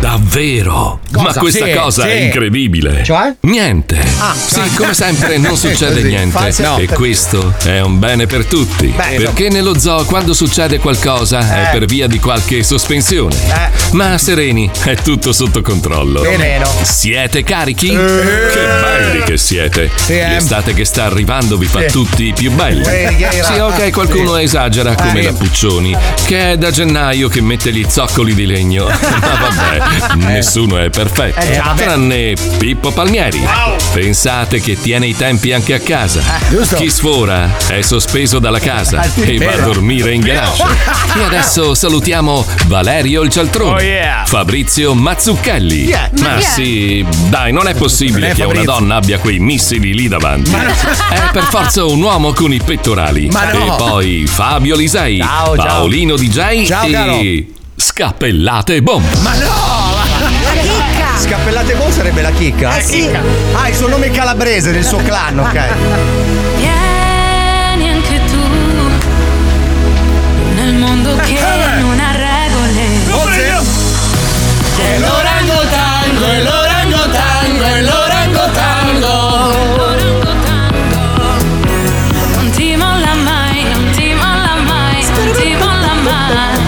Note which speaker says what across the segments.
Speaker 1: Davvero?
Speaker 2: Cosa?
Speaker 1: Ma questa
Speaker 2: Sì,
Speaker 1: cosa è
Speaker 2: sì.
Speaker 1: incredibile. Cioè? Niente.
Speaker 2: Ah,
Speaker 1: sì,
Speaker 2: cioè.
Speaker 1: come sempre non succede
Speaker 2: Così,
Speaker 1: niente.
Speaker 2: false
Speaker 1: E
Speaker 2: aspettative.
Speaker 1: questo è un bene per tutti.
Speaker 2: Beh,
Speaker 1: perché nello zoo quando succede qualcosa è
Speaker 3: Eh.
Speaker 1: per via di qualche sospensione. Ma sereni, è tutto sotto controllo.
Speaker 3: Più o meno.
Speaker 1: Siete carichi? Che belli che siete.
Speaker 3: eh.
Speaker 1: L'estate che sta arrivando vi fa
Speaker 3: Sì.
Speaker 1: tutti più belli.
Speaker 3: Preghiera.
Speaker 1: Sì, ok, qualcuno
Speaker 3: Sì.
Speaker 1: esagera come
Speaker 3: Eh.
Speaker 1: la Puccioni, che è da gennaio che mette gli zoccoli di legno. Ma vabbè, nessuno è perfetto.
Speaker 3: Eh, già, beh.
Speaker 1: tranne Pippo Palmieri. Pensate che tiene i tempi anche a casa. Chi sfora è sospeso dalla casa
Speaker 3: Ah, sì,
Speaker 1: e va a
Speaker 3: vero.
Speaker 1: dormire in garage. E adesso salutiamo Valerio il Cialtrone,
Speaker 4: Oh, yeah.
Speaker 1: Fabrizio Mazzucchelli.
Speaker 4: Yeah.
Speaker 1: Ma
Speaker 4: Yeah.
Speaker 1: sì, dai, non è possibile
Speaker 4: Eh,
Speaker 1: che una
Speaker 4: Fabrizio.
Speaker 1: donna abbia quei missili lì davanti. È per forza un uomo con i pettorali.
Speaker 3: Ma no.
Speaker 1: E poi Fabio Lisei,
Speaker 3: Ciao, ciao.
Speaker 1: Paolino DJ
Speaker 3: Ciao,
Speaker 1: e
Speaker 3: caro.
Speaker 1: Scappellate Bomba.
Speaker 3: Ma no!
Speaker 5: La chicca!
Speaker 3: Scappellate voi sarebbe la chicca?
Speaker 5: Eh sì.
Speaker 3: Ah, il suo nome è calabrese del suo clan, ok.
Speaker 6: Vieni anche tu nel mondo che non ha regole.
Speaker 3: C'è
Speaker 6: l'orangotango,
Speaker 3: e l'orangotango,
Speaker 6: e l'orangotango. Non ti molla mai, non ti molla mai, non ti molla mai.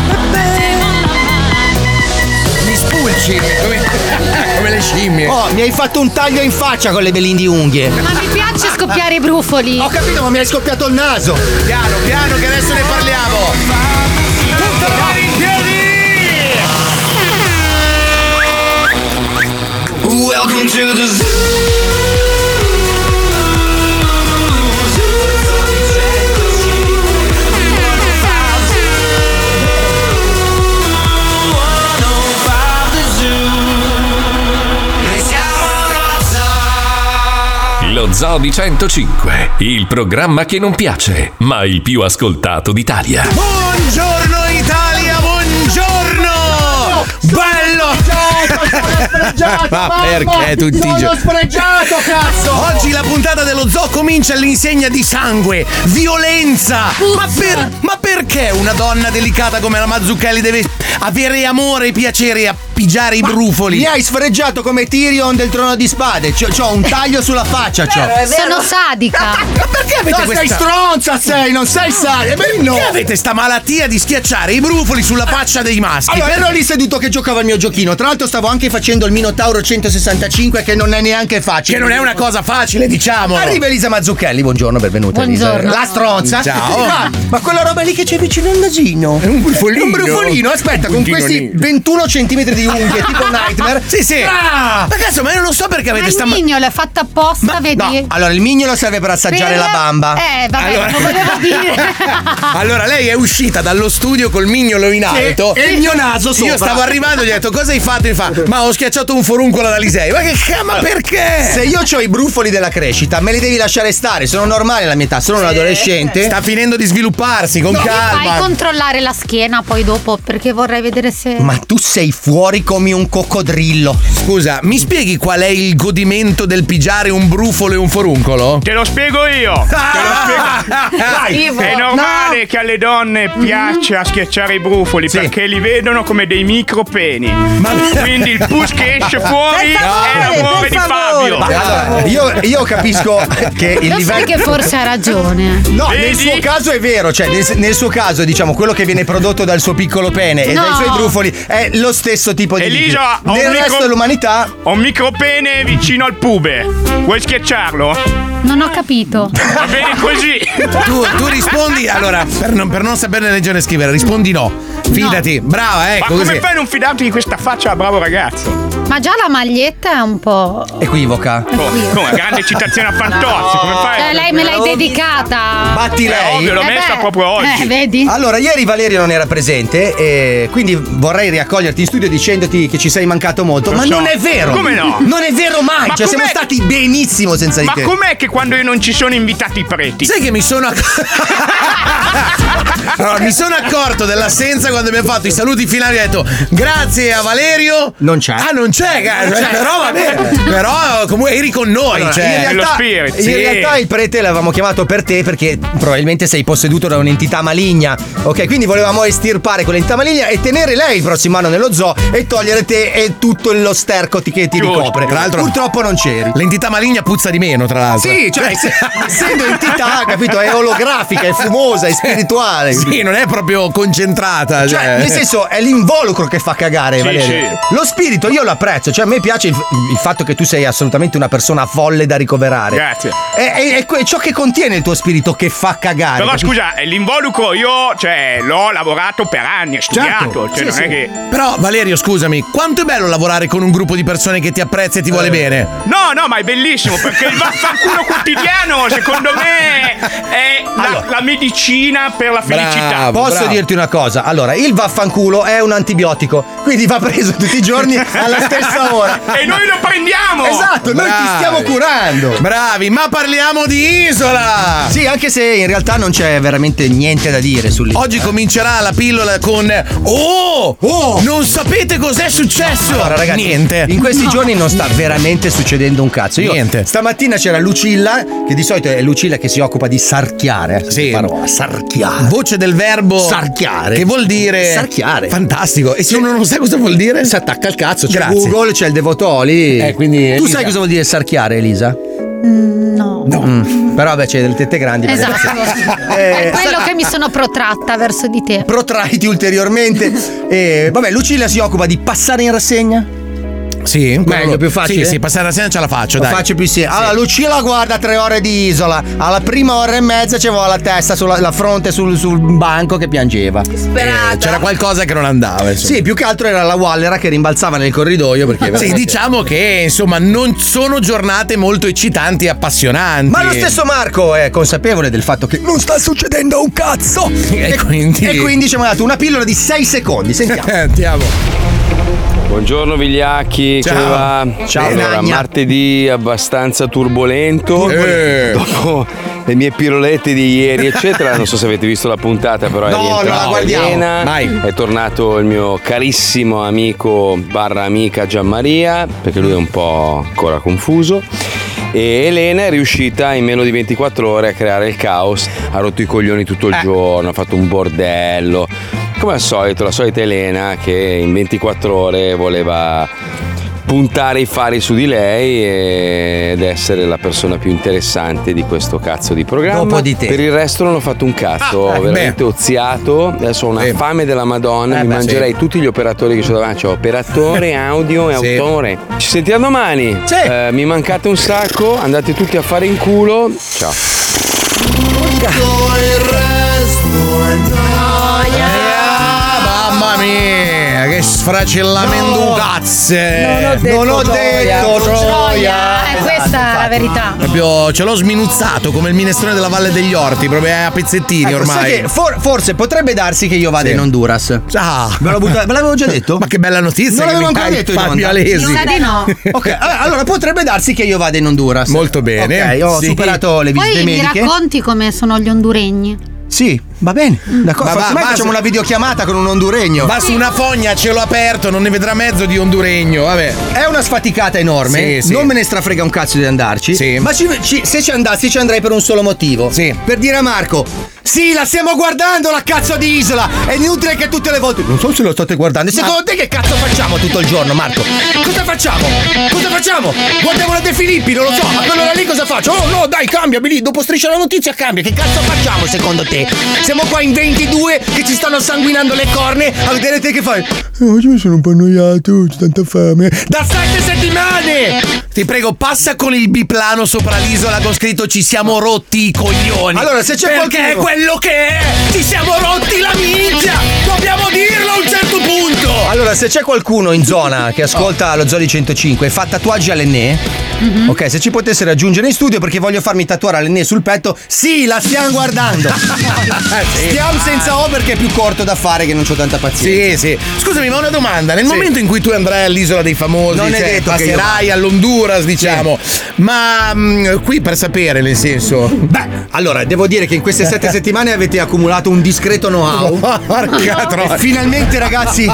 Speaker 2: Mi spulcini come, come le scimmie.
Speaker 3: Oh, mi hai fatto un taglio in faccia con le belindi unghie.
Speaker 7: Ma mi piace scoppiare i brufoli. Ho
Speaker 3: capito, ma mi hai scoppiato il naso.
Speaker 2: Piano, piano, che adesso ne parliamo.
Speaker 8: Welcome to the zoo.
Speaker 1: Lo Zoo di 105, il programma che non piace, ma il più ascoltato d'Italia.
Speaker 2: Buongiorno Italia, buongiorno! Bello!
Speaker 3: Ma perché tutti i giorni?
Speaker 2: spregiato, cazzo! Oggi la puntata dello zoo comincia all'insegna di sangue, violenza! Ma, per- ma perché una donna delicata come la Mazzucchelli deve avere amore e piacere a pigiare i brufoli?
Speaker 3: Mi hai sfreggiato come Tyrion del trono di spade. C'ho, c'ho un taglio sulla faccia, c'ho.
Speaker 7: Sono sadica.
Speaker 2: Ma perché avete
Speaker 3: No,
Speaker 2: questa...
Speaker 3: sei stronza, sei, non sei sadia,
Speaker 2: Perché avete sta malattia di schiacciare i brufoli sulla faccia dei maschi?
Speaker 3: Ah, Allora,
Speaker 2: Per-
Speaker 3: ero lì seduto che giocavo al mio giochino. Tra l'altro, stavo anche facendo il Minotauro 165, che non è neanche facile.
Speaker 2: Che non è una cosa facile, diciamo.
Speaker 3: Arriva Elisa Mazzucchelli, buongiorno, benvenuta. Elisa.
Speaker 2: Buongiorno.
Speaker 3: La stronza.
Speaker 2: Ciao.
Speaker 3: Ah, ma quella roba lì che c'è vicino al nasino. È un
Speaker 2: brufolino.
Speaker 3: Un brufolino, aspetta, con
Speaker 2: Puntino
Speaker 3: questi
Speaker 2: nero.
Speaker 3: 21 cm di unghie, tipo nightmare.
Speaker 2: Sì, sì.
Speaker 3: Ah!
Speaker 2: Ragazzi, ma io non so perché avete
Speaker 7: Ma
Speaker 2: sta
Speaker 7: il mignolo è fatta apposta, vedi?
Speaker 3: Allora, il mignolo serve per assaggiare
Speaker 7: Per-
Speaker 3: la bamba.
Speaker 7: Eh, vabbè, non volevo dire.
Speaker 2: Allora lei è uscita dallo studio col mignolo in
Speaker 3: Sì,
Speaker 2: alto
Speaker 3: e il mio naso sopra.
Speaker 2: Io stavo arrivando e gli ho detto cosa hai fatto? Mi fa ma ho schiacciato un foruncolo da Lisei. Ma che ca- ma perché?
Speaker 3: Se io ho i brufoli della crescita, me li devi lasciare stare, sono normale alla mia età, sono un adolescente.
Speaker 2: Sta finendo di svilupparsi con
Speaker 7: Mi fai
Speaker 2: calma.
Speaker 7: controllare la schiena poi dopo perché vorrei vedere se.
Speaker 3: Ma tu sei fuori come un coccodrillo.
Speaker 2: Scusa, mi spieghi qual è il godimento del pigiare un brufolo e un foruncolo? Ah!
Speaker 4: Te lo spiego io.
Speaker 3: Ah,
Speaker 4: Te lo
Speaker 2: Cattivo.
Speaker 4: spiego. È normale che alle donne piaccia schiacciare i brufoli perché li vedono come dei micropeni. Quindi il pus che esce fuori
Speaker 3: Per
Speaker 4: è l'amore di Fabio.
Speaker 3: Ma allora, io, io capisco che il
Speaker 7: Lo
Speaker 3: livello.
Speaker 7: sai che forse ha ragione.
Speaker 3: No, nel suo caso è vero, cioè nel, nel suo caso diciamo quello che viene prodotto dal suo piccolo pene e
Speaker 7: No.
Speaker 3: dai suoi brufoli è lo stesso tipo di liquido.
Speaker 4: Elisa, ho un
Speaker 3: Nel
Speaker 4: micro-
Speaker 3: resto dell'umanità
Speaker 4: Ho un micropene vicino al pube. Vuoi schiacciarlo?
Speaker 7: Non ho capito.
Speaker 4: Va bene così.
Speaker 2: Tu, tu rispondi, allora, per non, per non saperne leggere e scrivere, rispondi no. Fidati, brava,
Speaker 4: Ma
Speaker 2: ecco
Speaker 4: come
Speaker 2: così.
Speaker 4: fai a non fidarti di questa faccia da bravo ragazzo?
Speaker 7: Ma già la maglietta è un po'.
Speaker 3: equivoca.
Speaker 4: Oh, come, grande citazione a Fantozzi, come fai?
Speaker 7: Cioè, lei me l'hai dedicata.
Speaker 3: Batti lei.
Speaker 4: Eh, ovvio, l'ho
Speaker 7: Eh
Speaker 4: messa
Speaker 7: beh,
Speaker 4: proprio oggi.
Speaker 7: Eh, vedi?
Speaker 3: Allora, ieri Valerio non era presente, e quindi vorrei riaccoglierti in studio dicendoti che ci sei mancato molto.
Speaker 4: Lo
Speaker 3: ma
Speaker 4: so.
Speaker 3: non è vero!
Speaker 4: Come no?
Speaker 3: Non è vero mai!
Speaker 4: Ma
Speaker 3: cioè, siamo
Speaker 4: com'è-
Speaker 3: stati benissimo senza di
Speaker 4: Ma
Speaker 3: te.
Speaker 4: com'è che quando io non ci sono invitati i preti?
Speaker 2: Sai che mi sono. ac- Allora, mi sono accorto dell'assenza quando abbiamo fatto i saluti finali. Ho detto grazie a Valerio. Non c'è. Ah, non
Speaker 3: Eh,
Speaker 2: c'è, cazzo.
Speaker 3: Non c'è.
Speaker 2: Però vabbè. Però comunque eri con noi.
Speaker 3: Allora,
Speaker 2: cioè.
Speaker 3: in, realtà, in realtà il prete l'avevamo chiamato per te perché probabilmente sei posseduto da un'entità maligna. Ok, quindi volevamo estirpare quell'entità maligna e tenere lei il prossimo anno nello zoo e togliere te e tutto lo sterco ti- che ti ricopre.
Speaker 2: Tra l'altro-
Speaker 3: purtroppo non c'eri.
Speaker 2: L'entità maligna puzza di meno, tra l'altro.
Speaker 3: Sì, cioè, se- essendo entità, capito, è olografica, è fumosa, è spirituale.
Speaker 2: Sì, non è proprio concentrata. Cioè,
Speaker 3: Cioè, nel senso, è l'involucro che fa cagare,
Speaker 2: Sì,
Speaker 3: Valerio. Lo spirito io lo apprezzo, cioè a me piace il, il fatto che tu sei assolutamente una persona folle da ricoverare.
Speaker 4: Grazie.
Speaker 3: È, è- è que- ciò che contiene il tuo spirito che fa cagare.
Speaker 4: Però
Speaker 3: Perché-
Speaker 4: scusa, eh, l'involucro io cioè, l'ho lavorato per anni, ho
Speaker 3: Certo.
Speaker 4: studiato. Cioè, non è che.
Speaker 2: Però, Valerio, scusami, quanto è bello lavorare con un gruppo di persone che ti apprezza e ti
Speaker 3: Eh.
Speaker 2: vuole bene.
Speaker 4: No, no, ma è bellissimo perché il vaffanculo quotidiano, secondo me, è la, la medicina per la felicità.
Speaker 3: Posso dirti una cosa? Allora, il vaffanculo è un antibiotico, quindi va preso tutti i giorni alla stessa ora.
Speaker 4: e noi lo prendiamo!
Speaker 3: Esatto, noi ti
Speaker 2: Bravi.
Speaker 3: stiamo curando.
Speaker 2: Bravi, ma parliamo di isola!
Speaker 3: Sì, anche se in realtà non c'è veramente niente da dire sull'isola.
Speaker 2: Oggi comincerà la pillola con Oh! Oh! Non sapete cos'è successo!
Speaker 3: Allora, ragazzi,
Speaker 2: Niente.
Speaker 3: in questi giorni non sta veramente succedendo un cazzo. Io,
Speaker 2: Niente.
Speaker 3: Stamattina c'era Lucilla, che di solito è Lucilla che si occupa di sarchiare. eh,
Speaker 2: Sì.
Speaker 3: Parola, sarchiare.
Speaker 2: Voce del verbo
Speaker 3: Sarchiare.
Speaker 2: Che vuol dire
Speaker 3: Sarchiare.
Speaker 2: Fantastico. E se uno non sa cosa vuol dire?
Speaker 3: Si attacca al cazzo. C'è
Speaker 2: Grazie.
Speaker 3: Google, c'è il Devotoli.
Speaker 2: Eh, quindi,
Speaker 3: tu
Speaker 2: Elisa-
Speaker 3: sai cosa vuol dire sarchiare, Elisa?
Speaker 7: No.
Speaker 3: Mm. Però vabbè, c'è delle tette grandi. per
Speaker 7: Esatto.
Speaker 3: Eh,
Speaker 7: È quello che mi sono protratta verso di te.
Speaker 3: protraiti ulteriormente. E, vabbè, Lucilla si occupa di passare in rassegna.
Speaker 2: Sì,
Speaker 3: Meglio, più facile?
Speaker 2: Sì, sì, passare la sera ce la faccio, dai.
Speaker 3: Faccio più sì. Allora, Lucilla guarda tre ore di isola. Alla prima ora e mezza c'avevo la testa sulla la fronte sul, sul banco che piangeva.
Speaker 2: Eh, C'era qualcosa che non andava, insomma.
Speaker 3: Sì, più che altro era la Wallera che rimbalzava nel corridoio perché.
Speaker 2: Sì,
Speaker 3: veramente-
Speaker 2: diciamo che insomma non sono giornate molto eccitanti e appassionanti.
Speaker 3: Ma lo stesso Marco è consapevole del fatto che non sta succedendo un cazzo!
Speaker 2: E quindi-
Speaker 3: E quindi ci abbiamo dato una pillola di 6 secondi, sentiamo.
Speaker 2: Eh, ti amo.
Speaker 9: Buongiorno vigliacchi,
Speaker 2: Ciao.
Speaker 9: come va?
Speaker 3: Ciao.
Speaker 9: allora,
Speaker 3: Benagna.
Speaker 9: martedì abbastanza turbolento.
Speaker 2: Eh.
Speaker 9: Dopo le mie pirolette di ieri, eccetera. Non so se avete visto la puntata, però
Speaker 3: No,
Speaker 9: è
Speaker 3: non la
Speaker 9: rientrata
Speaker 3: guardiamo,
Speaker 9: Elena.
Speaker 2: vai.
Speaker 9: È tornato il mio carissimo amico barra amica Gianmaria, perché lui è un po' ancora confuso. E Elena è riuscita in meno di 24 ore a creare il caos, ha rotto i coglioni tutto
Speaker 3: Eh.
Speaker 9: il giorno, ha fatto un bordello. Come al solito, la solita Elena che in 24 ore voleva puntare i fari su di lei e- ed essere la persona più interessante di questo cazzo di programma.
Speaker 3: Dopo di te.
Speaker 9: Per il resto non ho fatto un cazzo,
Speaker 2: Ah, eh,
Speaker 9: ho veramente oziato. Adesso ho una
Speaker 2: Sì.
Speaker 9: fame della Madonna,
Speaker 2: Eh,
Speaker 9: mi
Speaker 2: beh,
Speaker 9: mangerei tutti gli operatori che c'ho davanti. Ho operatore, audio e
Speaker 2: Sì.
Speaker 9: autore. Ci sentiamo domani.
Speaker 2: Sì.
Speaker 9: Eh, mi mancate un sacco, andate tutti a fare in culo. Ciao.
Speaker 2: Ah, mamma mia, che sfracellamento
Speaker 3: No.
Speaker 2: cazze!
Speaker 3: Non ho detto
Speaker 7: Troia, eh,
Speaker 3: Esatto.
Speaker 7: questa è la verità.
Speaker 2: Proprio ce l'ho sminuzzato come il minestrone della Valle degli Orti, proprio eh, a pezzettini
Speaker 3: Ecco, sai
Speaker 2: ormai.
Speaker 3: che for- forse potrebbe darsi che io vada
Speaker 2: Sì.
Speaker 3: in Honduras.
Speaker 2: Ah,
Speaker 3: Ve l'ho butta- ve l'avevo già detto?
Speaker 2: ma che bella notizia!
Speaker 3: Non
Speaker 2: che
Speaker 3: l'avevo
Speaker 2: mi
Speaker 3: ancora
Speaker 2: dai,
Speaker 3: detto in
Speaker 2: Fabio
Speaker 3: onda.
Speaker 2: Alesi.
Speaker 7: Mi sa di no.
Speaker 3: Ok, eh, allora potrebbe darsi che io vada in Honduras.
Speaker 2: Molto bene.
Speaker 3: Ok, ho
Speaker 2: Sì.
Speaker 3: superato le visite
Speaker 7: Poi mi
Speaker 3: mediche.
Speaker 7: racconti come sono gli honduregni. Mm.
Speaker 3: Sì, va bene. D'accordo.
Speaker 2: Ma va-
Speaker 3: Forse mai
Speaker 2: va-
Speaker 3: facciamo una videochiamata con un honduregno.
Speaker 2: Va su una fogna a cielo aperto, non ne vedrà mezzo di honduregno, vabbè.
Speaker 3: È una sfaticata enorme.
Speaker 2: Sì, sì.
Speaker 3: Non me ne strafrega un cazzo di andarci.
Speaker 2: Sì.
Speaker 3: Ma ci- ci- se ci andassi, ci andrei per un solo motivo.
Speaker 2: Sì.
Speaker 3: Per dire a Marco. Sì, la stiamo guardando la cazzo di isola! È inutile che tutte le volte. Non so se lo state guardando. Secondo te che cazzo facciamo tutto il giorno, Marco? Cosa facciamo? Cosa facciamo? Guardiamo la De Filippi, non lo so, ma quell'ora lì cosa faccio? Oh no, dai, cambiami lì, dopo striscia la notizia cambia. Che cazzo facciamo secondo te? Siamo qua in 22 che ci stanno sanguinando le corne a vedere te che fai.
Speaker 10: Eh, Oggi mi sono un po' annoiato, ho tanta fame.
Speaker 2: Da sette settimane! Ti prego, passa con il biplano sopra l'isola con scritto ci siamo rotti i coglioni.
Speaker 3: Allora, se c'è
Speaker 2: Perché
Speaker 3: qualcuno-
Speaker 2: è quello che è! Ci siamo rotti la minchia! Dobbiamo dirlo a un certo punto!
Speaker 3: Allora, se c'è qualcuno in zona che ascolta lo Zoli 105 e fa tatuaggi alle ne,
Speaker 6: Mm?
Speaker 3: ok, se ci potesse raggiungere in studio perché voglio farmi tatuare alle ne sul petto, sì, la stiamo guardando.
Speaker 11: Stiamo senza O perché è più corto da fare che non c'ho tanta pazienza.
Speaker 2: Sì, sì. Scusami, ma una domanda: nel momento in cui tu andrai all'isola dei famosi,
Speaker 11: Non è
Speaker 2: cioè,
Speaker 11: detto che io
Speaker 2: passerai
Speaker 11: vada.
Speaker 2: all'Honduras, diciamo. Ma mh, qui per sapere, nel senso. Beh,
Speaker 11: Allora, devo dire che in queste sette settimane avete accumulato un discreto know-how.
Speaker 2: Porca troia.
Speaker 11: E finalmente, ragazzi,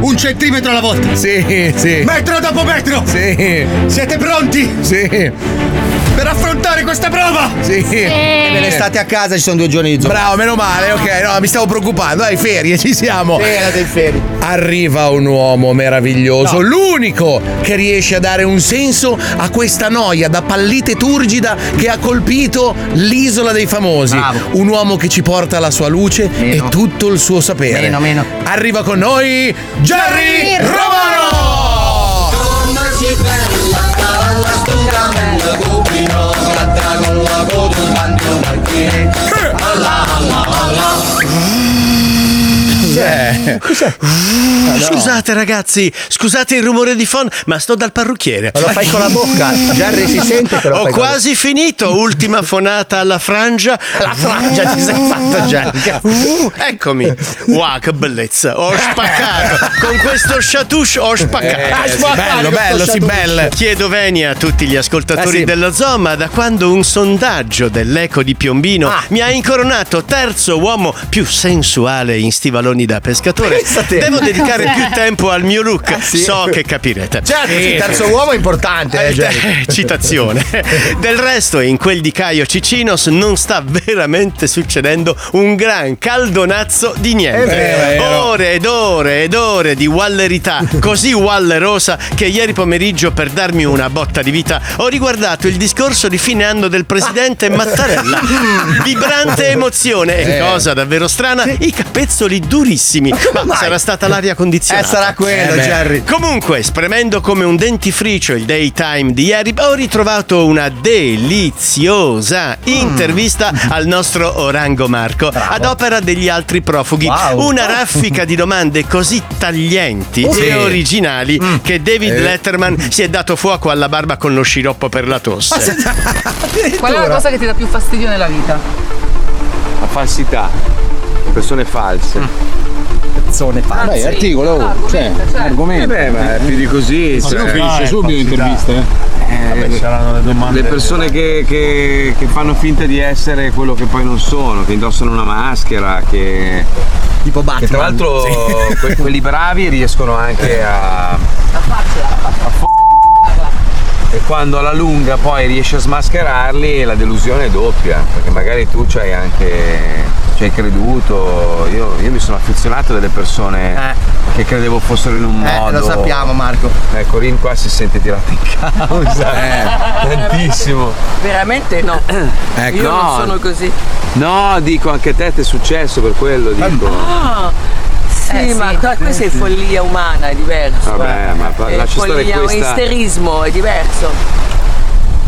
Speaker 11: un centimetro alla volta.
Speaker 2: Sì, sì.
Speaker 11: Metro dopo metro.
Speaker 2: Sì.
Speaker 11: Siete pronti?
Speaker 2: Sì.
Speaker 11: Per affrontare questa prova?
Speaker 2: Sì.
Speaker 11: Ve ne state a casa, ci sono due giorni di zona.
Speaker 2: Bravo, meno male, ok, no, mi stavo preoccupando. Dai, ferie, ci siamo.
Speaker 11: dei ferri.
Speaker 2: Arriva un uomo meraviglioso, l'unico che riesce a dare un senso a questa noia da pallite turgida che ha colpito l'isola dei famosi. Un uomo che ci porta la sua luce e tutto il suo sapere.
Speaker 11: Meno, meno.
Speaker 2: Arriva con noi Jerry Romano!
Speaker 9: Eh.
Speaker 11: Eh.
Speaker 12: Cos'è?
Speaker 11: Ah,
Speaker 12: Scusate ragazzi, scusate il rumore di phon, ma sto dal parrucchiere.
Speaker 11: Ma lo fai con la bocca, Jerry si sente che lo
Speaker 12: Ho
Speaker 11: fai con la
Speaker 12: quasi finito, ultima fonata alla frangia. La frangia ti sei fatta Jerry. Uh, eccomi. Wow, che bellezza. Ho spaccato. Con questo chatouche ho spaccato.
Speaker 2: Eh, sì, bello, bello, sì, bello.
Speaker 12: Chiedo venia a tutti gli ascoltatori
Speaker 2: Eh, sì.
Speaker 12: della Zomma da quando un sondaggio dell'Eco di Piombino
Speaker 11: Ah.
Speaker 12: mi ha incoronato terzo uomo più sensuale in stivaloni da pescatore.
Speaker 11: te.
Speaker 12: Devo
Speaker 11: Ma
Speaker 12: dedicare
Speaker 11: cos'è? Ah,
Speaker 12: più tempo al mio look. So che capirete.
Speaker 11: Certo,
Speaker 12: Sì.
Speaker 11: il terzo uomo è importante, eh, Jerry.
Speaker 12: Eh, Citazione. Del resto, in quel di Caio Cicinos non sta veramente succedendo un gran caldonazzo di niente.
Speaker 11: È vero, è vero.
Speaker 12: Ore ed ore ed ore di wallerità, così wallerosa che ieri pomeriggio, per darmi una botta di vita, ho riguardato il discorso di fine anno del presidente Mattarella. Vibrante emozione e
Speaker 11: Ah. Eh.
Speaker 12: cosa davvero strana, i capezzoli durissimi. Ma,
Speaker 11: mai?
Speaker 12: sarà stata l'aria condizionata.
Speaker 11: Eh, sarà quello,
Speaker 12: beh.
Speaker 11: Jerry.
Speaker 12: Comunque, spremendo come un dentifricio il daytime di ieri, ho ritrovato una deliziosa
Speaker 11: Mm.
Speaker 12: intervista al nostro Orango Marco ad opera degli altri profughi.
Speaker 11: Wow. Oh,
Speaker 12: Una raffica di domande così taglienti
Speaker 11: Sì. Mm. Eh.
Speaker 12: e originali che David Letterman si è dato fuoco alla barba con lo sciroppo per la tosse.
Speaker 13: Qual è la cosa che ti dà più fastidio nella vita?
Speaker 9: La falsità. Persone false.
Speaker 11: Persone false.
Speaker 9: Dai, articolo, oh, cioè, argomento. Beh, ma più di Eh, così. Eh,
Speaker 14: Ma non finisce subito eh? l'intervista, Vabbè, saranno le domande.
Speaker 9: Le persone che, che- che fanno finta di essere quello che poi non sono, che indossano una maschera, che.
Speaker 11: Tipo
Speaker 9: Che tra l'altro que- quelli bravi riescono anche a. a f- E quando alla lunga poi riesci a smascherarli la delusione è doppia, perché magari tu ci hai anche. ci hai creduto. Io, io mi sono affezionato a delle persone che credevo fossero in un
Speaker 11: Eh,
Speaker 9: modo.
Speaker 11: lo sappiamo, Marco.
Speaker 9: Ecco, Rin qua si sente tirata in causa.
Speaker 13: Eh.
Speaker 9: Tantissimo.
Speaker 13: Veramente no.
Speaker 9: Ecco.
Speaker 13: Io non
Speaker 9: No.
Speaker 13: sono così.
Speaker 9: No, dico anche a te ti è successo per quello, dico.
Speaker 13: Ah, sì, ma qua- questa è follia umana, è diverso.
Speaker 9: Vabbè, ma pa-
Speaker 13: È
Speaker 9: lascia stare
Speaker 13: follia,
Speaker 9: questa.
Speaker 13: isterismo, è diverso.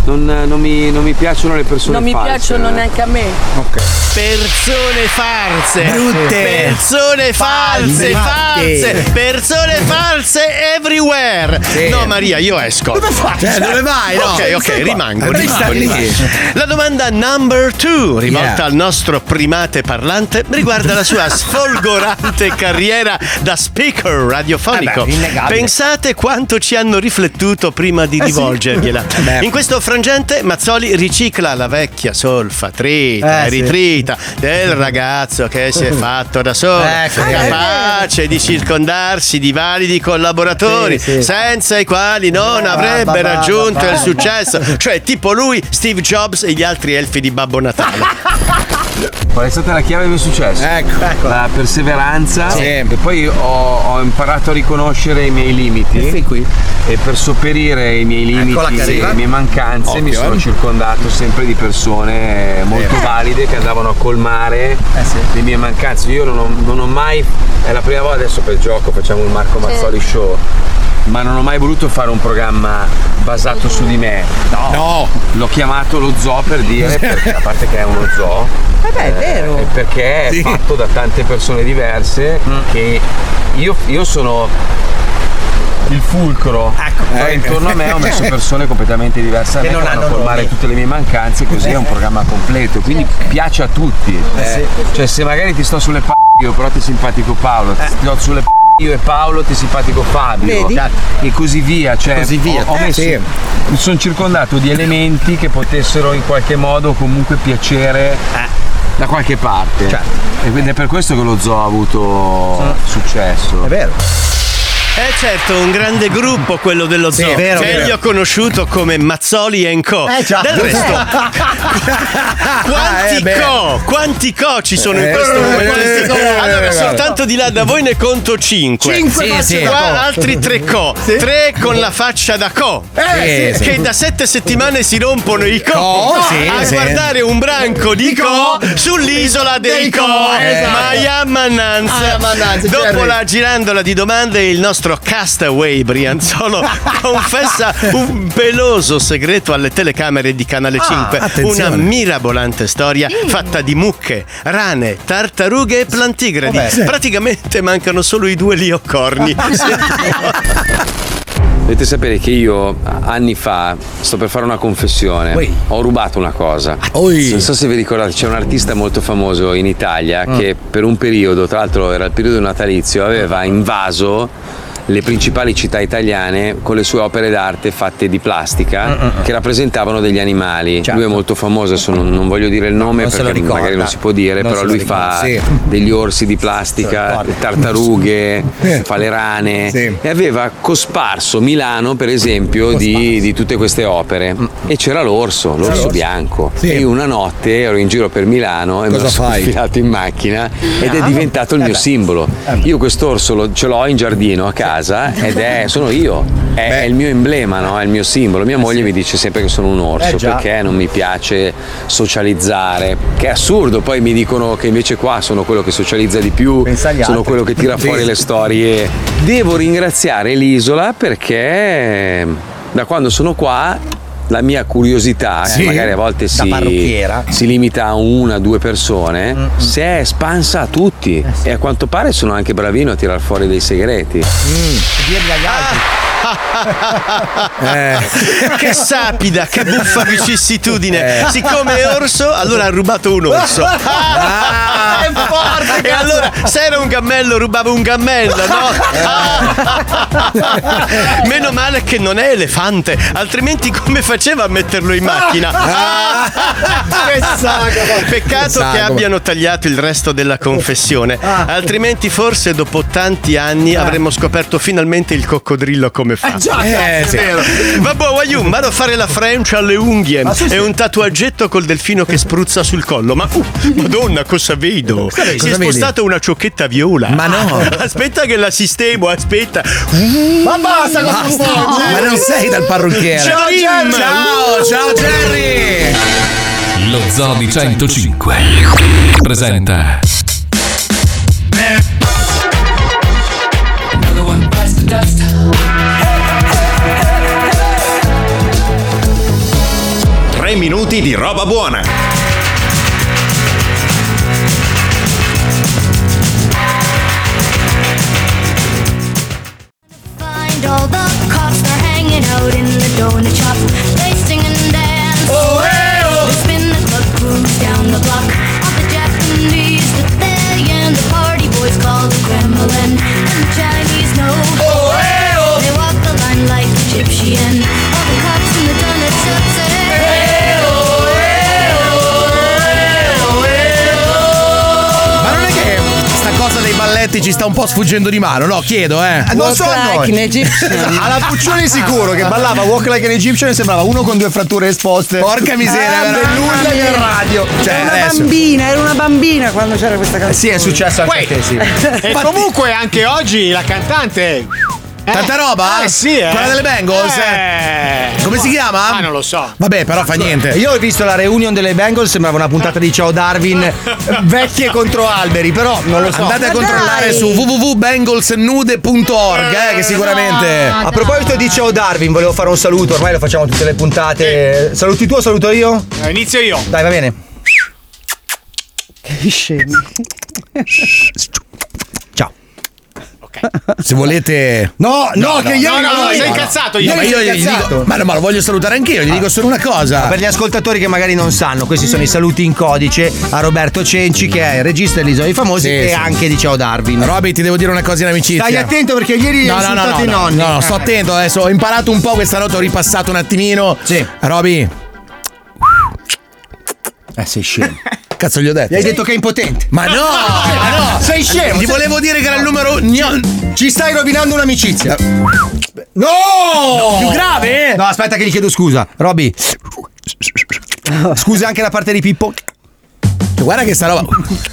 Speaker 9: Non, non mi, non mi piacciono le persone
Speaker 13: non mi
Speaker 9: false. eh.
Speaker 13: piacciono neanche a me.
Speaker 12: Persone false,
Speaker 9: Brutte.
Speaker 12: persone false,
Speaker 9: False.
Speaker 12: false,
Speaker 9: Fatte.
Speaker 12: persone false everywhere. No, Maria, io esco.
Speaker 2: Dove vai? Cioè, dove vai? No.
Speaker 12: Ok, ok,
Speaker 2: Stai qua.
Speaker 12: rimango. rimango,
Speaker 2: Resta lì.
Speaker 12: rimango. La domanda number two, rivolta
Speaker 2: Yeah.
Speaker 12: al nostro primate parlante, riguarda la sua sfolgorante carriera da speaker radiofonico.
Speaker 11: Eh beh, innegabile.
Speaker 12: Pensate quanto ci hanno riflettuto prima di
Speaker 11: Eh sì.
Speaker 12: rivolgergliela.
Speaker 11: Beh.
Speaker 12: In questo frangente, Mazzoli ricicla la vecchia solfatrita
Speaker 11: Eh
Speaker 12: e
Speaker 11: sì.
Speaker 12: ritrita del ragazzo che si è fatto da solo,
Speaker 11: Ecco,
Speaker 12: capace di circondarsi di validi collaboratori,
Speaker 11: Sì, sì.
Speaker 12: senza i quali non
Speaker 11: Ba,
Speaker 12: avrebbe
Speaker 11: ba, ba,
Speaker 12: raggiunto
Speaker 11: ba,
Speaker 12: il
Speaker 11: ba.
Speaker 12: successo. Cioè, tipo lui, Steve Jobs e gli altri elfi di Babbo Natale.
Speaker 9: Qual è stata la chiave del mio successo? Ecco. La perseveranza.
Speaker 2: Sì.
Speaker 9: E poi ho, ho imparato a riconoscere i miei limiti.
Speaker 11: E fin qui.
Speaker 9: E per sopperire i miei
Speaker 11: Eccola che
Speaker 9: limiti,
Speaker 11: arriva.
Speaker 9: le mie mancanze, mi
Speaker 2: Occhio,
Speaker 9: sono
Speaker 2: eh.
Speaker 9: circondato sempre di persone molto valide che andavano a colmare le mie mancanze. Io non ho, non ho mai, è la prima volta adesso per gioco facciamo un Marco Mazzoli show, ma non ho mai voluto fare un programma basato su di me. No. L'ho chiamato lo zoo per dire, perché, a parte che è uno zoo.
Speaker 13: Vabbè, è vero.
Speaker 9: eh, Perché è fatto da tante persone diverse che io, io sono
Speaker 15: il fulcro. Ecco,
Speaker 9: Poi intorno a me ho messo persone completamente diverse da
Speaker 15: Che
Speaker 9: me che
Speaker 15: non
Speaker 9: vanno a
Speaker 15: hanno
Speaker 9: colmare
Speaker 15: nomi.
Speaker 9: tutte le mie mancanze, così è un programma completo, quindi piace a tutti.
Speaker 15: Eh, sì.
Speaker 9: Cioè se magari ti sto sulle p***o io, però ti simpatico Paolo, ti sto sulle p***o io e Paolo ti simpatico Fabio
Speaker 15: Eh.
Speaker 9: cioè,
Speaker 15: Vedi?
Speaker 9: e così via, cioè
Speaker 15: Così via.
Speaker 9: ho, ho
Speaker 15: Eh,
Speaker 9: messo-
Speaker 15: sì.
Speaker 9: mi sono circondato di elementi che potessero in qualche modo comunque piacere
Speaker 15: Eh.
Speaker 9: da qualche parte.
Speaker 15: Certo.
Speaker 9: E quindi è per questo che lo zoo ha avuto successo. È vero.
Speaker 12: Eh certo, un grande gruppo quello dello zoo.
Speaker 9: è vero,
Speaker 12: Meglio
Speaker 9: vero.
Speaker 12: conosciuto come Mazzoli and Co.
Speaker 3: Eh, già.
Speaker 12: Del resto, quanti
Speaker 3: Eh, beh.
Speaker 12: co, quanti co ci sono in
Speaker 3: Eh,
Speaker 12: questo
Speaker 3: eh,
Speaker 12: momento?
Speaker 3: eh,
Speaker 12: allora,
Speaker 3: eh,
Speaker 12: soltanto di là da voi ne conto 5.
Speaker 3: Cinque Sì, facce sì. da co.
Speaker 12: altri 3 co.
Speaker 3: Sì.
Speaker 12: 3 con la faccia da co.
Speaker 3: Eh, sì, sì.
Speaker 12: Che da 7 settimane si rompono i co.
Speaker 3: Co, sì,
Speaker 12: a
Speaker 3: sì.
Speaker 12: guardare un branco di
Speaker 3: Di
Speaker 12: co
Speaker 3: co.
Speaker 12: sull'isola dei
Speaker 3: Dei
Speaker 12: co.
Speaker 3: co, esatto.
Speaker 12: eh, Ma ya
Speaker 3: Ah, mannanza,
Speaker 12: Dopo
Speaker 3: Jerry.
Speaker 12: la girandola di domande, il nostro castaway Brianzolo confessa un peloso segreto alle telecamere di Canale
Speaker 3: Ah,
Speaker 12: 5.
Speaker 3: attenzione. Mm.
Speaker 12: Una mirabolante storia fatta di mucche, rane, tartarughe e
Speaker 3: oh,
Speaker 12: plantigradi.
Speaker 9: Vabbè, sì.
Speaker 12: Praticamente mancano solo i due liocorni.
Speaker 9: Dovete sapere che io anni fa sto per fare una confessione.
Speaker 12: Ui.
Speaker 9: Ho rubato una cosa. Non so se vi ricordate, c'è un artista molto famoso in Italia
Speaker 11: Mm.
Speaker 9: che per un periodo, tra l'altro era il periodo natalizio, aveva invaso le principali città italiane con le sue opere d'arte fatte di
Speaker 11: Ah,
Speaker 9: plastica che rappresentavano degli animali. Lui è molto famoso, adesso non, non voglio dire il nome
Speaker 11: Certo. Non se lo
Speaker 9: perché
Speaker 11: ricorda.
Speaker 9: magari non si può dire,
Speaker 11: Non
Speaker 9: però
Speaker 11: se lo
Speaker 9: lui
Speaker 11: ricorda,
Speaker 9: fa
Speaker 11: sì.
Speaker 9: degli orsi di plastica, le tartarughe, fa le rane e aveva cosparso Milano per esempio di, di tutte queste opere e c'era l'orso, l'orso
Speaker 11: Mm. l'orso.
Speaker 9: bianco e io una notte ero in giro per Milano e me
Speaker 11: Cosa
Speaker 9: lo sono
Speaker 11: fai? Ah. Eh
Speaker 9: infilato in macchina ed è diventato il mio simbolo io quest'orso lo- ce l'ho in giardino a casa ed è, sono io è, è il mio emblema, no? è il mio simbolo mia moglie mi dice sempre che sono un orso
Speaker 11: Eh, già.
Speaker 9: perché non mi piace socializzare che è assurdo poi mi dicono che invece qua sono quello che socializza di più sono
Speaker 11: altri.
Speaker 9: quello che tira
Speaker 11: Sì.
Speaker 9: fuori le storie. Devo ringraziare l'isola perché da quando sono qua la mia curiosità,
Speaker 11: Sì.
Speaker 9: che magari a volte
Speaker 11: Da
Speaker 9: si,
Speaker 11: parrucchiera. Mm,
Speaker 9: si limita a una o due persone, si è espansa a tutti
Speaker 11: Eh,
Speaker 9: e a quanto pare sono anche bravino a tirar fuori dei segreti.
Speaker 11: Eh, Mm.
Speaker 3: Dirli agli altri.
Speaker 11: Eh.
Speaker 12: che sapida, che buffa vicissitudine.
Speaker 3: Eh.
Speaker 12: Siccome è orso, allora ha rubato un orso.
Speaker 3: Ah, è forte,
Speaker 12: e
Speaker 3: cazzo.
Speaker 12: allora, se era un gammello, rubava un gammello,
Speaker 3: Eh.
Speaker 12: no? Meno male che non è elefante, altrimenti come faceva a metterlo in macchina?
Speaker 3: Ah.
Speaker 11: Ah!
Speaker 3: Che saga, guarda.
Speaker 12: Peccato
Speaker 3: Che
Speaker 12: che
Speaker 3: saga.
Speaker 12: abbiano tagliato il resto della confessione,
Speaker 3: Ah.
Speaker 12: altrimenti forse dopo tanti anni avremmo scoperto finalmente il coccodrillo come fa.
Speaker 3: Eh, già, cazzo, è vero.
Speaker 12: Vabbè, Wayum, vado a fare la French alle unghie.
Speaker 3: Ah, sì, sì.
Speaker 12: È un tatuaggetto col delfino che spruzza sul collo. Ma uh, madonna, cosa vedo?
Speaker 3: Cosa vedi?
Speaker 12: si è
Speaker 3: Cosa vedi?
Speaker 12: spostata una ciocchetta viola. Ma
Speaker 3: no.
Speaker 12: Aspetta che la sistemo, aspetta.
Speaker 3: Ma basta con
Speaker 12: Basta.
Speaker 3: questo, Jerry.
Speaker 12: Ma non sei dal parrucchiere.
Speaker 3: Ciao Jerry.
Speaker 12: Ciao, ciao,
Speaker 3: Jerry.
Speaker 1: Lo Zoo di 105 presenta
Speaker 14: Tre minuti di roba buona.
Speaker 6: Find all the cops, they're hanging out in the donut shop. They sing and dance. Oh, hey, oh. They spin the club grooves down the block. All the Japanese, the Italian, the party boys call the Kremlin. And the Chinese know. Oh, hey,
Speaker 3: eh,
Speaker 6: oh. They walk the line like the Egyptian. All the cops in the donut shop say, hey, oh, hey, oh, hey, oh.
Speaker 2: Ma non è che sta cosa dei balletti ci sta un po' sfuggendo di mano, no? Chiedo, eh.
Speaker 3: Non so a noi. Alla Puccioni sicuro che ballava Walk Like an Egyptian e sembrava uno con due fratture esposte.
Speaker 2: Porca miseria,
Speaker 3: Ah,
Speaker 2: veramente.
Speaker 3: Bellulla nel radio. Cioè,
Speaker 16: era una
Speaker 3: adesso.
Speaker 16: bambina, era una bambina quando c'era questa
Speaker 2: Eh,
Speaker 16: canzone.
Speaker 3: Sì, è successo anche a te, sì.
Speaker 4: E comunque anche oggi la cantante.
Speaker 2: Tanta roba?
Speaker 4: Eh sì, eh.
Speaker 2: Quella delle Bengals?
Speaker 4: Eh.
Speaker 2: Come si chiama?
Speaker 4: Ah, non lo so.
Speaker 2: Vabbè, però fa niente.
Speaker 3: Io ho visto la reunion delle Bengals, sembrava una puntata di Ciao Darwin, vecchie contro alberi, però non lo so.
Speaker 2: Andate a controllare su www.bengalsnude.org, eh, che sicuramente.
Speaker 3: A proposito di Ciao Darwin, volevo fare un saluto, ormai lo facciamo tutte le puntate. Saluti tu o saluto io?
Speaker 4: Eh, Inizio io.
Speaker 3: Dai, va bene.
Speaker 16: Che scemi.
Speaker 3: Ciao.
Speaker 4: Ok.
Speaker 17: ok.
Speaker 2: Se volete. No,
Speaker 17: no, che io- no, no, sei incazzato, io.
Speaker 2: No, ma io
Speaker 17: Sei
Speaker 2: gli
Speaker 17: incazzato.
Speaker 2: dico. Ma, no, ma lo voglio salutare anch'io, gli dico solo una cosa.
Speaker 3: Per gli ascoltatori che magari non sanno, questi sono i saluti in codice a Roberto Cenci, che è il regista dell'Isola dei Famosi
Speaker 2: Sì,
Speaker 3: e
Speaker 2: sì.
Speaker 3: anche di Ciao Darwin.
Speaker 2: Roby, ti devo dire una cosa in amicizia.
Speaker 3: Stai attento perché ieri hai insultato i nonni.
Speaker 2: No, no, sto attento adesso. Ho imparato un po' questa notte, ho ripassato un attimino. Sì. Roby. Eh, sei scemo. Cazzo gli ho detto.
Speaker 3: Gli hai detto che è impotente.
Speaker 2: Ma no, ma no.
Speaker 3: Sei scemo.
Speaker 2: Ti volevo dire che era il numero.
Speaker 3: Ci stai rovinando un'amicizia.
Speaker 2: No!
Speaker 3: Più grave? No, aspetta che gli chiedo scusa. Roby. Scusa anche la parte di Pippo.
Speaker 2: Guarda che sta roba.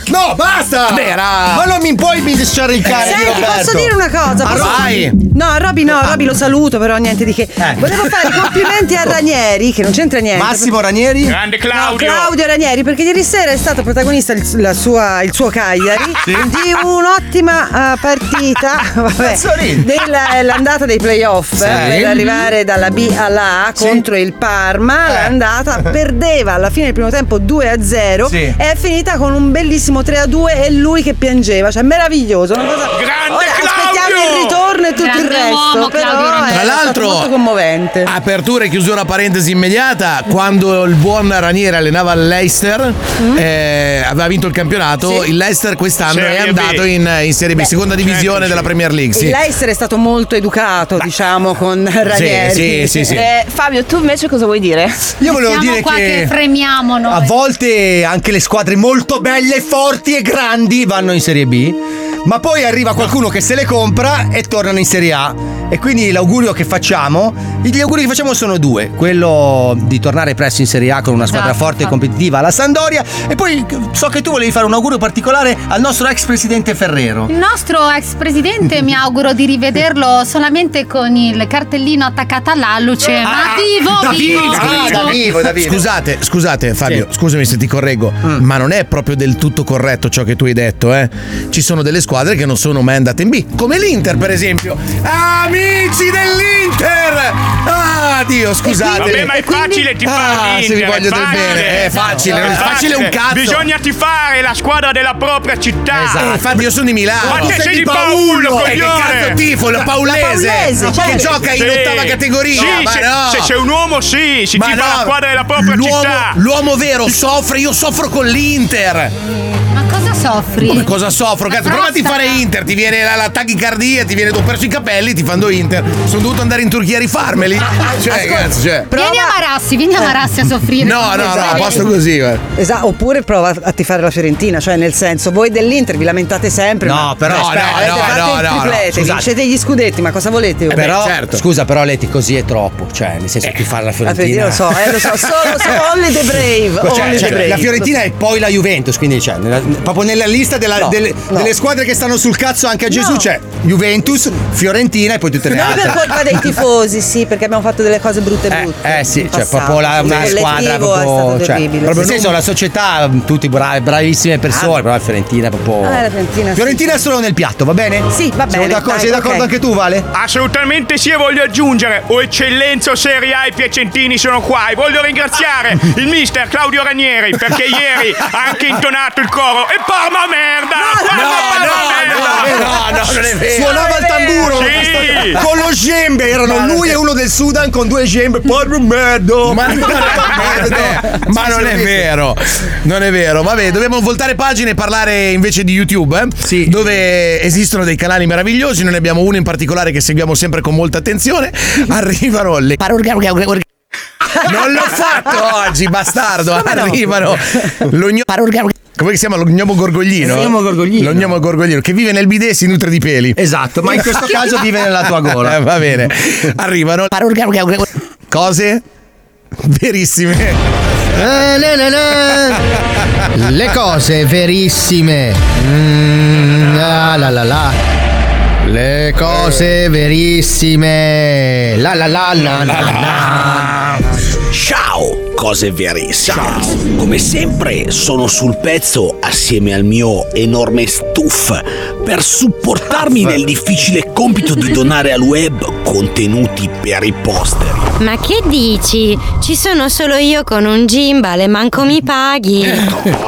Speaker 3: No, basta!
Speaker 2: Vabbè, era-
Speaker 3: Ma non mi puoi mi scaricare.
Speaker 16: Senti,
Speaker 3: Roberto.
Speaker 16: posso dire una cosa?
Speaker 3: Ah,
Speaker 16: Posso-
Speaker 3: vai. Ah. Eh.
Speaker 16: No, a Roby no, a Roby lo saluto, però niente di che. Volevo fare i complimenti a Ranieri, che non c'entra niente.
Speaker 3: Ecco. Massimo Ranieri?
Speaker 16: Grande Claudio. Claudio Ranieri, perché ieri sera è stato protagonista il, la sua- il suo Cagliari
Speaker 3: Ah, Sì.
Speaker 16: di un'ottima eh, partita vabbè, della- l'andata dei playoff
Speaker 3: Sì.
Speaker 16: eh, per arrivare dalla B alla A contro il Parma.
Speaker 2: Eh.
Speaker 16: L'andata perdeva alla fine del primo tempo 2 a 0
Speaker 3: Sì.
Speaker 16: e è finita con un bellissimo 3 a 2 e lui che piangeva, cioè meraviglioso. Una cosa... Ora aspettiamo il ritorno e tutto il
Speaker 7: Grande
Speaker 16: resto.
Speaker 7: uomo,
Speaker 16: però eh,
Speaker 7: Claudio Ranieri.
Speaker 16: è
Speaker 2: Tra
Speaker 16: stato
Speaker 2: l'altro,
Speaker 16: molto commovente.
Speaker 2: apertura e chiusura parentesi immediata, quando il buon Ranieri allenava il Leicester,
Speaker 16: Mm.
Speaker 2: eh, aveva vinto il campionato, il Leicester quest'anno
Speaker 16: Serie
Speaker 2: è
Speaker 16: B.
Speaker 2: andato in, eh, in Serie B,
Speaker 16: Beh,
Speaker 2: seconda divisione
Speaker 16: certo,
Speaker 2: della
Speaker 16: sì.
Speaker 2: Premier League. Sì.
Speaker 16: Il Leicester è stato molto educato, diciamo, con Ranieri.
Speaker 2: sì, sì, sì.
Speaker 18: Eh, Fabio, tu invece cosa vuoi dire?
Speaker 3: Io volevo Siamo dire qua che- che
Speaker 18: fremiamo
Speaker 3: A volte anche le squadre molto belle, forti e grandi vanno in Serie B, ma poi arriva qualcuno che se le compra e tornano in Serie A. E quindi l'augurio che facciamo, gli auguri che facciamo sono due, quello di tornare presto in Serie A con una squadra
Speaker 11: Esatto.
Speaker 3: forte e competitiva alla Sandoria e poi so che tu volevi fare un augurio particolare al nostro ex presidente Ferrero.
Speaker 7: Il nostro ex presidente mi auguro di rivederlo solamente con il cartellino attaccato all'alluce.
Speaker 3: Ah,
Speaker 7: ma vivo, vivo,
Speaker 16: Ah,
Speaker 7: vivo.
Speaker 2: Scusate, scusate Fabio, scusami se ti correggo,
Speaker 16: Mm.
Speaker 2: ma non è proprio del tutto corretto ciò che tu hai detto, eh? Ci sono delle squadre che non sono mai andate in B, come l'Inter per esempio. Amici dell'Inter! Ah, Dio, scusate.
Speaker 4: Vabbè, ma è facile
Speaker 2: Ah,
Speaker 4: tifare
Speaker 2: se vi
Speaker 4: l'Inter,
Speaker 2: voglio del bene, è facile, non è facile un cazzo.
Speaker 4: Esatto. Bisogna tifare la squadra della propria città.
Speaker 2: Esatto. Infatti io sono di Milano.
Speaker 4: Ma
Speaker 2: Tu
Speaker 4: te
Speaker 2: sei
Speaker 4: sei
Speaker 2: di
Speaker 4: di Paolo,
Speaker 2: Paolo, eh, che
Speaker 4: coglione.
Speaker 2: cazzo tifo, la La- la paulese, Paulese, che certo. gioca in ottava categoria. Ah,
Speaker 4: Sì,
Speaker 2: Ma
Speaker 4: se,
Speaker 2: no.
Speaker 4: se c'è un uomo sì, si
Speaker 2: Ma
Speaker 4: tifa
Speaker 2: no,
Speaker 4: la squadra della propria
Speaker 2: l'uomo,
Speaker 4: città.
Speaker 2: L'uomo vero soffre, io soffro con l'Inter.
Speaker 7: Ma cosa soffri?
Speaker 2: Come cosa soffro? Cazzo, prova a fare Inter, ti viene la, la tachicardia, ti viene ho perso i capelli, ti fanno Inter. Sono dovuto andare in Turchia a rifarmeli. Cioè,
Speaker 16: Ascolta,
Speaker 2: cazzo, cioè.
Speaker 7: Ah, Vieni a Marassi, vieni
Speaker 3: Eh.
Speaker 7: a Marassi a soffrire.
Speaker 2: No, no, no, a posto così, guarda.
Speaker 16: Esatto, oppure prova a tifare la Fiorentina, cioè nel senso, voi dell'Inter vi lamentate sempre.
Speaker 3: No,
Speaker 16: ma-
Speaker 3: però-
Speaker 16: Eh,
Speaker 3: no,
Speaker 16: aspetta,
Speaker 3: no,
Speaker 16: avete
Speaker 3: no,
Speaker 16: fatto
Speaker 3: no,
Speaker 16: il
Speaker 3: no, no,
Speaker 16: triplete,
Speaker 3: scusate.
Speaker 16: vincete gli scudetti, ma cosa volete? voi?
Speaker 3: però, scusa, però Leti, così è troppo. Cioè, nel senso, ti fa la Fiorentina.
Speaker 16: Eh, io lo so, eh, lo so, solo- solo only the brave,
Speaker 3: Cioè,
Speaker 16: only
Speaker 3: cioè,
Speaker 16: the brave.
Speaker 3: La Fiorentina è poi la Juventus, quindi cioè, nella- proprio nella lista della-
Speaker 16: No,
Speaker 3: delle,
Speaker 16: no.
Speaker 3: delle squadre che stanno sul cazzo anche a Gesù c'è Juventus, Fiorentina e poi tutte le
Speaker 16: Non
Speaker 3: altre.
Speaker 16: per colpa dei tifosi, sì, perché abbiamo fatto delle cose brutte brutte.
Speaker 3: Eh sì, cioè
Speaker 16: passato.
Speaker 3: proprio la,
Speaker 16: Il
Speaker 3: una
Speaker 16: collettivo
Speaker 3: squadra
Speaker 16: è
Speaker 3: proprio,
Speaker 16: stato
Speaker 3: cioè,
Speaker 16: terribile,
Speaker 3: proprio nel
Speaker 16: sì.
Speaker 3: senso la società, tutti bravi, bravissime persone, però la Fiorentina è proprio
Speaker 16: Ah, la Fiorentina, sì.
Speaker 3: Fiorentina è solo nel piatto, va bene?
Speaker 16: Sì, va
Speaker 3: Siamo
Speaker 16: bene,
Speaker 3: d'accordo-
Speaker 16: dai,
Speaker 3: sei d'accordo
Speaker 16: ok.
Speaker 3: anche tu, Vale?
Speaker 4: Assolutamente sì, e voglio aggiungere, o eccellenza o Serie A, i piacentini sono qua e voglio ringraziare il mister Claudio Ranieri perché ieri ha anche intonato il coro e Parma merda! Parma,
Speaker 3: Ah,
Speaker 4: Parma, merda!
Speaker 3: Suonava il tamburo
Speaker 4: Sì.
Speaker 3: con lo gembe, erano lui e uno del Sudan con due gembe, porco merda.
Speaker 2: Ma non è vero, ma non è vero, non è vero. Vabbè, dobbiamo voltare pagina e parlare invece di YouTube, eh? dove esistono dei canali meravigliosi. Noi ne abbiamo uno in particolare che seguiamo sempre con molta attenzione. Arrivano le. Non l'ho fatto oggi, bastardo. Arrivano. L'ogno... Come si chiama? L'ognomo gorgoglino?
Speaker 3: L'ognomo gorgoglino.
Speaker 2: L'ognomo gorgoglino, che vive nel bidet e si nutre di peli.
Speaker 3: Esatto, ma in questo caso vive nella tua gola.
Speaker 2: Eh, va bene. Arrivano. Cose verissime.
Speaker 3: Eh, Le cose verissime. Mm, la la la la. Le cose
Speaker 4: Ah,
Speaker 3: verissime. La la la la la. la. Ciao.
Speaker 19: cose verissime. Come sempre sono sul pezzo assieme al mio enorme stuff per supportarmi nel difficile compito di donare al web contenuti per i posteri.
Speaker 20: Ma che dici? Ci sono solo io con un gimbal e manco mi paghi.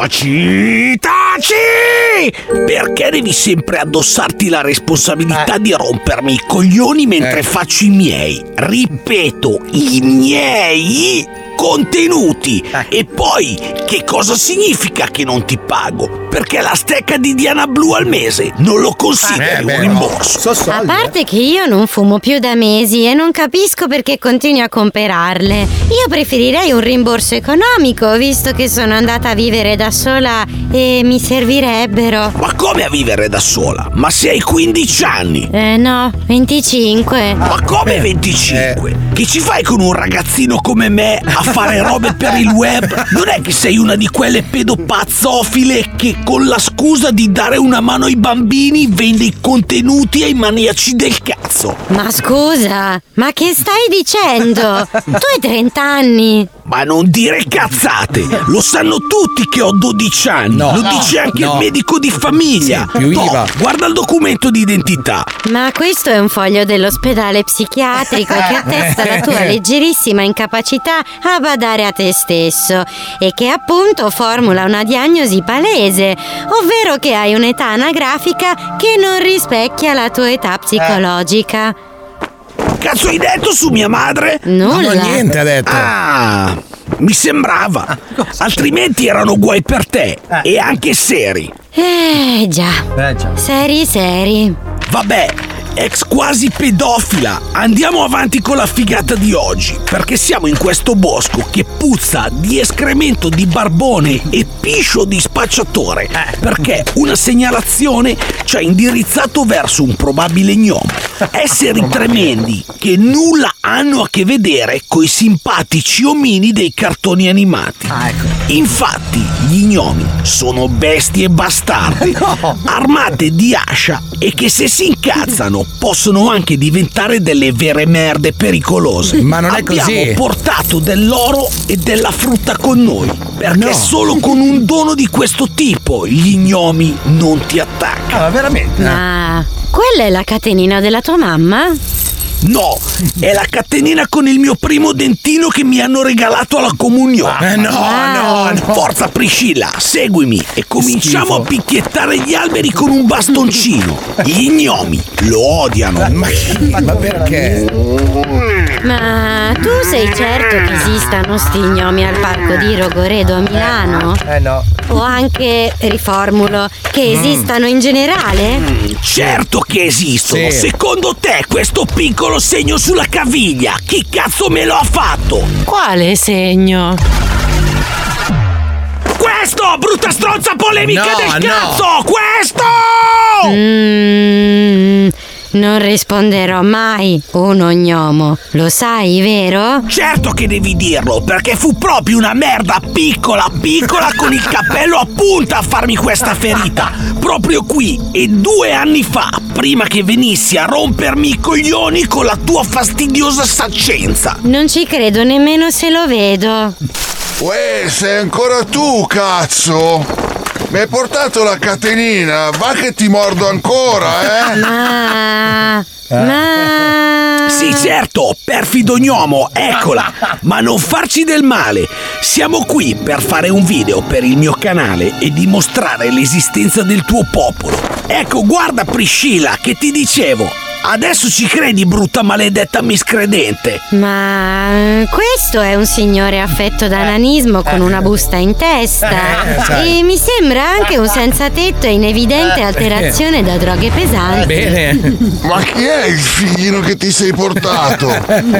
Speaker 19: Taci, Perché devi sempre addossarti la responsabilità di rompermi i coglioni mentre faccio i miei? Ripeto, i miei contenuti. E poi, che cosa significa che non ti pago? Perché la stecca di Diana Blu al mese non lo consideri un rimborso.
Speaker 20: A parte che io non fumo più da mesi e non capisco perché continui a comprarle. Io preferirei un rimborso economico, visto che sono andata a vivere da sola e mi servirebbero.
Speaker 19: Ma come a vivere da sola? Ma se hai 15 anni?
Speaker 20: Eh no, 25.
Speaker 19: Ma
Speaker 20: Eh,
Speaker 19: come 25? Che ci fai con un ragazzino come me a fare robe per il web? Non è che sei una di quelle pedopazzofile che con la scusa di dare una mano ai bambini vende i contenuti ai maniaci del cazzo.
Speaker 20: Ma scusa, ma che stai dicendo? Tu hai 30 anni.
Speaker 19: Ma non dire cazzate! Lo sanno tutti che ho 12 anni!
Speaker 20: No,
Speaker 19: Lo
Speaker 20: no,
Speaker 19: dice anche
Speaker 20: no.
Speaker 19: il medico di famiglia!
Speaker 20: Sì, più
Speaker 19: Toh,
Speaker 20: IVA.
Speaker 19: guarda il documento di identità!
Speaker 20: Ma questo è un foglio dell'ospedale psichiatrico che attesta la tua leggerissima incapacità a badare a te stesso e che appunto formula una diagnosi palese, ovvero che hai un'età anagrafica che non rispecchia la tua età psicologica.
Speaker 19: Cazzo hai detto su mia madre?
Speaker 20: Nulla.
Speaker 19: ha detto. Ah, mi sembrava. Altrimenti erano guai per te. E anche seri.
Speaker 20: Eh già. Seri, seri.
Speaker 19: Vabbè, ex quasi pedofila, andiamo avanti con la figata di oggi, perché siamo in questo bosco che puzza di escremento di barbone e piscio di spacciatore, perché una segnalazione ci ha indirizzato verso un probabile gnomo. Esseri tremendi che nulla hanno a che vedere coi simpatici omini dei cartoni animati. Infatti, gli gnomi sono bestie bastarde, armate di ascia e che se si incazzano possono anche diventare delle vere merde pericolose. Ma non
Speaker 3: è così.
Speaker 19: Abbiamo portato dell'oro e della frutta con noi, perché solo con un dono di questo tipo gli gnomi non ti attaccano. Ah, veramente?
Speaker 20: Ma quella è la catenina della tua mamma?
Speaker 19: No, è la catenina con il mio primo dentino che mi hanno regalato alla comunione. Eh, no, no, no. Forza Priscilla, seguimi e cominciamo a picchiettare gli alberi con un bastoncino. Gli gnomi lo odiano. Ma, perché?
Speaker 20: Ma tu sei certo che esistano sti gnomi al parco di Rogoredo a Milano?
Speaker 3: Eh no.
Speaker 20: O anche, riformulo, che
Speaker 19: Mm.
Speaker 20: esistano in generale?
Speaker 19: Certo che esistono.
Speaker 20: Sì.
Speaker 19: Secondo te questo piccolo segno sulla caviglia, chi cazzo me lo ha fatto?
Speaker 21: Quale segno?
Speaker 19: Questo, brutta stronza polemica
Speaker 20: No,
Speaker 19: del
Speaker 20: no.
Speaker 19: cazzo! Questo!
Speaker 20: Mm, non risponderò mai un ognomo, lo sai, vero?
Speaker 19: Certo che devi dirlo, perché fu proprio una merda piccola, piccola con il cappello a punta a farmi questa ferita. Proprio qui e due anni fa, prima che venissi a rompermi i coglioni con la tua fastidiosa saccenza.
Speaker 20: Non ci credo nemmeno se lo vedo.
Speaker 22: Uè, Eh, sei ancora tu, cazzo! Mi hai portato la catenina, va che ti mordo ancora, eh!
Speaker 20: Ma...
Speaker 19: Sì, certo, perfido gnomo, eccola! Ma non farci del male! Siamo qui per fare un video per il mio canale e dimostrare l'esistenza del tuo popolo. Ecco, guarda Priscilla, che ti dicevo! Adesso ci credi, brutta maledetta miscredente!
Speaker 20: Ma eh, questo è un signore affetto da nanismo con una busta in
Speaker 19: Eh,
Speaker 20: testa
Speaker 19: sai. Eh.
Speaker 20: e mi sembra anche un senza tetto in evidente alterazione da droghe pesanti.
Speaker 22: Ma chi è il figlino che ti sei portato?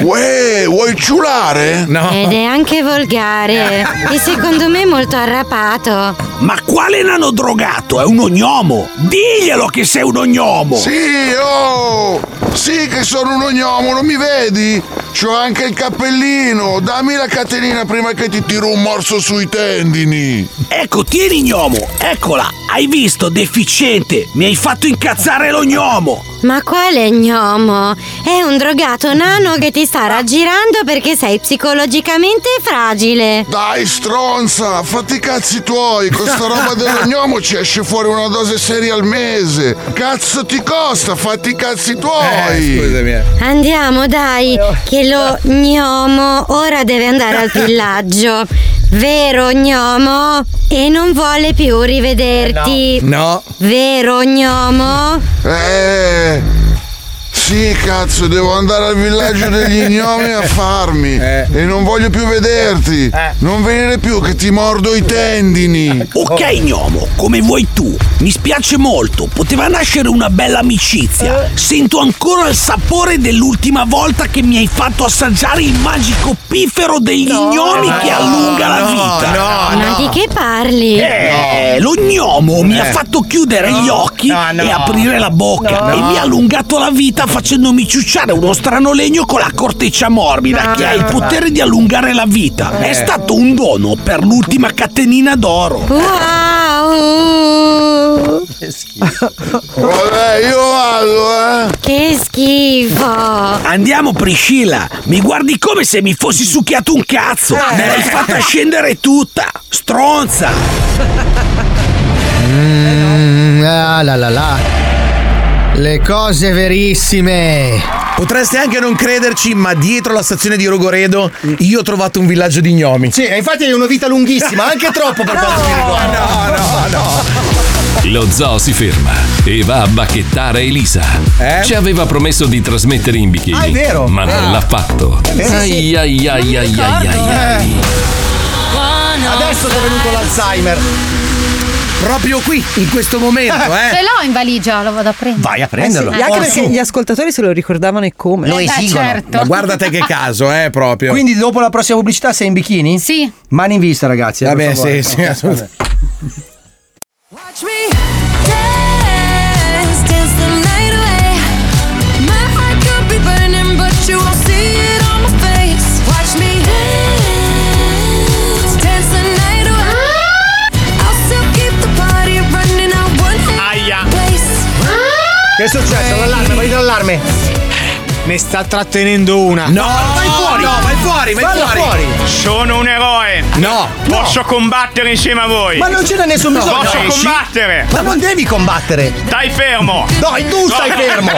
Speaker 22: Uè, vuoi ciulare?
Speaker 20: Ed è anche volgare e secondo me molto arrapato.
Speaker 19: Ma quale nano drogato? È un ognomo! Diglielo che sei un ognomo!
Speaker 22: Sì, oh! Sì che sono un ognomo, non mi vedi? C'ho anche il cappellino! Dammi la catenina prima che ti tiro un morso sui tendini!
Speaker 19: Ecco, tieni gnomo, eccola, hai visto, deficiente, mi hai fatto incazzare lo gnomo.
Speaker 20: Ma quale gnomo? È un drogato nano che ti sta raggirando perché sei psicologicamente fragile.
Speaker 22: Dai, stronza, fatti i cazzi tuoi, con sta roba dell'ognomo ci esce fuori una dose seria al mese. Cazzo ti costa, fatti i cazzi tuoi.
Speaker 20: Andiamo, dai,
Speaker 19: oh.
Speaker 20: che lo gnomo ora deve andare al villaggio. Vero gnomo? E non vuole più
Speaker 19: Eh,
Speaker 20: rivederti.
Speaker 22: No.
Speaker 20: Vero gnomo?
Speaker 22: Eh. Sì, cazzo, devo andare al villaggio degli gnomi a farmi. E non voglio più vederti. Non venire più che ti mordo i tendini.
Speaker 19: Ok, gnomo, come vuoi tu. Mi spiace molto, poteva nascere una bella amicizia. Sento ancora il sapore dell'ultima volta che mi hai fatto assaggiare il magico piffero degli gnomi che allunga la vita.
Speaker 20: Ma di che parli?
Speaker 19: Eh, lo gnomo mi
Speaker 20: Eh.
Speaker 19: ha fatto chiudere gli occhi e aprire la bocca
Speaker 20: No.
Speaker 19: e mi ha allungato la vita facendomi ciucciare uno strano legno con la corteccia morbida
Speaker 20: Ah.
Speaker 19: che ha il potere di allungare la vita.
Speaker 20: Eh.
Speaker 19: È stato un dono per l'ultima catenina d'oro.
Speaker 20: Wow!
Speaker 22: Vabbè, io vado, eh!
Speaker 20: Che schifo!
Speaker 19: Andiamo Priscilla, mi guardi come se mi fossi succhiato un
Speaker 20: Eh.
Speaker 19: cazzo. Me l'hai fatta scendere tutta, stronza.
Speaker 5: Mm, ah, la la la. Le cose verissime.
Speaker 2: Potreste anche non crederci, ma dietro la stazione di Rogoredo io ho trovato un villaggio di gnomi. Eh,
Speaker 11: Sì, e infatti hai una vita lunghissima, anche troppo per quanto mi riguarda. No, no, no.
Speaker 1: Lo zoo si ferma e va a bacchettare Elisa. Ci aveva promesso di trasmettere in bikini.
Speaker 11: Eh? Ah, è vero.
Speaker 1: Ma non
Speaker 11: Ah.
Speaker 1: l'ha fatto.
Speaker 11: Eh, sì, sì.
Speaker 1: Ai ai ai ai ai ai.
Speaker 11: Adesso ti è venuto l'Alzheimer.
Speaker 2: Proprio qui, in questo momento, eh.
Speaker 3: eh.
Speaker 7: Ce l'ho in valigia, lo vado a prendere.
Speaker 2: Vai a
Speaker 16: Eh sì, anche perché gli ascoltatori se lo ricordavano e come.
Speaker 7: Lo Eh, beh, esigono. certo.
Speaker 2: Ma guardate che caso, eh, proprio.
Speaker 3: Quindi dopo la prossima pubblicità sei in bikini?
Speaker 7: Sì.
Speaker 3: Mani in vista, ragazzi. eh,
Speaker 2: Vabbè,
Speaker 3: per favore.
Speaker 2: sì, sì, assolutamente.
Speaker 23: Watch me dance, dance the night away. My heart could be burning, but you won't see it on my face. Watch me dance, dance the night away. I'll still keep the party running. I want Aia.
Speaker 11: Che è successo?
Speaker 3: Eh.
Speaker 11: L'allarme, vai l'allarme.
Speaker 17: Ne sta trattenendo una.
Speaker 11: No, vai fuori,
Speaker 17: no,
Speaker 11: vai fuori, vai
Speaker 17: Balla
Speaker 11: fuori.
Speaker 4: Sono un eroe.
Speaker 2: No.
Speaker 4: Posso combattere insieme a voi.
Speaker 11: Ma non c'era nessun bisogno.
Speaker 4: Posso
Speaker 11: Esci.
Speaker 4: combattere.
Speaker 11: Ma non devi combattere.
Speaker 4: Stai fermo.
Speaker 11: Dai, tu stai fermo.
Speaker 4: Io-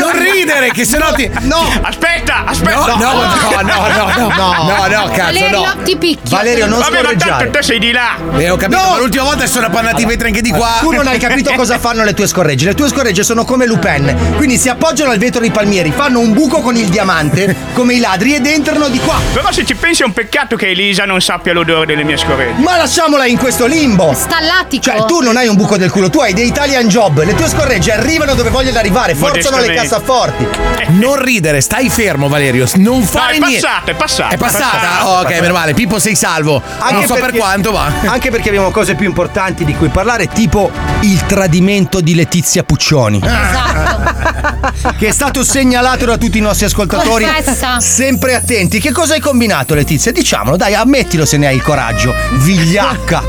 Speaker 2: Non ridere, che sennò ti.
Speaker 11: No!
Speaker 4: Aspetta, aspetta.
Speaker 2: No, no, no, no, no, no, no, no, cazzo,
Speaker 7: Valerio,
Speaker 2: no.
Speaker 7: ti picchio.
Speaker 4: Vabbè, ma tanto te sei di là.
Speaker 2: Eh, ho capito, ma l'ultima volta sono appannati i vetri anche di qua.
Speaker 3: Tu non hai capito cosa fanno le tue scorregge. Le tue scorregge sono come
Speaker 2: Ah,
Speaker 3: Lupin. Quindi si appoggiano al vetro dei palmieri, fanno un buco con il diamante, come i ladri, ed entrano di qua.
Speaker 4: Però se ci pensi è un peccato che Elisa non sappia l'odore delle mie scorregge.
Speaker 3: Ma lasciamola in questo limbo!
Speaker 7: Stallatico!
Speaker 3: Cioè, tu non hai un buco del culo, tu hai dei Italian job. Le tue scorregge arrivano dove vogliono arrivare, forzano le
Speaker 2: Modestamente.
Speaker 3: cassaforti.
Speaker 2: Non ridere, stai fermo, Valerio. Non fare
Speaker 3: No, è
Speaker 2: niente.
Speaker 3: passata, è passata,
Speaker 2: È passata.
Speaker 3: è passata.
Speaker 2: Oh, ok, meno male. Pippo, sei salvo. non so per quanto, ma.
Speaker 3: Anche perché abbiamo cose più importanti di cui parlare, tipo il tradimento di Letizia Puccioni.
Speaker 2: Ah.
Speaker 3: Esatto. che è stato segnalato da tutti i nostri ascoltatori.
Speaker 7: Confessa.
Speaker 3: Sempre attenti. Che cosa hai combinato, Letizia? Diciamolo, dai, ammettilo se ne hai il coraggio. Vigliacca.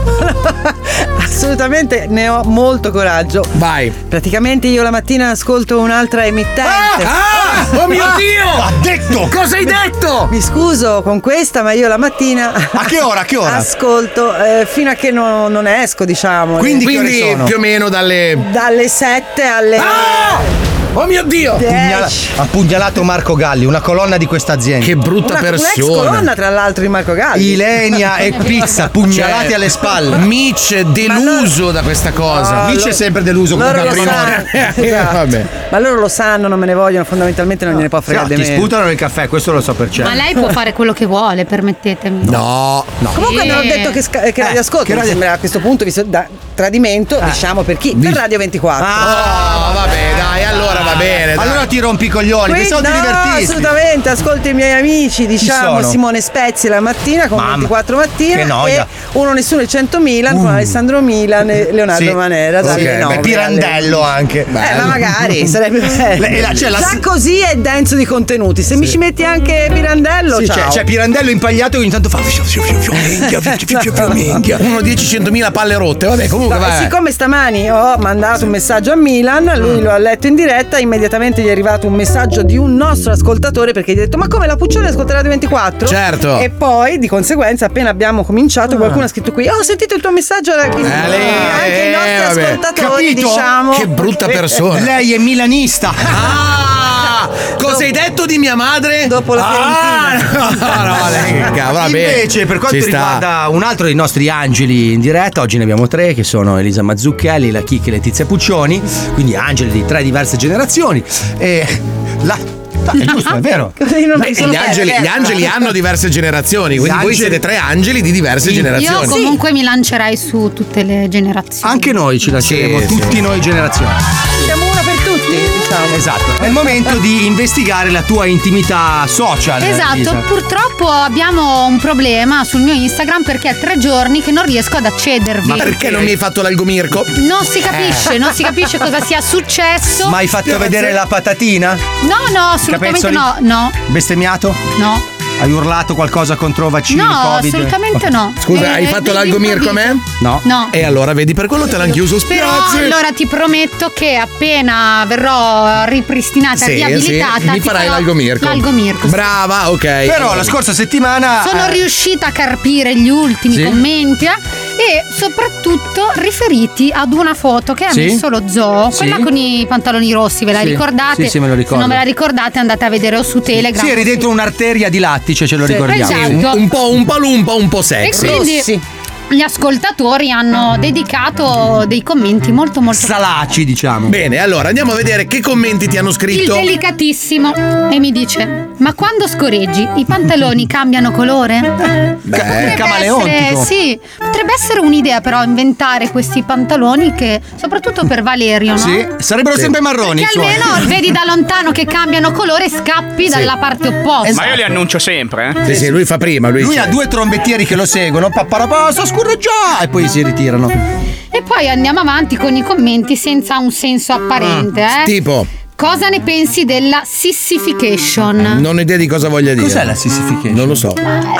Speaker 16: Assolutamente ne ho molto coraggio.
Speaker 2: Vai.
Speaker 16: Praticamente io la mattina ascolto un'altra emittente.
Speaker 2: Ah! Oh mio Dio!
Speaker 3: Ha detto!
Speaker 2: Cosa hai detto?
Speaker 16: Mi scuso con questa, ma io la mattina.
Speaker 3: A che ora? A che ora?
Speaker 16: Ascolto eh, fino a che no- non esco, diciamo.
Speaker 2: Quindi,
Speaker 16: Eh,
Speaker 2: quindi più o meno dalle.
Speaker 16: Dalle 7 alle.
Speaker 2: Oh mio dio!
Speaker 3: Pugnala- ha pugnalato Marco Galli, una colonna di questa azienda. Che
Speaker 2: brutta
Speaker 16: Una- Un'ex colonna, tra l'altro, di Marco Galli.
Speaker 2: Ah,
Speaker 3: Ilenia e Pizza, pugnalati
Speaker 2: Cioè,
Speaker 3: alle spalle.
Speaker 2: Mitch è deluso da questa cosa.
Speaker 16: No,
Speaker 3: Mitch
Speaker 16: Ah, lo-
Speaker 3: è sempre deluso con
Speaker 16: loro lo
Speaker 3: Caprimone.
Speaker 2: Eh,
Speaker 16: sanno. Esatto. Ma loro lo sanno, non me ne vogliono, fondamentalmente non gliene può fregare di
Speaker 3: ti
Speaker 16: me.
Speaker 3: sputano il caffè, questo lo so per certo.
Speaker 7: Ma lei può fare quello che vuole, permettetemi.
Speaker 3: No, no.
Speaker 16: Comunque
Speaker 7: Sì.
Speaker 16: non ho detto che, sca- che
Speaker 7: Eh,
Speaker 16: radio ascolto,
Speaker 7: che
Speaker 16: mi
Speaker 7: radio-
Speaker 16: sembra a questo punto, visto da tradimento, diciamo per chi? Per Radio 24.
Speaker 2: Ah, vabbè, dai, allora va bene. dai.
Speaker 3: Allora ti rompi i coglioni,
Speaker 16: Quindi-
Speaker 3: pensavo ti
Speaker 16: no,
Speaker 3: divertissi.
Speaker 16: assolutamente, ascolto i miei amici, diciamo
Speaker 3: sono?
Speaker 16: Simone Spezzi la mattina con
Speaker 3: Mamma,
Speaker 16: 24 mattina
Speaker 3: che noia.
Speaker 16: e
Speaker 3: Uh.
Speaker 16: uno nessuno e 100 Milan con Alessandro Milan e Leonardo
Speaker 3: Sì.
Speaker 16: Manera.
Speaker 3: Sì,
Speaker 16: dalle
Speaker 3: beh,
Speaker 16: nove
Speaker 3: Pirandello
Speaker 16: alle-
Speaker 3: anche.
Speaker 16: Eh, ma
Speaker 3: Bello.
Speaker 16: magari sarebbe bello.
Speaker 3: Le- la- cioè, la-
Speaker 16: Già così è denso di contenuti. Se mi ci metti anche Pirandello,
Speaker 3: Sì,
Speaker 16: ciao.
Speaker 2: Cioè,
Speaker 3: c'è, c'è Pirandello impagliato che ogni tanto fa.
Speaker 2: Minchia, 110 100.000 palle rotte, vabbè, comunque, vai.
Speaker 16: Siccome stamani ho mandato un messaggio a Milan,
Speaker 2: Mm.
Speaker 16: lui lo ha letto in diretta, immediatamente gli è arrivato un messaggio di un nostro ascoltatore perché gli ha detto "Ma come la Puccione ascolterà 24?"
Speaker 2: Certo. Ah.
Speaker 16: E poi di conseguenza appena abbiamo cominciato qualcuno ha scritto qui "Oh, "Ho sentito il tuo messaggio era qui". anche i nostri
Speaker 2: Eh, vabbè.
Speaker 16: ascoltatori,
Speaker 2: Capito?
Speaker 16: diciamo.
Speaker 2: Che brutta persona.
Speaker 3: Lei è milanista.
Speaker 2: Ah! Cosa hai detto di mia madre?
Speaker 16: Dopo la
Speaker 2: Fiorentina. Ah, no, no, vale, che cavolo, vabbè.
Speaker 3: Invece, per quanto
Speaker 2: Ci sta.
Speaker 3: riguarda un altro dei nostri angeli in diretta, oggi ne abbiamo tre, che sono Elisa Mazzucchelli, la Chicchi e Letizia Puccioni, quindi angeli di tre diverse generazioni. E la... È giusto, è vero.
Speaker 2: Beh, gli, angeli, gli angeli hanno diverse generazioni, quindi voi
Speaker 3: angeli-
Speaker 2: siete tre angeli di diverse
Speaker 7: Io
Speaker 2: generazioni.
Speaker 7: comunque mi lancerai su tutte le generazioni.
Speaker 3: Anche noi ci lasceremo,
Speaker 2: Sì, sì.
Speaker 3: tutti noi generazioni.
Speaker 16: Siamo una per tutti, diciamo.
Speaker 3: Esatto. È il momento di investigare la tua intimità social. eh,
Speaker 7: Esatto,
Speaker 3: Elisa.
Speaker 7: purtroppo abbiamo un problema sul mio Instagram perché è tre giorni che non riesco ad accedervi.
Speaker 2: Ma perché non mi hai fatto l'algomirco?
Speaker 7: Non si capisce, non si capisce cosa sia successo.
Speaker 3: Ma hai fatto vedere la patatina?
Speaker 7: No, no, assolutamente
Speaker 3: Capezzoli?
Speaker 7: no, no,
Speaker 3: Bestemmiato?
Speaker 7: No.
Speaker 3: Hai urlato qualcosa contro vaccini?
Speaker 7: No,
Speaker 3: Covid?
Speaker 7: assolutamente no.
Speaker 2: Scusa,
Speaker 7: Eh,
Speaker 2: hai fatto
Speaker 7: di-
Speaker 2: l'algomirco a me?
Speaker 3: No.
Speaker 7: No.
Speaker 2: E allora vedi per quello te l'hanno chiuso.
Speaker 7: Però
Speaker 2: Spiazzi.
Speaker 7: allora ti prometto che appena verrò ripristinata
Speaker 2: Sì,
Speaker 7: e riabilitata
Speaker 2: sì, mi
Speaker 7: ti
Speaker 2: farai
Speaker 7: farò
Speaker 2: l'algomirco.
Speaker 7: L'algomirco. sì.
Speaker 2: Brava, ok.
Speaker 3: Però la scorsa settimana.
Speaker 7: Sono
Speaker 3: eh,
Speaker 7: riuscita a carpire gli ultimi
Speaker 3: Sì.
Speaker 7: commenti eh, e soprattutto riferiti ad una foto che ha
Speaker 3: Sì.
Speaker 7: messo lo zoo,
Speaker 3: Sì.
Speaker 7: quella con i pantaloni rossi, ve la
Speaker 3: Sì.
Speaker 7: ricordate?
Speaker 3: Sì, sì, me lo ricordo.
Speaker 7: Se non ve la ricordate andate a vedere o su Telegram.
Speaker 3: Sì, eri dentro un'arteria di lattice, ce lo
Speaker 7: Sì.
Speaker 3: ricordiamo.
Speaker 7: Esatto. Sì, un- un
Speaker 2: po' un palumpa, un po'
Speaker 7: E quindi gli ascoltatori hanno dedicato dei commenti molto molto
Speaker 3: Salaci, diciamo.
Speaker 2: Bene, allora andiamo a vedere che commenti ti hanno
Speaker 7: Il
Speaker 2: scritto.
Speaker 7: delicatissimo e mi dice: Ma quando scorreggi i pantaloni cambiano colore?
Speaker 2: Beh,
Speaker 7: Potrebbe
Speaker 2: camaleontico.
Speaker 7: essere- sì, potrebbe essere un'idea, però, inventare questi pantaloni che, soprattutto per Valerio, no?
Speaker 3: Sì, sarebbero
Speaker 7: Sì.
Speaker 3: sempre marroni.
Speaker 7: Perché
Speaker 3: i
Speaker 2: cioè.
Speaker 3: suoi.
Speaker 7: almeno vedi da lontano che cambiano colore e scappi dalla parte opposta.
Speaker 4: Ma io li annuncio sempre, eh?
Speaker 2: Esatto. Sì, sì, lui fa prima. Lui,
Speaker 3: Lui ha due trombettieri che lo seguono. Papparapà, sta scorreggiando! E poi si ritirano.
Speaker 7: E poi andiamo avanti con i commenti senza un senso apparente, eh?
Speaker 2: Ah, Tipo,
Speaker 7: Cosa ne pensi della sissification?
Speaker 2: non ho idea di cosa voglia dire. Cos'è la
Speaker 3: sissification?
Speaker 2: Non lo so.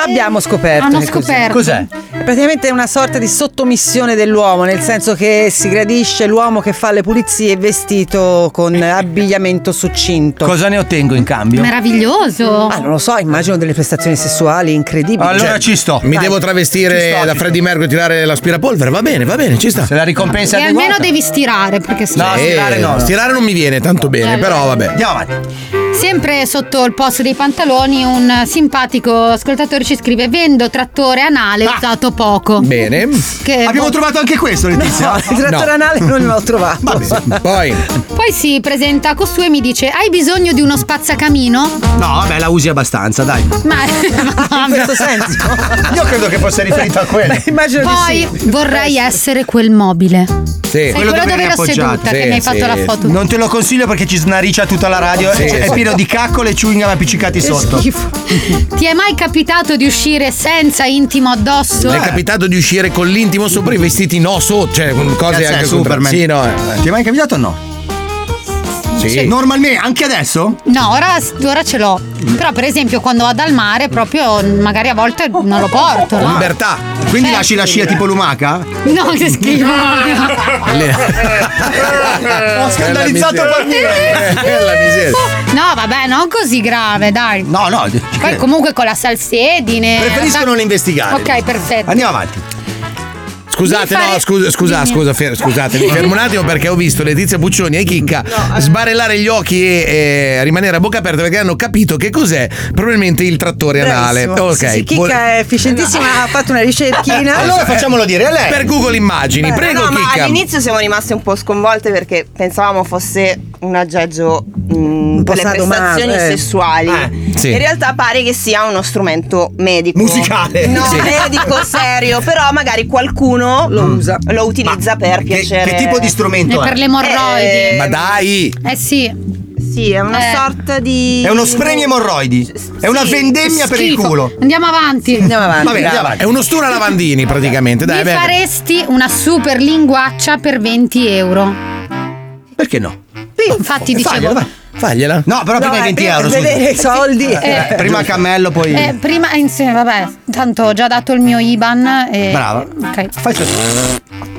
Speaker 16: Abbiamo scoperto.
Speaker 7: Hanno
Speaker 16: che cos'è.
Speaker 7: scoperto. Cos'è?
Speaker 16: È praticamente una sorta di sottomissione dell'uomo, nel senso che si gradisce l'uomo che fa le pulizie vestito con abbigliamento succinto.
Speaker 3: Cosa ne ottengo in cambio?
Speaker 7: Meraviglioso!
Speaker 16: Ma Ah, non lo so, immagino delle prestazioni sessuali incredibili. Cioè,
Speaker 2: Mi
Speaker 16: Dai.
Speaker 2: devo
Speaker 16: Ci
Speaker 2: travestire
Speaker 16: sto,
Speaker 2: da
Speaker 16: ci
Speaker 2: Freddy Mercury e tirare l'aspirapolvere? Va bene, va bene, ci sta. Se
Speaker 3: la ricompensa
Speaker 7: E almeno devi stirare, perché se
Speaker 2: No, stirare Eh, no. Stirare non mi viene tanto bene, però vabbè.
Speaker 3: Andiamo avanti.
Speaker 7: Sempre sotto il posto dei pantaloni un simpatico ascoltatore ci scrive vendo trattore anale usato poco.
Speaker 2: Bene.
Speaker 7: Che-
Speaker 3: Abbiamo
Speaker 7: boh.
Speaker 3: trovato anche questo, Letizia.
Speaker 16: Eh, No, il trattore anale non l'ho trovato.
Speaker 2: Poi.
Speaker 7: Poi si presenta a costui e mi dice hai bisogno di uno spazzacamino?
Speaker 3: No, vabbè, la usi abbastanza, dai.
Speaker 7: Ma in
Speaker 16: questo senso.
Speaker 3: Io credo che fosse riferito a quello.
Speaker 16: Immagino
Speaker 7: Poi vorrei essere quel mobile.
Speaker 2: Sì,
Speaker 7: Sai, quello dove ero seduta, che mi hai fatto la foto.
Speaker 3: Non te lo consiglio perché ci snaricia tutta la radio.
Speaker 2: Sì,
Speaker 3: cioè, È
Speaker 2: sì.
Speaker 3: pieno di caccole e chewing gum appiccicati sotto.
Speaker 7: Ti è mai capitato di uscire senza intimo addosso?
Speaker 2: Mi è capitato di uscire con l'intimo sopra i vestiti no so, cioè con cose
Speaker 3: Cazzo, è
Speaker 2: anche Superman.
Speaker 3: Superman.
Speaker 2: Sì, no.
Speaker 7: Certo,
Speaker 2: eh.
Speaker 3: Ti è mai capitato o no?
Speaker 2: Sì.
Speaker 3: Normalmente, anche adesso?
Speaker 7: No, ora, ora ce l'ho. Però, per esempio, quando vado al mare, proprio magari a volte non lo porto. No?
Speaker 3: Libertà. Quindi
Speaker 7: Eh,
Speaker 3: lasci la
Speaker 7: sì.
Speaker 3: scia tipo lumaca?
Speaker 7: No, che schifo.
Speaker 3: Ho scandalizzato
Speaker 2: miseria.
Speaker 3: Palmiro.
Speaker 7: No, vabbè, non così grave, dai.
Speaker 3: No, no.
Speaker 2: cioè,
Speaker 7: Poi comunque con la salsedine.
Speaker 2: Preferisco non investigare.
Speaker 7: Ok, perfetto.
Speaker 3: Andiamo avanti.
Speaker 2: Scusate,
Speaker 7: Devi
Speaker 2: no,
Speaker 7: fare-
Speaker 2: scusa, scusa,
Speaker 7: Dimmi.
Speaker 2: scusa, fer- scusate, mi fermo un attimo perché ho visto Letizia Puccioni e Chicca sbarellare gli occhi e, e rimanere a bocca aperta perché hanno capito che cos'è probabilmente il trattore anale.
Speaker 16: Bravissimo.
Speaker 2: Ok.
Speaker 16: Sì, sì,
Speaker 2: vuol-
Speaker 16: Chicca è efficientissima, ha fatto una ricerchina.
Speaker 2: Per Google Immagini,
Speaker 18: Beh,
Speaker 2: prego
Speaker 18: no, ma
Speaker 2: Chicca.
Speaker 18: all'inizio siamo rimaste un po' sconvolte perché pensavamo fosse un aggeggio mm, per le
Speaker 16: sadomaso,
Speaker 18: prestazioni
Speaker 16: eh.
Speaker 18: sessuali.
Speaker 16: Eh, sì.
Speaker 18: In realtà pare che sia uno strumento medico.
Speaker 16: Musicale.
Speaker 18: No,
Speaker 16: Sì.
Speaker 18: medico serio, però magari qualcuno lo usa, lo utilizza per piacere.
Speaker 3: Mm. che tipo di strumento
Speaker 16: Eh,
Speaker 7: È per è? le emorroidi. Ma
Speaker 3: dai!
Speaker 7: Eh sì.
Speaker 18: Sì, è una
Speaker 7: Eh.
Speaker 18: sorta di.
Speaker 3: È uno spremi emorroidi. È una
Speaker 18: Sì,
Speaker 3: vendemmia per il
Speaker 7: Schifo.
Speaker 3: culo.
Speaker 7: Andiamo avanti. Andiamo
Speaker 3: avanti. Va bene, andiamo avanti.
Speaker 2: È uno stura lavandini praticamente, dai,
Speaker 7: Mi
Speaker 2: bene.
Speaker 7: faresti una super linguaccia per 20 euro.
Speaker 3: Perché no?
Speaker 7: Infatti dicevo.
Speaker 2: Fagliela.
Speaker 3: No, però prima
Speaker 7: No,
Speaker 3: i
Speaker 7: eh,
Speaker 3: 20
Speaker 7: prima
Speaker 3: euro.
Speaker 7: di vedere
Speaker 3: scusa.
Speaker 7: i soldi. Eh,
Speaker 3: prima cammello, poi.
Speaker 7: Eh, prima insieme, vabbè, tanto ho già dato il mio IBAN. E...
Speaker 3: Brava.
Speaker 7: Ok.
Speaker 3: Fai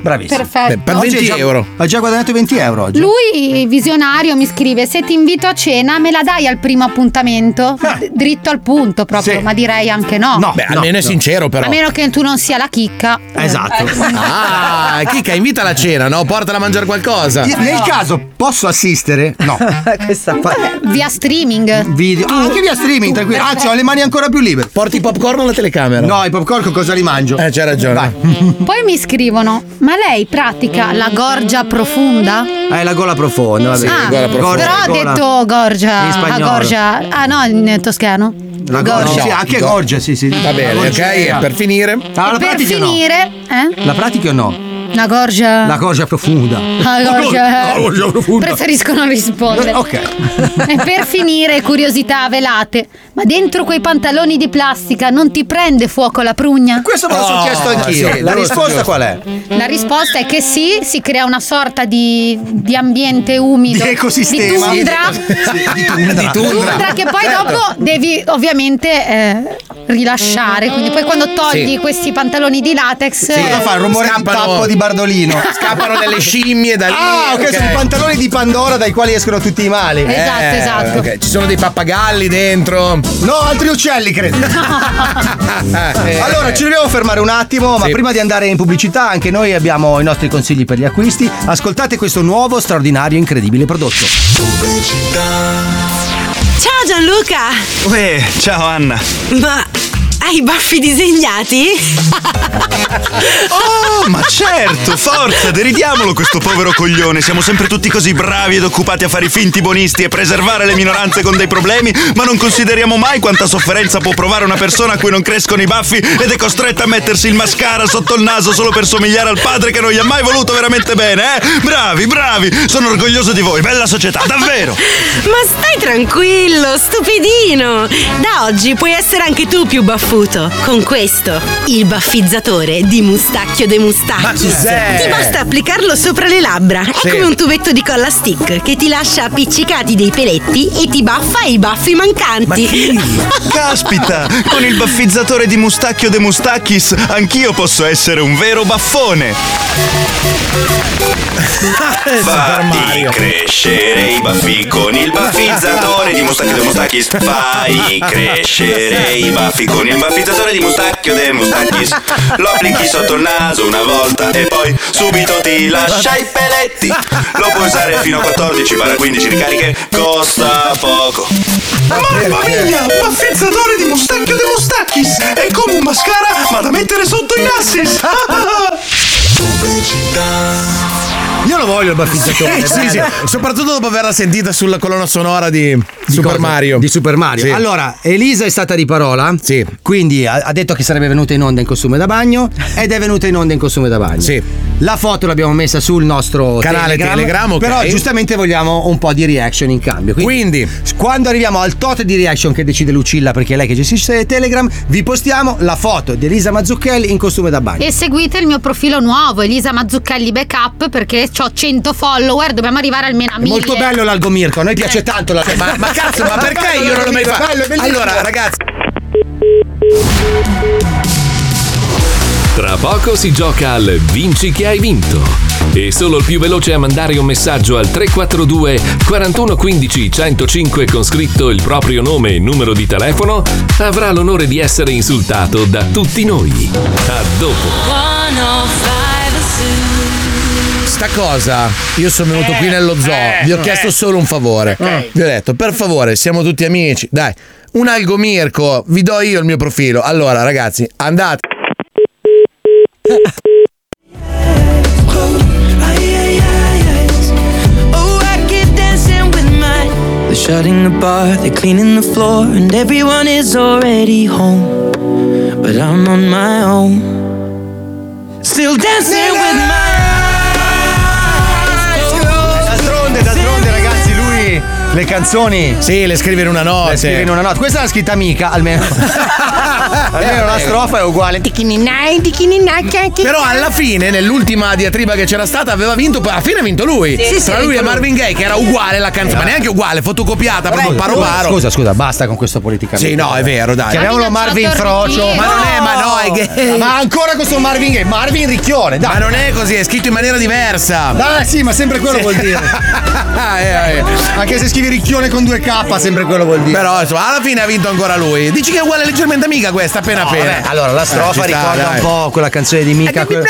Speaker 3: Bravissimo.
Speaker 7: Perfetto.
Speaker 3: Beh,
Speaker 7: Oggi
Speaker 3: ha
Speaker 7: è
Speaker 3: già-
Speaker 7: già-
Speaker 3: Ha già guadagnato 20 euro oggi. Eh.
Speaker 7: Lui, visionario, mi scrive: Se ti invito a cena, me la dai al primo
Speaker 3: Ah.
Speaker 7: appuntamento? D- Dritto al punto proprio,
Speaker 2: Sì.
Speaker 7: ma direi anche no.
Speaker 2: Beh, almeno è sincero, però.
Speaker 7: A meno che tu non sia la chicca.
Speaker 2: Esatto.
Speaker 7: Eh,
Speaker 2: Ah, Chica, invita alla cena, no? Portala a mangiare qualcosa.
Speaker 7: Io- nel
Speaker 3: caso, posso assistere? No.
Speaker 16: Questa
Speaker 7: Via streaming.
Speaker 3: Video. Ah, anche via streaming, tranquillo. Anzi, ho le mani ancora più libere.
Speaker 2: Porti i popcorn o la telecamera?
Speaker 3: No, i popcorn con cosa li mangio?
Speaker 2: Eh, c'è ragione.
Speaker 7: Poi mi scrivono: Ma lei pratica la gorgia profonda?
Speaker 3: Hai Eh, la gola profonda, va bene.
Speaker 7: Ah,
Speaker 3: Gola profonda,
Speaker 7: però ho
Speaker 3: gola.
Speaker 7: detto gorgia.
Speaker 3: In
Speaker 7: ah,
Speaker 3: spagnolo.
Speaker 7: gorgia. Ah, no, in toscano.
Speaker 3: La gorgia.
Speaker 7: Gorgia.
Speaker 3: Sì, anche gorgia, sì, sì. Va
Speaker 2: bene, ok, e per finire?
Speaker 3: Ah, la
Speaker 7: per
Speaker 3: pratichi o no?
Speaker 7: finire, eh?
Speaker 3: La pratichi o no?
Speaker 7: La gorgia.
Speaker 3: La gorgia profonda.
Speaker 7: Eh. La gorgia.
Speaker 3: La gorgia profonda.
Speaker 7: Preferisco non rispondere.
Speaker 3: Ok.
Speaker 7: E per finire, curiosità velate. Ma dentro quei pantaloni di plastica non ti prende fuoco la prugna?
Speaker 3: Questo me lo sono chiesto anch'io. la risposta qual è?
Speaker 7: La risposta è che sì, si crea una sorta di, di ambiente umido.
Speaker 3: Di ecosistema.
Speaker 7: Di tundra.
Speaker 3: Di tundra. Di
Speaker 7: tundra. che poi
Speaker 3: Certo.
Speaker 7: dopo devi ovviamente eh, rilasciare. Quindi poi quando togli
Speaker 3: Sì.
Speaker 7: questi pantaloni di latex. eh,
Speaker 3: Sì, cosa fa il rumore di tappo di Bardolino?
Speaker 2: Scappano delle scimmie da lì.
Speaker 3: Ah, ok,
Speaker 2: ok.
Speaker 3: sono i pantaloni di Pandora dai quali escono tutti i mali.
Speaker 2: Esatto, Eh, esatto. ok, ci sono dei pappagalli dentro.
Speaker 3: No, altri uccelli, credo.
Speaker 2: eh.
Speaker 3: allora, ci dobbiamo fermare un attimo, ma prima di andare in pubblicità, anche noi abbiamo i nostri consigli per gli acquisti. Ascoltate questo nuovo, straordinario, incredibile prodotto.
Speaker 21: Ciao Gianluca!
Speaker 14: Uè, ciao Anna.
Speaker 21: Ma hai i baffi disegnati?
Speaker 14: Oh, ma certo, forza, deridiamolo questo povero coglione. Siamo sempre tutti così bravi ed occupati a fare i finti buonisti e preservare le minoranze con dei problemi, ma non consideriamo mai quanta sofferenza può provare una persona a cui non crescono i baffi ed è costretta a mettersi il mascara sotto il naso solo per somigliare al padre che non gli ha mai voluto veramente bene, eh? Bravi, bravi, sono orgoglioso di voi, bella società, davvero.
Speaker 21: Ma stai tranquillo, stupidino! Da oggi puoi essere anche tu più baffuto con questo, il baffizzatore di Mustacchio De
Speaker 23: Ma
Speaker 21: Mustacchi.
Speaker 23: cos'è?
Speaker 21: Ti basta applicarlo sopra le labbra. È
Speaker 23: Sì.
Speaker 21: come un tubetto di colla stick che ti lascia appiccicati dei peletti e ti baffa i baffi mancanti.
Speaker 14: Caspita, con il baffizzatore di Mustacchio De Mustacchis anch'io posso essere un vero baffone.
Speaker 24: Fatti crescere i baffi con il baffizzatore di Mustacchio De Mustacchis. Fai crescere i baffi con il baffizzatore di Mustacchio De Mustacchis. Lo applichi sotto il naso una volta e poi subito ti lascia i peletti. Lo puoi usare fino a 14-15 ricariche, costa poco.
Speaker 19: Mamma mia, un baffizzatore di mustacchio de mustacchis! È come un mascara, ma da mettere sotto i nassis!
Speaker 3: Io lo voglio il
Speaker 2: Sì,
Speaker 3: baffizzatore.
Speaker 2: sì, sì. Soprattutto dopo averla sentita sulla colonna sonora di, Super Mario.
Speaker 3: Di Super Mario. Allora, Elisa è stata di parola. Sì. Quindi ha, ha detto che sarebbe venuta in onda in costume da bagno. Ed è venuta in onda in costume da bagno. Sì. La foto l'abbiamo messa sul nostro
Speaker 2: Canale Telegram, ok.
Speaker 3: Però giustamente vogliamo un po' di reaction in cambio. Quindi, quando arriviamo al tot di reaction che decide Lucilla, perché è lei che gestisce Telegram, vi postiamo la foto di Elisa Mazzucchelli in costume da bagno.
Speaker 7: E seguite il mio profilo nuovo, Elisa Mazzucchelli Backup, perché ho 100 follower, dobbiamo arrivare almeno a
Speaker 3: È
Speaker 7: 1000.
Speaker 3: molto bello l'algo Mirko, a noi piace tanto l'algo
Speaker 2: Ma, ma cazzo, ma perché io non l'ho mai fatto?
Speaker 3: Eh. Bello, bellissimo.
Speaker 2: Allora, ragazzi,
Speaker 1: Tra poco si gioca al Vinci che hai vinto. E solo il più veloce a mandare un messaggio al 342 4115 105 con scritto il proprio nome e numero di telefono avrà l'onore di essere insultato da tutti noi. A dopo.
Speaker 2: sta cosa, io sono venuto qui nello zoo,
Speaker 1: eh,
Speaker 2: vi ho
Speaker 1: eh.
Speaker 2: chiesto solo un favore. Vi ho detto, per favore, siamo tutti amici, dai, un algo Mirko, vi do io il mio profilo. Allora, ragazzi, andate.
Speaker 25: Oh, I get dancing with my.
Speaker 26: They're shutting the bar, they're cleaning the floor, and everyone is already home. But I'm on my own.
Speaker 25: Still dancing with my.
Speaker 3: D'altronde, d'altronde, ragazzi, lui Le canzoni?
Speaker 2: Sì, le scrive in una notte.
Speaker 3: Le scrive in una notte. Questa è la scritta amica, almeno. Ecco. almeno la strofa è uguale.
Speaker 2: Però alla fine, nell'ultima diatriba che c'era stata, aveva vinto. Alla fine ha vinto lui.
Speaker 3: Sì, sì,
Speaker 2: Tra
Speaker 3: ha
Speaker 2: lui
Speaker 3: vinto
Speaker 2: e
Speaker 3: lui.
Speaker 2: Marvin Gaye, che era uguale la canzone, ma neanche uguale, fotocopiata, proprio paro paro.
Speaker 3: Scusa, scusa, basta con questo politicamente.
Speaker 2: Sì, no, è vero, dai.
Speaker 3: Chiamiamolo Marvin Frocio.
Speaker 2: Ma non è, ma no, è gay.
Speaker 3: Ma ancora questo Marvin Gaye, Marvin Ricchione, dai.
Speaker 2: Ma non è così, è scritto in maniera diversa.
Speaker 3: Dai, Ah, sì, ma sempre quello
Speaker 2: Sì.
Speaker 3: vuol dire.
Speaker 2: Eh, eh.
Speaker 3: Anche se scrivi Ricchione con 2K, sempre quello vuol dire.
Speaker 2: Però, insomma, alla fine ha vinto ancora lui. Dici che è uguale leggermente amica questa, appena
Speaker 3: No,
Speaker 2: appena.
Speaker 3: vabbè, allora, la strofa
Speaker 2: Eh, ci sta,
Speaker 3: ricorda
Speaker 2: dai.
Speaker 3: un po' quella canzone di Mica. Quella...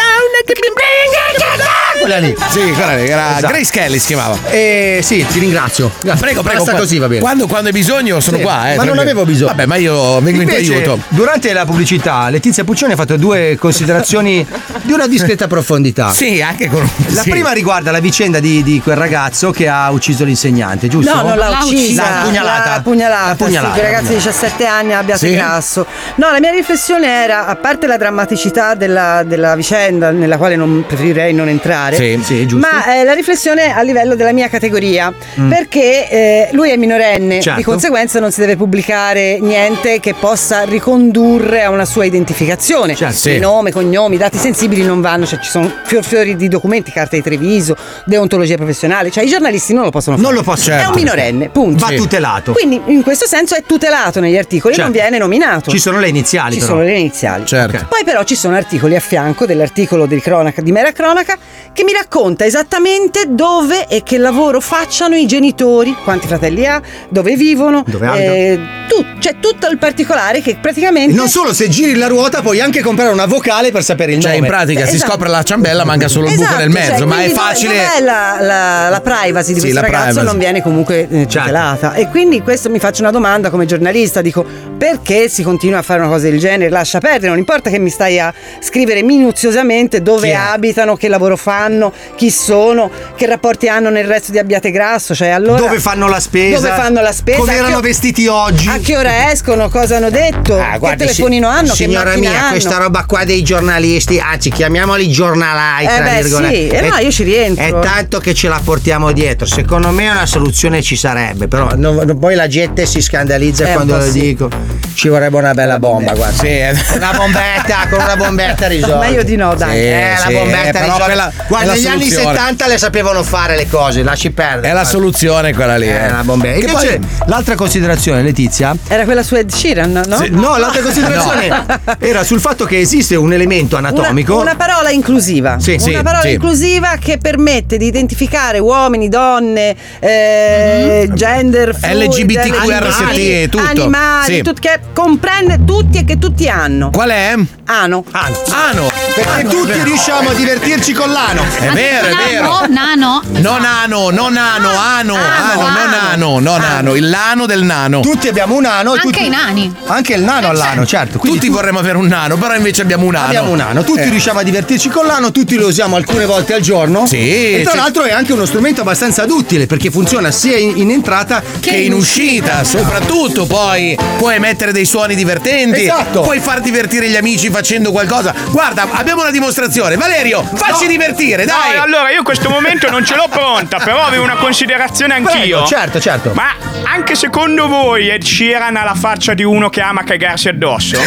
Speaker 3: quella lì.
Speaker 2: Sì, quella lì, era
Speaker 3: Esatto.
Speaker 2: Grace Kelly si chiamava.
Speaker 3: Eh, sì, ti ringrazio. Grazie.
Speaker 2: Prego, prego.
Speaker 3: Basta
Speaker 2: qua-
Speaker 3: così, va bene.
Speaker 2: Quando, quando hai bisogno sono
Speaker 3: Sì,
Speaker 2: qua, eh.
Speaker 3: Ma non
Speaker 2: tranquillo.
Speaker 3: avevo bisogno.
Speaker 2: Vabbè, ma io Oh, vengo in
Speaker 3: Invece,
Speaker 2: tuo aiuto.
Speaker 3: Durante la pubblicità, Letizia Puccioni ha fatto due considerazioni di una discreta profondità.
Speaker 2: Sì, anche con
Speaker 3: La
Speaker 2: sì.
Speaker 3: prima riguarda la vicenda di, di quel ragazzo che ha ucciso l'insegnante, giusto?
Speaker 16: No, non l'ha uccisa.
Speaker 3: L'ha pugnalata.
Speaker 16: L'ha pugnalata,
Speaker 3: L'ha pugnalata.
Speaker 16: sì, che ragazzi di 17 anni abbia
Speaker 3: Sì.
Speaker 16: grasso. No, la mia riflessione era, a parte la drammaticità della, della vicenda, nella quale non preferirei non entrare,
Speaker 3: Sì, sì, giusto.
Speaker 16: ma eh, la riflessione a livello della mia categoria,
Speaker 3: Mm.
Speaker 16: perché eh, lui è minorenne,
Speaker 3: Certo.
Speaker 16: di conseguenza non si deve pubblicare niente che possa ricondurre a una sua identificazione.
Speaker 3: Certo.
Speaker 16: Il nome, cognomi, dati sensibili non vanno, cioè ci sono fior fiori di documenti, carta di Treviso, deontologia professionale, cioè i giornalisti non lo possono fare.
Speaker 3: Non lo posso certo.
Speaker 16: È un minorenne, punto.
Speaker 3: Va tutelato.
Speaker 16: Quindi in questo senso è tutelato negli articoli,
Speaker 3: Certo.
Speaker 16: non viene nominato.
Speaker 3: Ci sono le iniziali.
Speaker 16: Ci
Speaker 3: però.
Speaker 16: sono le iniziali.
Speaker 3: Certo.
Speaker 16: Poi però ci sono articoli a fianco dell'articolo di, cronaca, di mera cronaca che mi racconta esattamente dove e che lavoro facciano i genitori, quanti fratelli ha, dove vivono,
Speaker 3: Dove abita.
Speaker 16: tu- cioè tutto il particolare che praticamente...
Speaker 3: E non solo, se giri la ruota puoi anche comprare una vocale per sapere il
Speaker 2: Cioè,
Speaker 3: nome.
Speaker 2: in pratica si
Speaker 16: Esatto.
Speaker 2: scopre la ciambella, manca solo il buco
Speaker 16: Esatto,
Speaker 2: nel mezzo,
Speaker 16: cioè,
Speaker 2: ma è
Speaker 16: quindi dov-
Speaker 2: facile.
Speaker 16: dov'è la, la- la privacy di
Speaker 2: Sì,
Speaker 16: questo
Speaker 2: la
Speaker 16: ragazzo
Speaker 2: privacy.
Speaker 16: non viene comunque eh, tutelata. E quindi questo mi faccio una domanda come giornalista, dico perché si continua a fare una cosa del genere? Lascia perdere, non importa che mi stai a scrivere minuziosamente dove
Speaker 3: Chi è?
Speaker 16: abitano, che lavoro fanno, chi sono, che rapporti hanno nel resto di Abbiate Grasso, cioè allora
Speaker 3: Dove fanno la spesa?
Speaker 16: Dove fanno la spesa?
Speaker 3: Come
Speaker 16: a che
Speaker 3: erano
Speaker 16: o-
Speaker 3: vestiti oggi?
Speaker 16: A che ora escono? Cosa hanno detto?
Speaker 9: Ah, guardi,
Speaker 16: che
Speaker 9: si-
Speaker 16: telefonino hanno? Che
Speaker 9: Signora
Speaker 16: macchina
Speaker 9: mia,
Speaker 16: hanno?
Speaker 9: questa roba qua dei giornalisti, anzi chiamiamoli giornalai,
Speaker 16: Eh
Speaker 9: tra
Speaker 16: beh,
Speaker 9: virgolette.
Speaker 16: sì, eh no, io ci rientro.
Speaker 9: È tanto che ce la portiamo dietro. Secondo me una soluzione ci sarebbe, però no- no- poi la gente si scandalizza
Speaker 3: Eh, un
Speaker 9: quando
Speaker 3: po'
Speaker 9: lo
Speaker 3: sì.
Speaker 9: dico. Ci vorrebbe una bella bomba, guarda. Una bombetta, con una bombetta risolta.
Speaker 16: Meglio di eh. no, dai.
Speaker 9: eh,
Speaker 2: Sì,
Speaker 9: la bombetta
Speaker 2: però
Speaker 9: risolta.
Speaker 2: quella-
Speaker 9: guarda,
Speaker 2: è la
Speaker 9: negli anni
Speaker 2: soluzione.
Speaker 9: 70 le sapevano fare le cose, lasci perdere.
Speaker 2: È la
Speaker 9: guarda.
Speaker 2: soluzione quella lì.
Speaker 9: Eh,
Speaker 2: eh.
Speaker 9: la bombetta.
Speaker 3: E
Speaker 9: Invece-
Speaker 3: poi l'altra considerazione, Letizia.
Speaker 16: Era quella su Ed Sheeran, no?
Speaker 3: Sì, No, l'altra considerazione era sul fatto che esiste un elemento anatomico.
Speaker 16: Una, una parola inclusiva.
Speaker 3: Sì,
Speaker 16: una
Speaker 3: sì,
Speaker 16: parola
Speaker 3: sì.
Speaker 16: inclusiva che permette di identificare uomini, donne, eh,
Speaker 3: Mhm.
Speaker 16: gender, fluid,
Speaker 2: LGBTQRST,
Speaker 16: animali,
Speaker 2: tutto.
Speaker 16: Animali,
Speaker 2: Sì.
Speaker 16: tut- che comprende tutti e che tutti hanno.
Speaker 2: Qual è?
Speaker 16: Ano.
Speaker 3: Ano.
Speaker 2: Ano.
Speaker 3: Perché tutti riusciamo a divertirci con l'ano.
Speaker 2: È vero, è vero.
Speaker 7: nano.
Speaker 2: Non ano, non ano,
Speaker 3: Ah,
Speaker 2: ano, ano, non ano, non ano, il lano del nano.
Speaker 3: Tutti abbiamo un ano.
Speaker 7: Anche i nani.
Speaker 3: Anche il nano all'ano, certo.
Speaker 2: Tutti vorremmo avere un nano, però invece abbiamo un ano.
Speaker 3: Abbiamo un ano, tutti
Speaker 2: Eh.
Speaker 3: riusciamo a divertirci con l'ano, tutti lo usiamo alcune volte al giorno.
Speaker 2: Sì,
Speaker 3: E tra
Speaker 2: sì.
Speaker 3: l'altro è anche uno strumento abbastanza duttile perché funziona sia in, in entrata
Speaker 2: Che in uscita, soprattutto poi puoi mettere dei suoni divertenti,
Speaker 3: Esatto.
Speaker 2: puoi far divertire gli amici facendo qualcosa. Guarda, abbiamo una dimostrazione. Valerio, facci divertire, dai!
Speaker 4: No, allora io in questo momento non ce l'ho pronta, però avevo una considerazione anch'io.
Speaker 3: Prego, certo, certo.
Speaker 4: Ma anche secondo voi Ed Sheeran ha la faccia di uno che ama cagarsi addosso?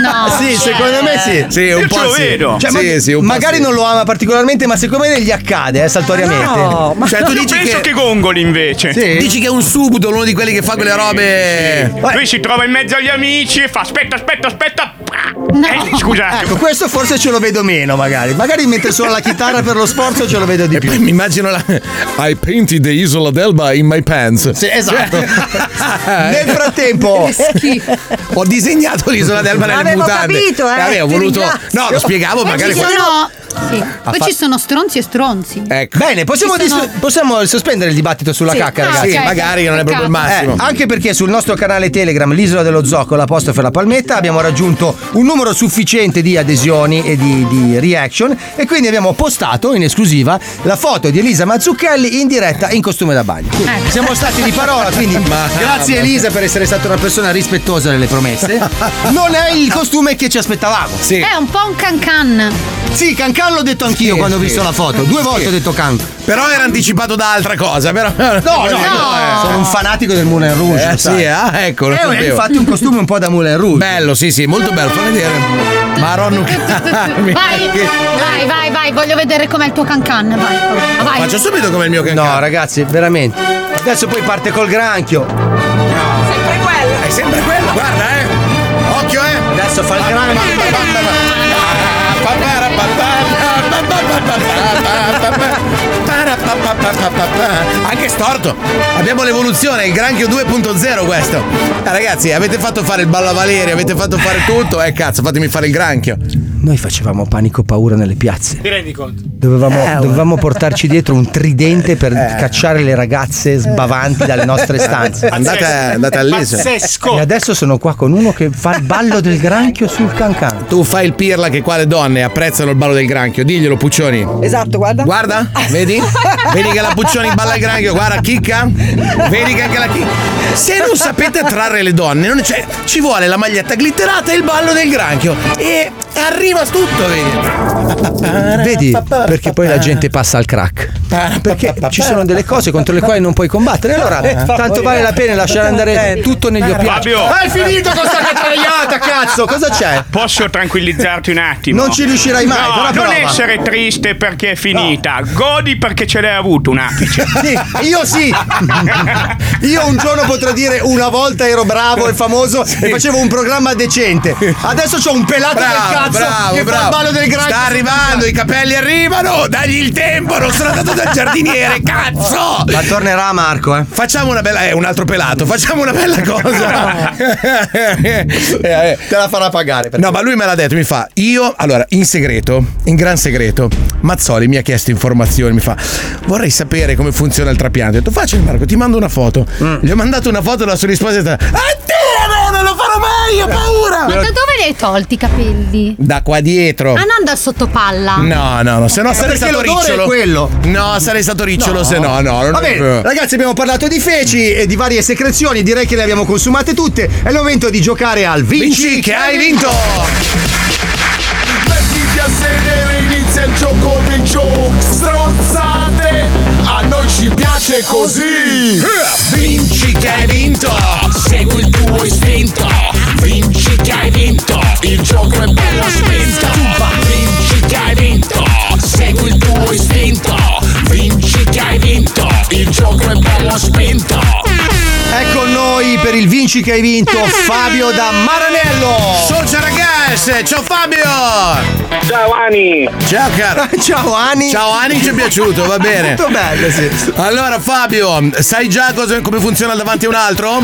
Speaker 7: No.
Speaker 3: Sì, secondo me sì.
Speaker 2: Sì, un
Speaker 4: Io
Speaker 2: po'
Speaker 4: ce lo
Speaker 2: sì.
Speaker 4: vedo.
Speaker 3: Cioè,
Speaker 2: Sì,
Speaker 3: ma-
Speaker 2: sì, un po'
Speaker 3: magari
Speaker 2: sì.
Speaker 3: non lo ama particolarmente, ma secondo me gli accade eh, saltuariamente.
Speaker 16: No, ma-
Speaker 2: Cioè, tu
Speaker 4: Io
Speaker 2: dici
Speaker 4: penso
Speaker 2: che...
Speaker 4: che... gongoli invece.
Speaker 2: Dici che è un subito, uno di quelli che fa quelle robe.
Speaker 4: Lui si trova in mezzo agli amici e fa aspetta, aspetta, aspetta. Eh, scusate.
Speaker 3: Ecco, questo forse ce lo vedo meno, magari. Magari mentre suona la chitarra per lo sforzo ce lo vedo di più.
Speaker 2: Mi immagino la. I painted the Isola d'Elba in my pants. Certo.
Speaker 3: Sì, esatto. Nel
Speaker 2: Nel-
Speaker 3: frattempo,
Speaker 2: ho disegnato l'isola d'Elba nelle
Speaker 16: Avevo
Speaker 2: mutande.
Speaker 16: capito, eh,
Speaker 2: Avevo
Speaker 16: ti
Speaker 2: voluto.
Speaker 16: ringrazio.
Speaker 2: No, lo spiegavo,
Speaker 7: Poi
Speaker 2: magari.
Speaker 7: ci
Speaker 2: qual-
Speaker 7: sono... Sì. Poi
Speaker 2: fa-
Speaker 7: ci sono stronzi e stronzi.
Speaker 2: Ecco.
Speaker 3: bene, possiamo,
Speaker 7: Ci sono-
Speaker 3: dis- possiamo sospendere il dibattito sulla
Speaker 7: Sì.
Speaker 3: cacca,
Speaker 7: Ah,
Speaker 3: ragazzi.
Speaker 7: ok.
Speaker 2: Sì, magari che non è proprio il massimo.
Speaker 3: Eh, anche perché sul nostro canale Telegram, l'isola dello Zocco, l'apostrofo e la palmetta, abbiamo raggiunto un numero sufficiente di adesioni e di, di reaction. E quindi abbiamo postato in esclusiva la foto di Elisa Mazzucchelli in diretta in costume da bagno.
Speaker 7: Ecco.
Speaker 3: Siamo stati di parola, quindi grazie Elisa per essere stata una persona rispettosa delle promesse. Non è il costume che ci aspettavamo.
Speaker 2: Sì.
Speaker 7: È un po' un cancan.
Speaker 3: Sì, cancan can l'ho detto anch'io
Speaker 2: Sì,
Speaker 3: quando ho
Speaker 2: sì.
Speaker 3: visto la foto. Due volte
Speaker 2: Sì.
Speaker 3: ho detto can.
Speaker 2: Però era anticipato da altra cosa, però. No,
Speaker 3: no, no. Sono un fanatico del Moulin Rouge.
Speaker 2: Eh,
Speaker 3: lo sai.
Speaker 2: sì, ah, ecco, lo
Speaker 3: È un- è
Speaker 2: sapevo.
Speaker 3: infatti un costume un po' da Moulin Rouge.
Speaker 2: Bello, sì, sì, molto bello, fammi vedere. Maron Carmi.
Speaker 7: Vai, vai, vai, vai, voglio vedere com'è il tuo cancan. Vai, vai.
Speaker 2: Faccio subito come il mio cancan.
Speaker 3: No, ragazzi, veramente. Adesso poi parte col granchio.
Speaker 2: Sempre quello. È sempre quello. Guarda, eh. Occhio, eh.
Speaker 3: Adesso fa il
Speaker 2: grano. Anche storto. Abbiamo l'evoluzione, il granchio 2.0 questo. Ah, ragazzi, avete fatto fare il ballo a Valeria, avete fatto fare tutto. Eh cazzo, fatemi fare il granchio.
Speaker 3: Noi facevamo panico paura nelle piazze.
Speaker 17: Ti rendi conto?
Speaker 3: Dovevamo,
Speaker 17: Eh,
Speaker 3: dovevamo portarci dietro un tridente per
Speaker 17: Eh.
Speaker 3: cacciare le ragazze sbavanti dalle nostre stanze.
Speaker 2: Andate- andate all'isola.
Speaker 3: E adesso sono qua con uno che fa il ballo del granchio sul cancan.
Speaker 2: Tu fai il pirla che qua le donne apprezzano il ballo del granchio, diglielo Puccioni.
Speaker 16: Esatto, guarda.
Speaker 2: Guarda, vedi? Vedi che la Puccioni balla il granchio, guarda, chicca. Vedi che anche la chicca. Se non sapete attrarre le donne, non c'è- ci vuole la maglietta glitterata e il ballo del granchio. E arriva tutto, vedi?
Speaker 3: Vedi? Perché poi la gente passa al crack. Perché ci sono delle cose contro le quali non puoi combattere. Allora, eh,
Speaker 4: Eh,
Speaker 3: tanto vale la pena lasciare andare tutto negli oppiati.
Speaker 4: Fabio.
Speaker 3: Hai Ah, finito con sta cattagliata, cazzo! Cosa c'è?
Speaker 4: Posso tranquillizzarti un attimo?
Speaker 3: Non ci riuscirai mai,
Speaker 4: No,
Speaker 3: però
Speaker 4: non
Speaker 3: prova.
Speaker 4: essere triste perché è finita. Godi perché ce l'hai avuto un apice.
Speaker 3: Sì, io sì. Io un giorno potrò dire una volta ero bravo e famoso e facevo un programma decente. Adesso c'ho un pelato del
Speaker 2: Bravo,
Speaker 3: cazzo
Speaker 2: bravo,
Speaker 3: che fa
Speaker 2: bravo.
Speaker 3: il ballo del granchio.
Speaker 2: Sta arrivando, i capelli arrivano, dagli il tempo, non sono andato dal giardiniere, cazzo!
Speaker 3: Ma tornerà Marco, eh.
Speaker 2: Facciamo una bella. Eh, un altro pelato, facciamo una bella cosa. Te
Speaker 3: Eh, la farà pagare.
Speaker 2: No, ma lui me l'ha detto, mi fa. Io, allora, in segreto, in gran segreto, Mazzoli mi ha chiesto informazioni, mi fa. Vorrei sapere come funziona il trapianto. Ho detto, facile Marco, ti mando una foto.
Speaker 3: Mm.
Speaker 2: Gli ho mandato una foto la sua risposta è stata. "Ah,
Speaker 3: Eh,
Speaker 2: Dio, no, non lo farò mai, ho paura!
Speaker 7: Ma da dove li hai tolti i capelli?
Speaker 2: Da qua dietro.
Speaker 7: Ah, non dal sottopalla.
Speaker 2: No, no, no, se no sarei
Speaker 3: Eh, perché
Speaker 2: stato
Speaker 3: l'odore
Speaker 2: ricciolo.
Speaker 3: è quello.
Speaker 2: No, sarei stato ricciolo, se no, no. non-
Speaker 3: Va bene, ragazzi, abbiamo parlato di feci e di varie secrezioni. Direi che le abbiamo consumate tutte. È il momento di giocare al Vinci, che hai vinto.
Speaker 12: Mettiti a sedere, inizia il gioco dei gioco Strozzate, a noi ci piace così Vinci che hai vinto, segui il tuo istinto Vinci che hai vinto, il gioco è bello spinto Vinci che hai vinto, segui il tuo istinto Vinci che hai vinto, il gioco è bello spinto
Speaker 3: È con Ecco noi per il Vinci che hai vinto Fabio da Maranello.
Speaker 2: Ciao, ciao ragazzi, ciao Fabio.
Speaker 13: Ciao Ani.
Speaker 2: Ciao caro.
Speaker 3: Ciao Ani.
Speaker 2: Ciao Ani, ci è piaciuto, va bene.
Speaker 3: Molto bello, sì.
Speaker 2: Allora Fabio, sai già cosa- come funziona davanti a un altro?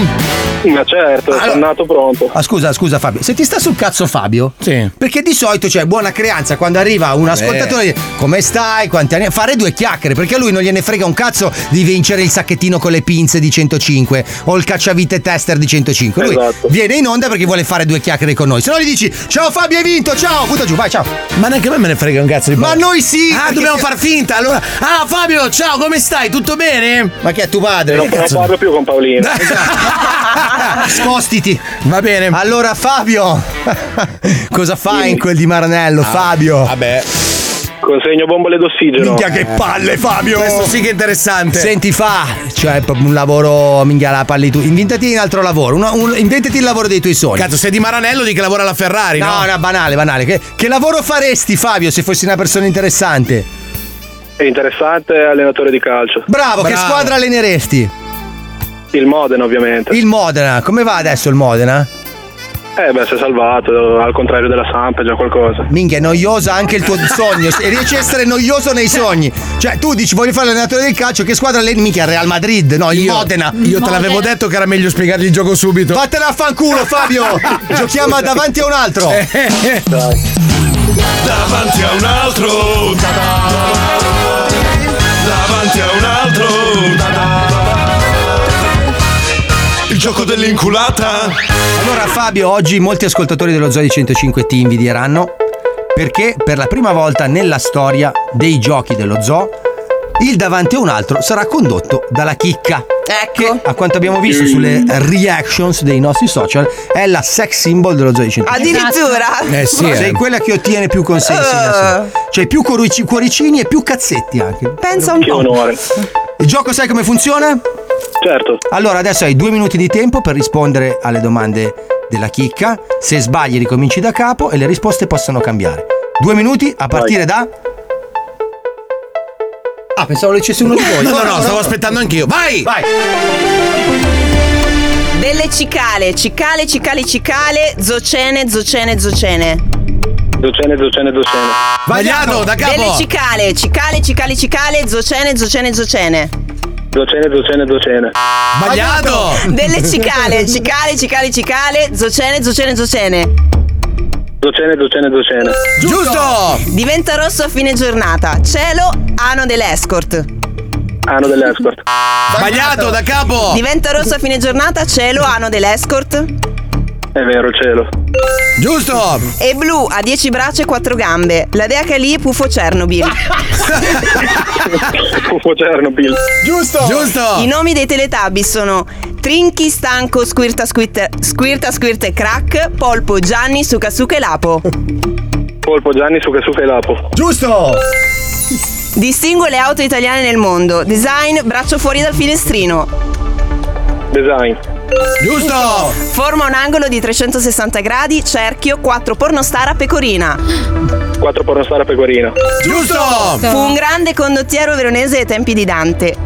Speaker 13: Sì, ma certo,
Speaker 3: Allora-
Speaker 13: sono nato pronto.
Speaker 3: Ah, scusa, scusa Fabio, se ti sta sul cazzo Fabio? Sì. Perché di solito c'è buona creanza quando arriva un ascoltatore e dice, come stai, quanti anni? Fare due chiacchiere, perché a lui non gliene frega un cazzo di vincere il sacchettino con le pinze di 105 o il cacciavite tester di 105. Lui
Speaker 13: Esatto.
Speaker 3: viene in onda perché vuole fare due chiacchiere con noi. Se no gli dici "Ciao Fabio, hai vinto, ciao", butta giù, vai, ciao.
Speaker 2: Ma neanche a me me ne frega un cazzo di
Speaker 3: Ma noi sì!
Speaker 2: Ah,
Speaker 3: perché-
Speaker 2: dobbiamo far finta. Allora, ah Fabio, ciao, come stai? Tutto bene?
Speaker 3: Ma che è tuo padre?
Speaker 13: Non, non parlo più con Paolino.
Speaker 3: Esatto. Spostiti.
Speaker 2: Va bene.
Speaker 3: Ah, Allora Fabio, cosa fai in quel di Maranello, Fabio?
Speaker 2: Ah, Vabbè.
Speaker 13: Consegno bombole d'ossigeno.
Speaker 3: Minchia, che palle, Fabio!
Speaker 2: Eh. Questo sì che è interessante.
Speaker 3: Senti fa, cioè è proprio un lavoro, minchia la palli tu. Inventati un altro lavoro, uno- un- inventati il lavoro dei tuoi sogni.
Speaker 2: Cazzo, sei di Maranello di che lavora alla Ferrari, no?
Speaker 3: No, no, banale, banale. Che, che lavoro faresti Fabio se fossi una persona interessante?
Speaker 13: È interessante allenatore di calcio.
Speaker 3: Bravo, che squadra alleneresti?
Speaker 13: Il Modena ovviamente.
Speaker 3: Il Modena, come va adesso il Modena?
Speaker 13: Eh beh, si è salvato, al contrario della Samp è già qualcosa.
Speaker 3: Minchia, è noiosa anche il tuo sogno. E riesci a essere noioso nei sogni. Cioè, tu dici voglio fare l'allenatore del calcio, che squadra alleni? Minchia, Real Madrid, no, il Modena.
Speaker 2: Io te l'avevo detto che era meglio spiegargli il gioco subito.
Speaker 3: Fatela a fanculo, Fabio! Giochiamo a davanti a un altro!
Speaker 2: Eh,
Speaker 12: Davanti a un altro Davanti a un altro
Speaker 3: Il gioco dell'inculata! Allora Fabio, oggi molti ascoltatori dello Zoo di 105 ti invidieranno perché per la prima volta nella storia dei giochi dello Zoo il davanti a un altro sarà condotto dalla chicca.
Speaker 18: Ecco.
Speaker 3: A quanto abbiamo visto sulle reactions dei nostri social, è la sex symbol dello Zoe 100.
Speaker 18: Addirittura?
Speaker 16: Esatto.
Speaker 3: Eh sì.
Speaker 18: eh.
Speaker 3: Sei quella che ottiene più consensi. in assoluto. Cioè più cuorici- cuoricini e più cazzetti anche.
Speaker 18: Pensa un
Speaker 3: Che
Speaker 18: po'.
Speaker 3: onore. Il gioco sai come funziona? Certo. Allora adesso hai due minuti di tempo per rispondere alle domande della chicca. Se sbagli ricominci da capo e le risposte possono cambiare. Due minuti a partire da... Ah, pensavo leggesse uno di voi.
Speaker 2: No, no, no, stavo aspettando anch'io. Vai!
Speaker 3: Vai!
Speaker 18: Delle cicale, cicale, cicale, cicale, zocene, zocene, zocene.
Speaker 13: Docene, docene, docene.
Speaker 2: Sbagliato, da
Speaker 18: Delle cicale, cicale, cicale, cicale, zocene, zocene, zocene.
Speaker 13: Docene, docene, docene.
Speaker 18: Delle cicale, cicale, cicale, cicale, zocene, zocene, zocene.
Speaker 13: Docene, docene, docene.
Speaker 18: Giusto! Diventa rosso a fine giornata. Cielo, ano dell'escort.
Speaker 13: Ano dell'escort.
Speaker 2: Sbagliato, da capo!
Speaker 18: Diventa rosso a fine giornata, cielo, ano dell'escort.
Speaker 13: È vero, il cielo.
Speaker 2: Giusto!
Speaker 18: E blu, ha 10 braccia e 4 gambe. La dea che è lì, Pufo Chernobyl.
Speaker 13: Pufo Chernobyl.
Speaker 18: Giusto!
Speaker 13: Giusto!
Speaker 18: I nomi dei Teletubbies sono Trinchi, Stanco, Squirta, Squirta, Squirta, Squirta e Crack, Polpo, Gianni, Suca, Suca e Lapo.
Speaker 13: Polpo Gianni su che su che lapo.
Speaker 3: Giusto!
Speaker 18: Distingue le auto italiane nel mondo. Design, braccio fuori dal finestrino.
Speaker 13: Design.
Speaker 2: Giusto!
Speaker 18: Forma un angolo di 360 gradi, cerchio, 4 pornostar a pecorina.
Speaker 13: Quattro pornostar a pecorina.
Speaker 18: Fu un grande condottiero veronese ai tempi di Dante.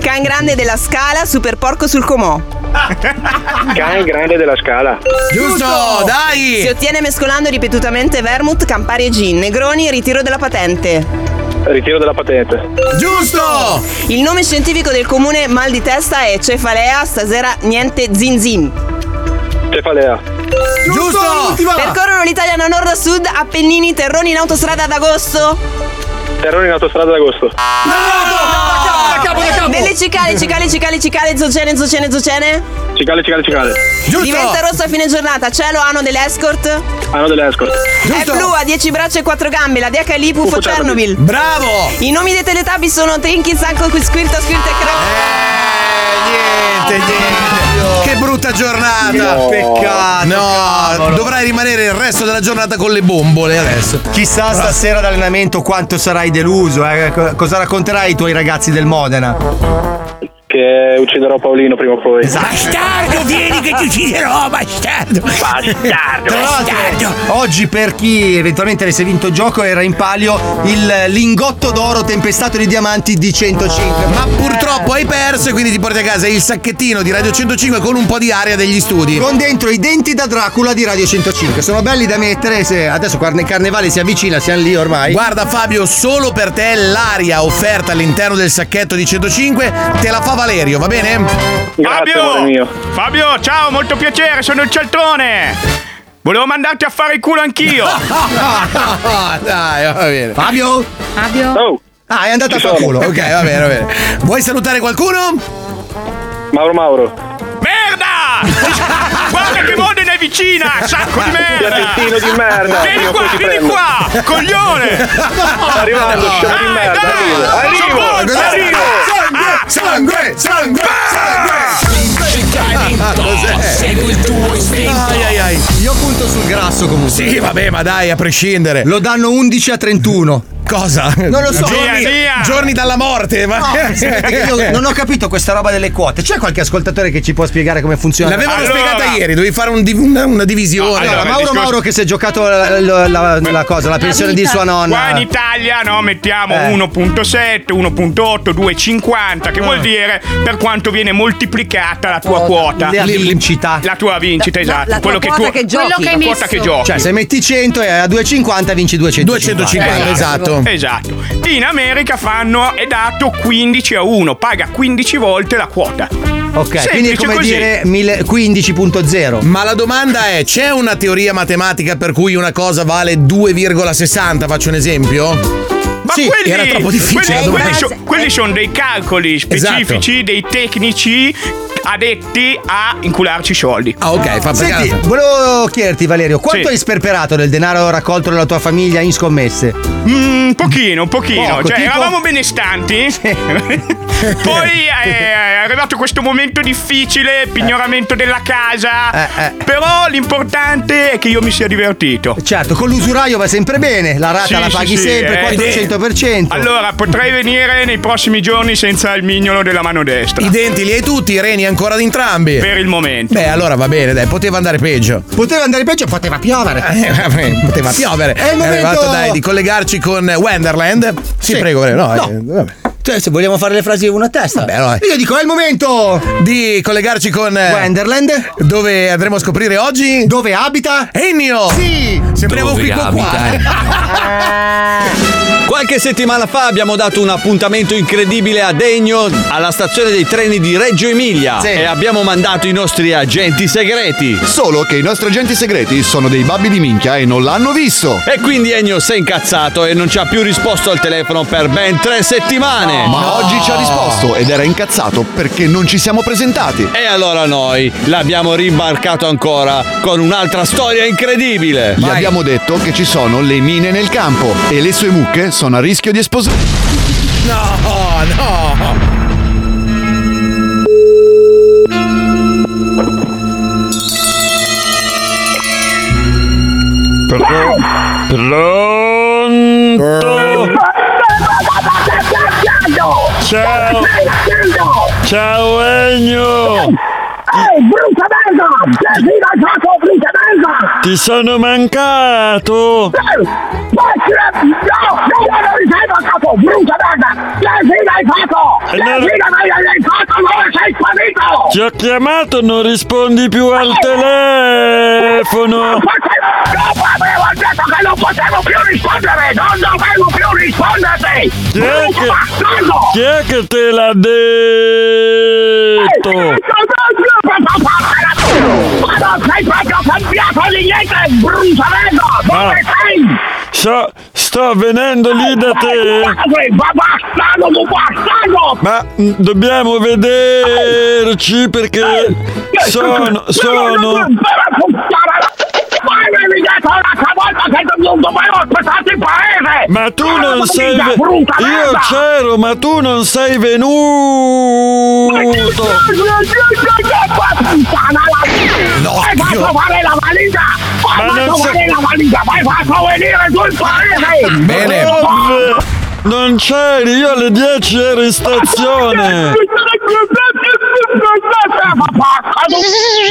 Speaker 18: Can grande della scala, super porco sul comò.
Speaker 13: Can grande della scala.
Speaker 2: Giusto, dai!
Speaker 18: Si ottiene mescolando ripetutamente vermouth, campari e gin, negroni, ritiro della patente.
Speaker 13: Ritiro della patente.
Speaker 2: Giusto!
Speaker 18: Il nome scientifico del comune mal di testa è cefalea, stasera niente zin zin.
Speaker 13: Cefalea.
Speaker 2: Giusto!
Speaker 18: Percorrono l'Italia da nord a sud, Appennini, Terroni in autostrada ad agosto.
Speaker 13: Terrore in autostrada d'agosto.
Speaker 18: Da capo, da capo. Delle cicale, cicale, cicale, cicale, zocene, zocene, zocene.
Speaker 13: Cicale, cicale, cicale.
Speaker 18: Diventa rosso a fine giornata, cielo, ano dell'escort.
Speaker 13: Ano dell'escort.
Speaker 18: È blu, ha 10 braccia e 4 gambe, la diaca è lì, Pufo Chernobyl.
Speaker 2: Bravo!
Speaker 18: I nomi dei teletubbies sono Trinky, Sanko, Squirta, Squirta e Crack.
Speaker 2: Eh, Niente, niente. Che brutta giornata!
Speaker 3: No.
Speaker 2: Peccato! No,
Speaker 3: cavolo.
Speaker 2: dovrai rimanere il resto della giornata con le bombole adesso.
Speaker 3: Chissà stasera d'allenamento quanto sarai deluso, eh? Co- cosa racconterai ai tuoi ragazzi del Modena?
Speaker 13: Che ucciderò Paolino prima o poi.
Speaker 27: Esatto.
Speaker 25: Bastardo, vieni che ti ucciderò, bastardo! Bastardo, bastardo!
Speaker 3: Oggi per chi eventualmente avesse vinto il gioco era in palio il lingotto d'oro tempestato di diamanti di 105.
Speaker 2: Ma purtroppo hai perso e quindi ti porti a casa il sacchettino di Radio 105 con un po' di aria degli studi.
Speaker 3: Con dentro i denti da Dracula di Radio 105. Sono belli da mettere se adesso quando il carnevale si avvicina, siamo lì ormai.
Speaker 2: Guarda Fabio, solo per te l'aria offerta all'interno del sacchetto di 105 te la fa Valerio, va bene?
Speaker 4: Fabio! Fabio, ciao, molto piacere, sono il Cialtrone! Volevo mandarti a fare il culo anch'io!
Speaker 2: Ah, Dai, va bene.
Speaker 3: Fabio?
Speaker 7: Fabio?
Speaker 3: Ah, è andato
Speaker 2: a far culo. Ok, va bene, va bene. Vuoi salutare qualcuno?
Speaker 13: Mauro Mauro.
Speaker 4: Guarda che Modena è vicina! Sacco di merda!
Speaker 13: Piacettino di merda!
Speaker 4: Vieni
Speaker 13: Prima o
Speaker 4: qua,
Speaker 13: poi ti
Speaker 4: vieni
Speaker 13: prendo.
Speaker 4: qua! Coglione!
Speaker 13: Sta arrivando, scemo di merda. Arrivo! Arrivo! Arrivo!
Speaker 2: Sangue! Sangue! Sangue!
Speaker 3: Ah,
Speaker 13: Ah,
Speaker 2: Ah,
Speaker 12: Segui il tuo istinto.
Speaker 2: Ai, ai, ai.
Speaker 3: Io punto sul grasso comunque.
Speaker 2: Sì, vabbè, ma dai, a prescindere.
Speaker 3: Lo danno 11 a 31.
Speaker 2: Cosa?
Speaker 3: Non lo so.
Speaker 2: Giorni,
Speaker 3: Via, via.
Speaker 2: giorni dalla morte, ma.
Speaker 3: No, senti che io non ho capito questa roba delle quote. C'è qualche ascoltatore che ci può spiegare come funziona?
Speaker 2: L'avevano spiegata ieri, dovevi fare un div- una, una divisione.
Speaker 3: Allora, Mauro Mauro che si è giocato la, la- la- la cosa, la pensione di sua
Speaker 4: Qua in
Speaker 3: nonna.
Speaker 4: Italia no, mettiamo
Speaker 3: Eh.
Speaker 4: 1.7, 1.8, 2.50, che vuol dire per quanto viene moltiplicata la
Speaker 3: Oh,
Speaker 4: tua quota.
Speaker 3: La vincita.
Speaker 4: La tua vincita, esatto. Quello che tu- la quota che giochi.
Speaker 3: Cioè, se metti 100 e a 2,50 vinci 250.
Speaker 4: Eh, Esatto. In America fanno è dato 15 a 1, paga 15 volte la quota.
Speaker 3: Ok,
Speaker 4: Semplice
Speaker 3: quindi è come
Speaker 4: Eh, così.
Speaker 3: dire 1000 15.0.
Speaker 2: Ma la domanda è: c'è una teoria matematica per cui una cosa vale 2,60? Faccio un esempio?
Speaker 4: Ma
Speaker 3: mm,
Speaker 2: sì,
Speaker 4: quelli,
Speaker 2: era troppo difficile. la
Speaker 4: Quelli,
Speaker 2: domanda.
Speaker 3: Esatto.
Speaker 4: sono dei calcoli specifici, dei tecnici adetti a incularci i soldi.
Speaker 3: Ah, ok, fa Senti, volevo chiederti, Valerio, quanto
Speaker 4: Sì.
Speaker 3: hai sperperato del denaro raccolto dalla tua famiglia in scommesse?
Speaker 4: Un Mm, pochino, un pochino,
Speaker 3: Poco,
Speaker 4: cioè
Speaker 3: tipo-
Speaker 4: eravamo benestanti. Poi eh, è arrivato questo momento difficile, pignoramento della casa.
Speaker 3: Eh,
Speaker 4: Però l'importante è che io mi sia divertito.
Speaker 3: Certo, con l'usuraio va sempre bene, la rata
Speaker 4: Sì,
Speaker 3: la
Speaker 4: sì,
Speaker 3: paghi
Speaker 4: sì,
Speaker 3: sempre,
Speaker 4: eh.
Speaker 3: 400%.
Speaker 4: Allora, potrei venire nei prossimi giorni senza il mignolo della mano destra.
Speaker 2: I denti li hai tutti, i reni ancora ad entrambi.
Speaker 4: Per il momento.
Speaker 2: Beh, allora va bene, dai, poteva andare peggio. Eh,
Speaker 3: Poteva andare peggio, poteva piovere.
Speaker 2: poteva piovere.
Speaker 3: È il momento-
Speaker 2: arrivato dai di collegarci con Wonderland. Sì, prego, prego. No,
Speaker 3: No.
Speaker 2: eh, vabbè.
Speaker 3: Cioè, se vogliamo fare le frasi una a testa. Io dico, è il momento
Speaker 2: di collegarci con eh,
Speaker 3: Wonderland.
Speaker 2: Dove andremo a scoprire oggi?
Speaker 3: Dove abita?
Speaker 2: Ennio!
Speaker 3: Sì!
Speaker 2: Sembriamo
Speaker 11: Dove
Speaker 2: qui con qua.
Speaker 11: Qualche settimana fa abbiamo dato un appuntamento incredibile a Degno alla stazione dei treni di Reggio Emilia
Speaker 28: Sì.
Speaker 11: e abbiamo mandato i nostri agenti segreti.
Speaker 28: Solo che i nostri agenti segreti sono dei babbi di minchia e non l'hanno visto.
Speaker 11: E quindi Ennio si è incazzato e non ci ha più risposto al telefono per ben tre settimane.
Speaker 28: Ma oggi ci ha risposto
Speaker 2: Ah.
Speaker 28: ed era incazzato perché non ci siamo presentati.
Speaker 11: E allora noi l'abbiamo ribarcato ancora con un'altra storia incredibile.
Speaker 28: Gli abbiamo detto che ci sono le mine nel campo e le sue mucche sono a rischio di esplosione.
Speaker 2: No, no.
Speaker 6: Pronto? Ciao! Ciao Egno! Ehi, brutta merda! Cioè, Sei fidanzato, brutta merda! Ti sono mancato! Ma che... No, no, io non mi sei mancato, brutta merda! Cioè, Sei fidanzato! Sei
Speaker 25: Allora-
Speaker 6: fidanzato, dove sei sparito?
Speaker 25: Ti ho chiamato, non rispondi più al telefono.
Speaker 6: Dopo avevo detto che non potevo più rispondere! Non dovevo più risponderti!
Speaker 25: Chi è
Speaker 6: Brutto
Speaker 25: che,
Speaker 6: bastardo!
Speaker 25: chi è che te l'ha detto?
Speaker 6: Ma non sei proprio cambiato di niente, bruciavello!
Speaker 25: Ma
Speaker 6: Dove sei?
Speaker 25: so- sto venendo lì da te.
Speaker 6: Ma bastardo, tu bastardo!
Speaker 25: Ma mm, dobbiamo vederci perché sono, sono,
Speaker 6: Ma avevi detto l'altra volta che non dovevo aspettare il paese!
Speaker 25: Ma tu non sei. ve-
Speaker 6: Brutta
Speaker 25: Io
Speaker 6: merda!
Speaker 25: c'ero, ma tu non sei venuto! Eh,
Speaker 6: Hai fatto fare la valigia! Hai
Speaker 25: Ma non
Speaker 6: fatto
Speaker 25: so-
Speaker 6: fare la valigia! Hai fatto venire sul paese!
Speaker 25: Dove? Non c'eri, io alle 10 ero in stazione!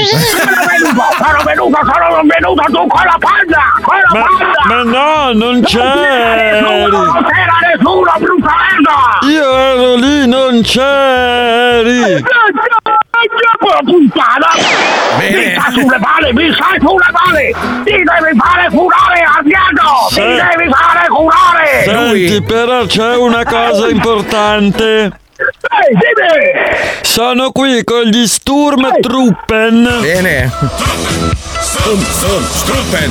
Speaker 6: Sono venuto, sono venuto tu con la panza! Con la panza!
Speaker 25: Ma no, non c'eri!
Speaker 6: Non c'era nessuno, brutta merda!
Speaker 25: Io ero lì, non c'eri!
Speaker 6: puttana! Mi sa sulle palle, mi sa sulle palle! Ti devi fare curare, Adriano! Ti
Speaker 25: Sì.
Speaker 6: devi fare curare!
Speaker 25: Senti, però c'è una cosa importante! Sono qui con gli Sturmtruppen!
Speaker 2: Bene!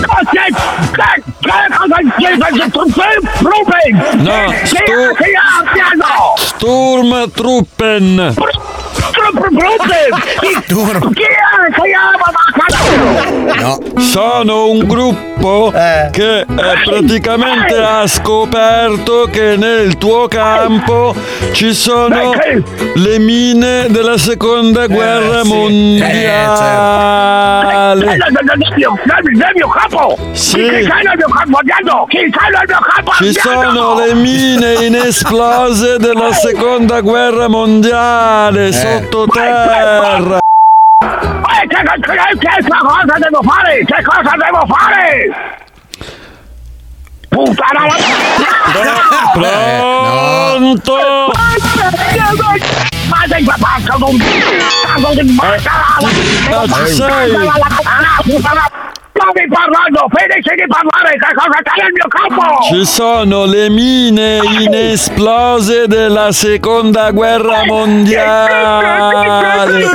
Speaker 6: Ma che- che- Ah, Eh, che cosa dice che tu sei Ruben?
Speaker 25: No,
Speaker 6: Sì,
Speaker 25: stu-
Speaker 6: sì, Adriano!
Speaker 25: Sturmtruppen!
Speaker 6: Ruben! Chi è che ama la casa?
Speaker 25: Sono un gruppo che eh, praticamente ha scoperto che nel tuo campo ci sono le mine della seconda guerra mondiale.
Speaker 6: Nel mio capo!
Speaker 25: Sì.
Speaker 6: Chi c'è nel mio capo, Adriano? Chi c'è nel mio capo,
Speaker 25: Ci
Speaker 6: Adriano?
Speaker 25: sono le mine inesplose della seconda guerra mondiale sottoterra.
Speaker 6: Eh, che, che, che, che cosa devo fare? Che cosa devo fare? Puttana la...
Speaker 25: Pronto?
Speaker 6: Ma sei papacca con... Con il
Speaker 25: Ma ci sei?
Speaker 6: Stavi parlando, finisci di parlare, che cosa c'è nel mio capo?
Speaker 25: Ci sono le mine inesplose della seconda guerra mondiale.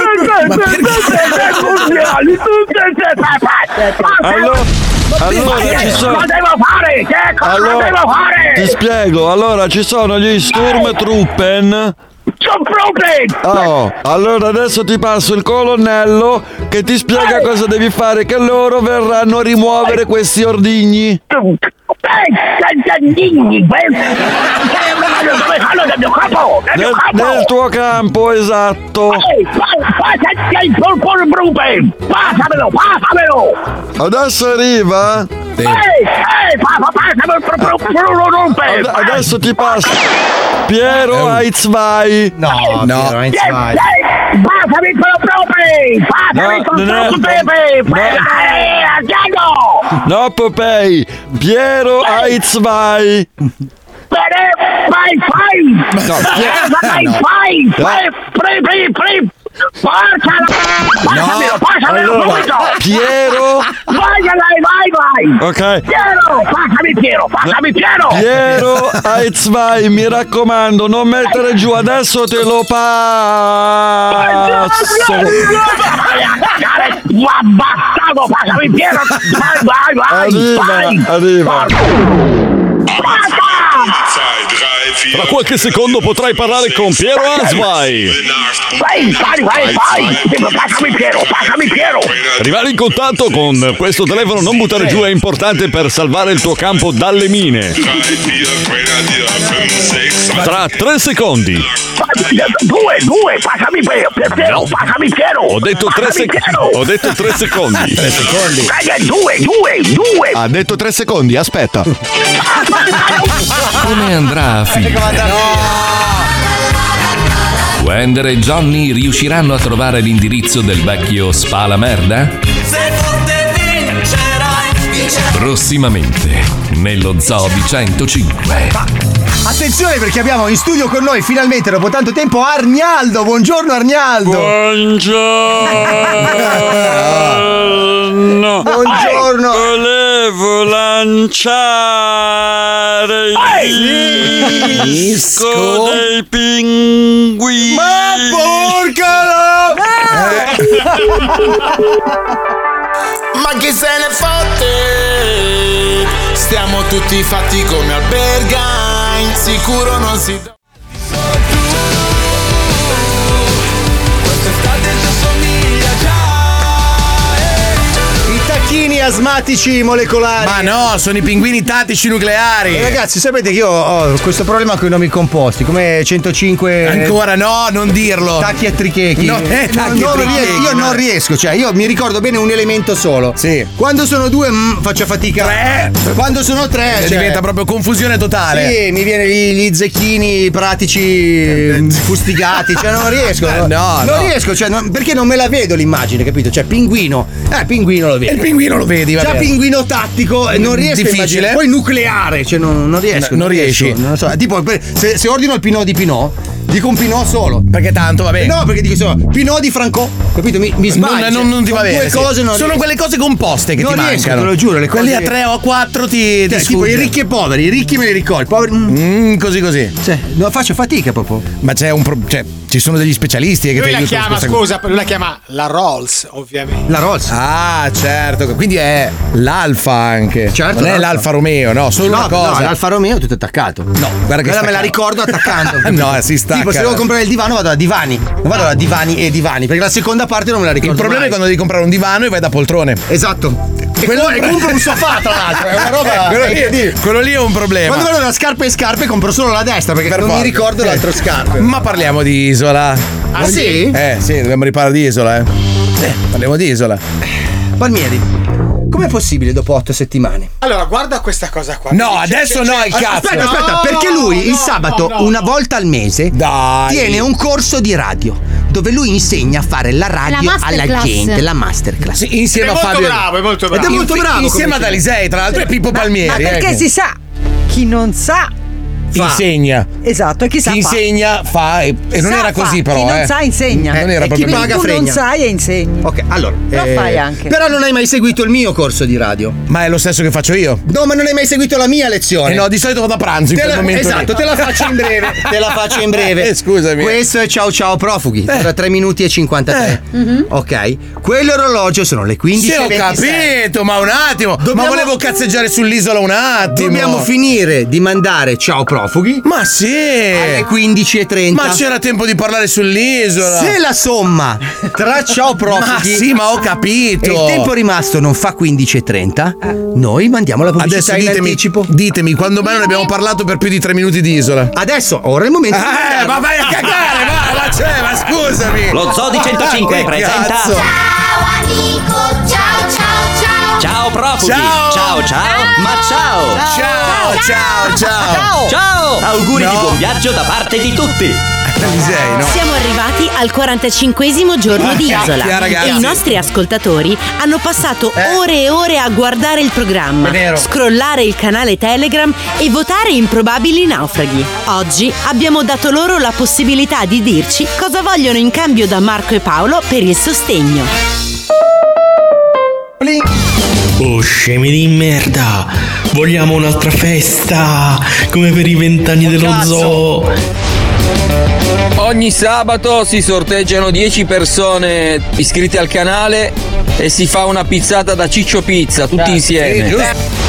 Speaker 25: Allora, allora ci sono.
Speaker 6: Cosa devo fare? Che cosa
Speaker 25: Allora,
Speaker 6: devo fare?
Speaker 25: ti spiego, allora ci sono gli Sturmtruppen
Speaker 12: Sono proprio!
Speaker 6: Oh, allora adesso ti passo il colonnello che ti spiega cosa devi fare, che loro verranno a rimuovere questi ordigni.
Speaker 12: Allora, mio capo! Mio
Speaker 6: Nel,
Speaker 12: capo!
Speaker 6: nel tuo campo, esatto.
Speaker 12: Passa il polpone brupe! Passamelo, passamelo!
Speaker 6: Adesso arriva.
Speaker 12: Ehi, ehi, passa, passami il polpone brupe!
Speaker 6: Ad- adesso ti passo. Piero Aitzvai.
Speaker 12: No,
Speaker 6: no.
Speaker 12: Passami il polpone! Passami il
Speaker 6: No, non è-
Speaker 12: polpone brupe! Ehi, Argento!
Speaker 6: No, Popei. Piero Aitzvai.
Speaker 12: Bene, fai, fai!
Speaker 6: No, Eh?
Speaker 12: Cosa fai,
Speaker 6: no.
Speaker 12: fai! Fai,
Speaker 6: No.
Speaker 12: fai, fai, fai! Porca la... Passamelo, passamelo
Speaker 6: Allora,
Speaker 12: subito!
Speaker 6: Piero!
Speaker 12: Vai, vai, vai, vai!
Speaker 6: Ok.
Speaker 12: Piero, passami Piero, passami Piero!
Speaker 6: Piero Aitzvai, mi raccomando, non mettere giù, adesso te lo passo.
Speaker 12: Va bastardo, passami Piero! Vai, vai, vai! vai.
Speaker 6: arriva.
Speaker 11: Tra qualche secondo potrai parlare con Piero Asvai.
Speaker 12: Vai, vai, vai, vai! Passami Piero, passami Piero!
Speaker 11: Arrivare in contatto con questo telefono, non buttare giù, è importante per salvare il tuo campo dalle mine. Tra tre secondi.
Speaker 12: Due, due, passami Piero, Piero, passami Piero!
Speaker 11: Ho detto tre, sec- ho detto tre secondi. Tre secondi.
Speaker 12: Due, due, due!
Speaker 22: Ha detto tre secondi, aspetta.
Speaker 1: Come andrà a finire? Wender e Johnny riusciranno a trovare l'indirizzo del vecchio Spala Merda?
Speaker 12: Se forte vincerai, vincerai!
Speaker 1: Prossimamente, nello Zoo di 105.
Speaker 3: Attenzione perché abbiamo in studio con noi finalmente dopo tanto tempo Arnaldo. Buongiorno Arnaldo.
Speaker 6: Buongiorno.
Speaker 3: Buongiorno.
Speaker 6: Volevo lanciare il disco dei pinguini. Ma
Speaker 12: porca
Speaker 23: Ma chi se ne fotte? Stiamo tutti fatti come alberga, sicuro non si dà.
Speaker 3: I tacchini asmatici molecolari.
Speaker 2: eh. Ma no, sono i pinguini tattici nucleari.
Speaker 3: Eh, ragazzi, sapete che io ho questo problema con i nomi composti, come 105.
Speaker 2: Ancora no, non dirlo.
Speaker 3: eh, Tacchi e trichechi.
Speaker 2: No, eh, tacchi e
Speaker 3: non
Speaker 2: trichechi,
Speaker 3: ries- io
Speaker 2: no.
Speaker 3: non riesco, cioè, io mi ricordo bene un elemento solo. Sì. Quando sono due, mm, faccio fatica. Quando sono tre,
Speaker 2: Eh,
Speaker 3: cioè-
Speaker 2: diventa proprio confusione totale.
Speaker 3: Sì, mi viene gli, gli zecchini pratici mm, fustigati, cioè non riesco.
Speaker 2: Eh, no,
Speaker 3: non
Speaker 2: no.
Speaker 3: riesco, cioè, non- perché non me la vedo l'immagine, capito? Cioè, pinguino. Eh, pinguino lo vedi.
Speaker 2: Il pinguino lo vedi, va
Speaker 3: Già
Speaker 2: bene.
Speaker 3: pinguino tattico, eh, non riesco a
Speaker 2: Difficile.
Speaker 3: immaginare. Poi nucleare, cioè non, non riesco.
Speaker 2: No, non
Speaker 3: riesco,
Speaker 2: riesci.
Speaker 3: non lo so. Tipo, per- se, se ordino il pinot di pinot, dico un pinot solo. Perché tanto va bene. No, perché dico solo pinot di Franco, capito? Mi, mi
Speaker 2: Non-
Speaker 3: sbaglio.
Speaker 2: non,
Speaker 3: cioè,
Speaker 2: non ti va
Speaker 3: sono
Speaker 2: bene.
Speaker 3: Due
Speaker 2: sì.
Speaker 3: cose non
Speaker 2: Sono
Speaker 3: riesco.
Speaker 2: quelle cose composte che
Speaker 3: non
Speaker 2: ti
Speaker 3: riesco,
Speaker 2: mancano.
Speaker 3: te lo giuro, le cose
Speaker 2: Quelli a 3 o a 4 ti, ti
Speaker 3: Cioè, tipo i
Speaker 2: sfuggono.
Speaker 3: ricchi e poveri, i ricchi me li ricordo, i poveri.
Speaker 2: Mm, così così.
Speaker 3: Cioè, no, faccio fatica proprio.
Speaker 2: Ma c'è un pro- cioè, ci sono degli specialisti che ti
Speaker 17: Lui la
Speaker 2: aiutano su
Speaker 17: chiama,
Speaker 2: questa cosa.
Speaker 17: scusa, lui la chiama la Rolls, ovviamente.
Speaker 3: La Rolls.
Speaker 2: Ah, certo. Quindi è l'Alfa anche.
Speaker 3: Certo,
Speaker 2: Non è
Speaker 3: l'Alfa.
Speaker 2: l'Alfa Romeo, no, solo
Speaker 3: no,
Speaker 2: una cosa.
Speaker 3: No, l'Alfa Romeo è tutto attaccato. No,
Speaker 2: guarda che
Speaker 3: Quella me la
Speaker 2: staccato.
Speaker 3: ricordo attaccando.
Speaker 2: Eh, No, si stacca.
Speaker 3: Tipo, se devo comprare il divano, vado da divani. Non vado da divani e divani, perché la seconda parte non me la ricordo.
Speaker 2: Il problema
Speaker 3: mai.
Speaker 2: è quando devi comprare un divano e vai da poltrone.
Speaker 3: Esatto. E quello e compro un sofà, tra l'altro. È una roba.
Speaker 2: quello, lì, quello lì è un problema. Eh.
Speaker 3: Quando vado da scarpe e scarpe, compro solo la destra, perché non mi ricordo l'altro scarpe.
Speaker 2: Ma parliamo di isola.
Speaker 3: Ah, sì?
Speaker 2: Eh, sì, dobbiamo riparare di isola, eh. Eh, parliamo di isola.
Speaker 3: Palmieri, com'è possibile dopo otto settimane?
Speaker 17: Allora, guarda questa cosa qua.
Speaker 2: No,
Speaker 17: Dice-
Speaker 2: adesso
Speaker 17: c'è-
Speaker 2: no,
Speaker 17: c'è-
Speaker 2: il cazzo.
Speaker 3: Aspetta, aspetta,
Speaker 17: No,
Speaker 3: perché lui il
Speaker 17: no,
Speaker 3: sabato,
Speaker 17: no, no.
Speaker 3: una volta al mese, tiene un corso di radio dove lui insegna a fare la radio
Speaker 7: La
Speaker 3: alla
Speaker 7: masterclass.
Speaker 3: gente, la masterclass.
Speaker 2: Sì, insieme
Speaker 17: È
Speaker 2: a
Speaker 17: molto
Speaker 2: Fabio.
Speaker 17: bravo, è molto bravo.
Speaker 3: Ed è molto
Speaker 2: Inf-
Speaker 3: bravo. come
Speaker 2: Insieme ad
Speaker 3: signore.
Speaker 2: Alisei, tra l'altro, e Pippo Palmieri.
Speaker 16: Ma perché
Speaker 2: ecco.
Speaker 16: si sa, chi non sa. fa.
Speaker 2: Insegna.
Speaker 16: Esatto, e chi sa
Speaker 2: Chi
Speaker 16: fa.
Speaker 2: insegna fa. E, e non
Speaker 16: Sa
Speaker 2: era
Speaker 16: fa,
Speaker 2: così, però.
Speaker 16: Chi non
Speaker 2: eh.
Speaker 16: sa insegna.
Speaker 2: Non era
Speaker 16: e chi
Speaker 2: proprio
Speaker 16: non-
Speaker 2: così.
Speaker 3: paga
Speaker 16: tu non
Speaker 3: fregna.
Speaker 16: sai e insegni.
Speaker 3: Ok, allora.
Speaker 16: Lo
Speaker 3: eh,
Speaker 16: fai anche.
Speaker 3: Però non hai mai seguito il mio corso di radio.
Speaker 2: Ma è lo stesso che faccio io.
Speaker 3: No, ma non hai mai seguito la mia lezione.
Speaker 2: Eh no, di solito vado a pranzo in
Speaker 3: Te
Speaker 2: quel
Speaker 3: la-
Speaker 2: momento. lì.
Speaker 3: esatto, te la faccio in breve. Te la faccio in breve.
Speaker 2: Eh, scusami. Eh.
Speaker 3: Questo è ciao ciao profughi. Tra 3 minuti e 53. Ok. Quell'orologio sono le 15.
Speaker 2: Sì, ho capito, ma un attimo. Ma volevo cazzeggiare sull'isola un attimo.
Speaker 3: Dobbiamo finire di mandare ciao profughi.
Speaker 2: Ma sì! Alle
Speaker 3: 15.30.
Speaker 2: Ma c'era tempo di parlare sull'isola.
Speaker 3: Se la somma tra ciao profughi.
Speaker 2: Ma sì, ma ho capito.
Speaker 3: E il tempo rimasto non fa 15.30, noi mandiamo la pubblicità
Speaker 2: Adesso
Speaker 3: in
Speaker 2: ditemi,
Speaker 3: anticipo.
Speaker 2: ditemi, quando mai non abbiamo parlato per più di tre minuti di isola?
Speaker 3: Adesso, ora è il momento.
Speaker 2: Eh, ma vai a cagare, va, ma c'è, ma scusami.
Speaker 5: Lo Zoo di 105
Speaker 2: Che
Speaker 5: presenta-
Speaker 2: cazzo?
Speaker 5: amico, ciao ciao ciao. Ciao profughi.
Speaker 2: Ciao.
Speaker 5: Ciao ciao, ma ciao.
Speaker 2: Ciao, ciao, ciao.
Speaker 5: Ciao. Auguri di buon viaggio da parte di tutti.
Speaker 2: Eh,
Speaker 6: Eh,
Speaker 21: Siamo arrivati al 45 giorno di
Speaker 5: Porca
Speaker 21: Isola
Speaker 5: cacchia,
Speaker 21: e
Speaker 5: ragazzi.
Speaker 21: i nostri ascoltatori hanno passato ore e ore a guardare il programma,
Speaker 29: È vero.
Speaker 21: scrollare il canale Telegram e votare improbabili naufraghi. Oggi abbiamo dato loro la possibilità di dirci cosa vogliono in cambio da Marco e Paolo per il sostegno.
Speaker 19: Oh scemi di merda! Vogliamo un'altra festa! Come per i vent'anni dello zoo!
Speaker 9: Ogni sabato si sorteggiano 10 persone iscritte al canale e si fa una pizzata da Ciccio Pizza tutti insieme.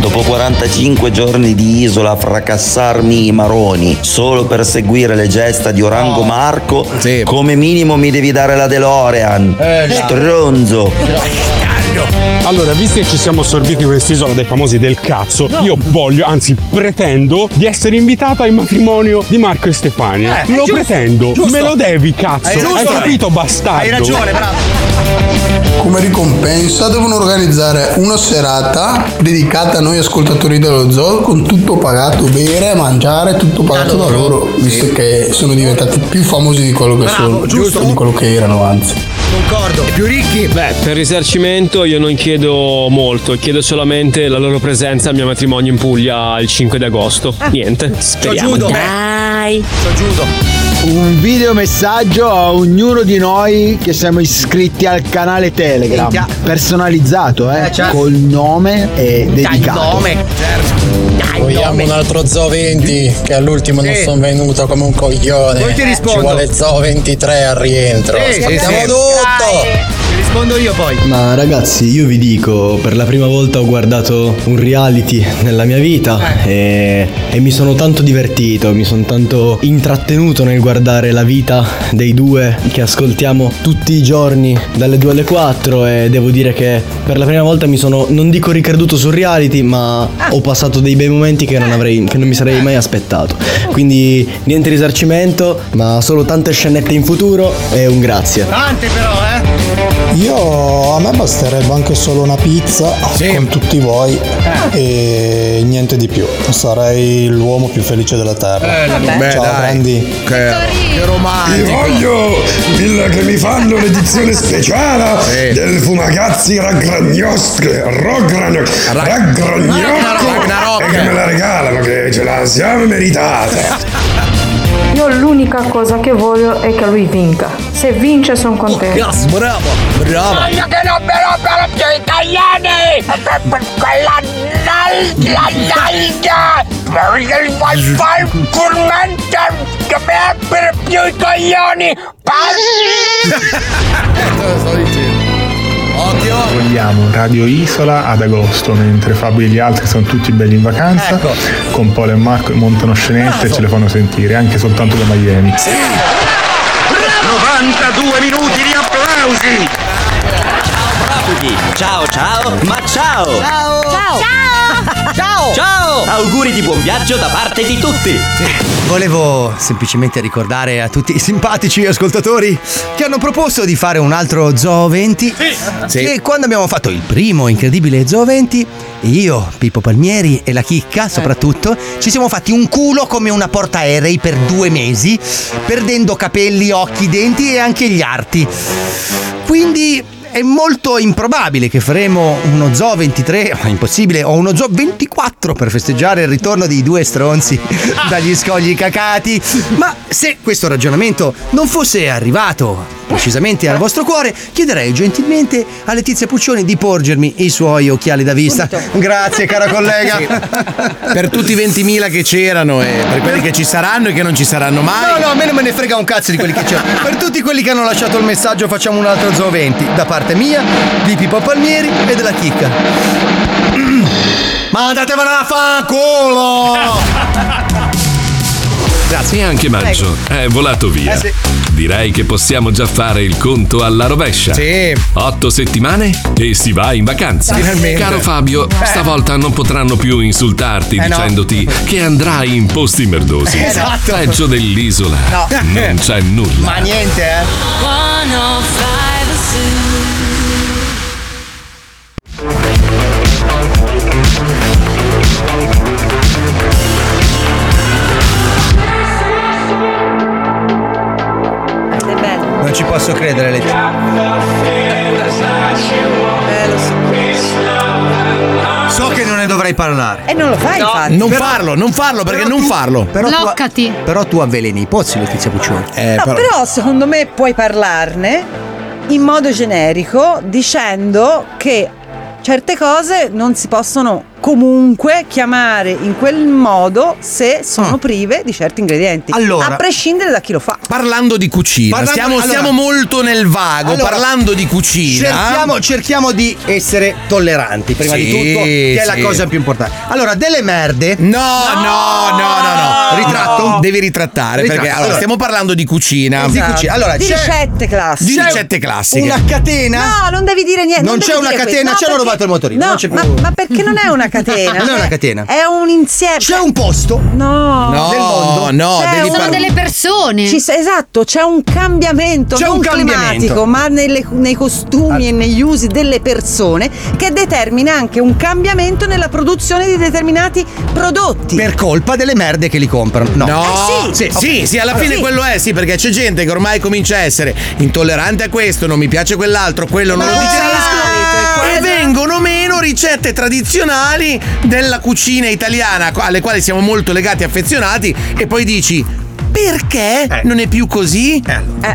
Speaker 5: Dopo 45 giorni di isola a fracassarmi i maroni solo per seguire le gesta di Orango Marco, come minimo mi devi dare la DeLorean. Stronzo.
Speaker 6: Allora, visto che ci siamo assorbiti in quest'isola dei famosi del cazzo, io voglio, anzi pretendo, di essere invitata al matrimonio di Marco e Stefania.
Speaker 18: Eh,
Speaker 6: lo
Speaker 18: giusto,
Speaker 6: pretendo,
Speaker 18: giusto.
Speaker 6: me lo devi, cazzo.
Speaker 2: Eh,
Speaker 18: Hai
Speaker 6: Hai,
Speaker 18: ragione.
Speaker 6: capito, bastardo?
Speaker 18: Hai ragione, bravo.
Speaker 10: Come ricompensa devono organizzare una serata dedicata a noi ascoltatori dello zoo con tutto pagato, bere, mangiare, tutto pagato da loro, visto che sono diventati più famosi di quello che sono, di quello che erano anzi.
Speaker 3: Concordo. Più ricchi?
Speaker 10: Beh, per risarcimento io non chiedo molto, chiedo solamente la loro presenza al mio matrimonio in Puglia il 5 di agosto.
Speaker 3: Ah.
Speaker 10: Niente, speriamo.
Speaker 21: Dai.
Speaker 13: Un videomessaggio a ognuno di noi che siamo iscritti al canale Telegram.
Speaker 27: Minchia.
Speaker 13: Personalizzato, eh.
Speaker 27: Eh, certo.
Speaker 13: Col nome e dedicato.
Speaker 27: Vogliamo un
Speaker 13: altro Zoo 20 che all'ultimo
Speaker 27: non sono
Speaker 13: venuto come un coglione.
Speaker 27: Poi ti rispondo. Ci vuole
Speaker 13: Zoo 23 al rientro.
Speaker 3: Eh,
Speaker 27: Sì, Sappiamo sì, sì. tutto.
Speaker 13: Ti rispondo io poi.
Speaker 30: Ma ragazzi, io vi dico, per la prima volta ho guardato un reality nella mia vita e,
Speaker 13: Eh.
Speaker 30: e mi sono tanto divertito, mi sono tanto intrattenuto nel guardare la vita dei due che ascoltiamo tutti i giorni dalle 2 alle 4 e devo dire che per la prima volta mi sono, non dico ricreduto sul reality, ma
Speaker 13: Ah.
Speaker 30: ho passato dei bei momenti che non, avrei, che non mi sarei mai aspettato.
Speaker 13: Oh.
Speaker 30: Quindi niente risarcimento, ma solo tante scenette in futuro e un grazie.
Speaker 27: Tante però, eh!
Speaker 13: Io a me basterebbe anche solo una pizza con tutti voi
Speaker 18: Eh.
Speaker 13: e niente di più. Sarei l'uomo più felice della terra.
Speaker 18: Eh, vabbè. Beh,
Speaker 13: Ciao
Speaker 18: dai.
Speaker 13: Randy.
Speaker 18: Che romantico.
Speaker 22: Ti voglio il che mi fanno l'edizione speciale
Speaker 18: Sì.
Speaker 22: del Fumagazzi Raggragnosche Rogran Raggragnocche e eh, che me la regalano che ce la siamo meritata
Speaker 31: Io l'unica cosa che voglio è che lui vinca. Se vince sono
Speaker 13: Oh,
Speaker 31: contento.
Speaker 18: bravo, bravo.
Speaker 4: Voglio che non mi rompano più gli italiani! Per quella nalga, nalga! Perché il wifi furmente che mi apre più i coglioni!
Speaker 32: Vogliamo Radio Isola ad agosto, mentre Fabio e gli altri sono tutti belli in vacanza. Con Paolo e Marco montano scenette e ce le fanno sentire, anche soltanto da Miami.
Speaker 5: 92 minuti di applausi. Ciao profughi. Ciao ciao, ma ciao.
Speaker 18: Ciao. Ciao. Ciao.
Speaker 5: Ciao. Auguri di buon viaggio da parte di tutti.
Speaker 3: Volevo semplicemente ricordare a tutti i simpatici ascoltatori che hanno proposto di fare un altro Zoo 20 e quando abbiamo fatto il primo incredibile Zoo 20 io, Pippo Palmieri e la Chicca soprattutto ci siamo fatti un culo come una portaerei per due mesi perdendo capelli, occhi, denti e anche gli arti quindi è molto improbabile che faremo uno zoo 23, ma impossibile, o uno zoo 24 per festeggiare il ritorno dei due stronzi dagli scogli cacati. Ma se questo ragionamento non fosse arrivato precisamente al vostro cuore, chiederei gentilmente a Letizia Puccioni di porgermi i suoi occhiali da vista. Grazie, cara collega.
Speaker 2: Per tutti i 20.000 che c'erano e per quelli che ci saranno e che non ci saranno mai.
Speaker 3: No, no, a me non me ne frega un cazzo di quelli che c'è. Per tutti quelli che hanno lasciato il messaggio, facciamo un altro Zoo 20 da parte mia, di Pippo Palmieri e della Chicca. Ma andatevene a fa culo!
Speaker 1: E anche maggio è volato via.
Speaker 3: Eh sì.
Speaker 1: Direi che possiamo già fare il conto alla rovescia. Sì. Otto settimane e si va in vacanza.
Speaker 3: Finalmente.
Speaker 1: Caro Fabio,
Speaker 3: Eh.
Speaker 1: stavolta non potranno più insultarti
Speaker 3: Eh no.
Speaker 1: dicendoti che andrai in posti merdosi.
Speaker 3: Esatto.
Speaker 1: Peggio dell'isola.
Speaker 3: No.
Speaker 1: Non c'è nulla.
Speaker 3: Ma niente, eh.
Speaker 18: oh
Speaker 3: Non ci posso credere, Letizia. So che non ne dovrei parlare.
Speaker 16: E non lo fai, infatti.
Speaker 2: Non farlo, non farlo, perché non farlo.
Speaker 16: Bloccati.
Speaker 3: Però tu avveleni i pozzi, Letizia Puccioni. Eh,
Speaker 16: No, però... secondo me puoi parlarne in modo generico dicendo che certe cose non si possono comunque chiamare in quel modo se sono prive di certi ingredienti.
Speaker 2: Allora.
Speaker 16: a prescindere da chi lo fa.
Speaker 2: Parlando di cucina,
Speaker 16: Parlando-
Speaker 2: stiamo,
Speaker 16: allora-
Speaker 2: stiamo molto nel vago.
Speaker 16: Allora,
Speaker 2: parlando di cucina,
Speaker 3: Cerchiamo, cerchiamo di essere tolleranti, prima
Speaker 2: Sì,
Speaker 3: di tutto, che è la
Speaker 2: sì.
Speaker 3: cosa più importante. Allora, delle merde.
Speaker 2: No, no, no, no, no. Ritratto? Devi ritrattare
Speaker 3: Ritratto,
Speaker 2: perché allora,
Speaker 3: allora.
Speaker 2: stiamo parlando di cucina.
Speaker 3: Di cucina. Allora,
Speaker 16: di
Speaker 3: c'è-
Speaker 16: ricette classiche.
Speaker 2: Di ricette classiche.
Speaker 3: Una catena?
Speaker 16: No, non devi dire niente.
Speaker 3: Non
Speaker 16: devi
Speaker 3: c'è una
Speaker 16: dire
Speaker 3: catena,
Speaker 16: questo.
Speaker 3: ci hanno rovato il motorino,
Speaker 16: No,
Speaker 3: non c'è
Speaker 16: ma,
Speaker 3: più.
Speaker 16: ma perché non è una catena?
Speaker 3: Non è una
Speaker 16: Cioè,
Speaker 3: catena.
Speaker 16: È un insieme.
Speaker 3: C'è un posto.
Speaker 16: No.
Speaker 3: No, Nel mondo. no,
Speaker 16: C'è
Speaker 3: devi
Speaker 16: un-
Speaker 3: par-
Speaker 7: persone.
Speaker 16: Ci sa- esatto, c'è un cambiamento
Speaker 3: C'è
Speaker 16: non
Speaker 3: un cambiamento.
Speaker 16: climatico, ma nelle- nei costumi e negli usi delle persone che determina anche un cambiamento nella produzione di determinati prodotti.
Speaker 3: Per colpa delle merde che li comprano. No.
Speaker 16: Ah,
Speaker 2: No, sì,
Speaker 3: ok.
Speaker 2: sì, sì, alla
Speaker 3: Allora,
Speaker 2: fine
Speaker 3: sì.
Speaker 2: quello è, sì, perché c'è gente che ormai comincia a essere intollerante a questo, non mi piace quell'altro, quello non lo digerisco. E vengono meno ricette tradizionali della cucina italiana, qua- alle quali siamo molto legati e affezionati, e poi dici, perché non è più così?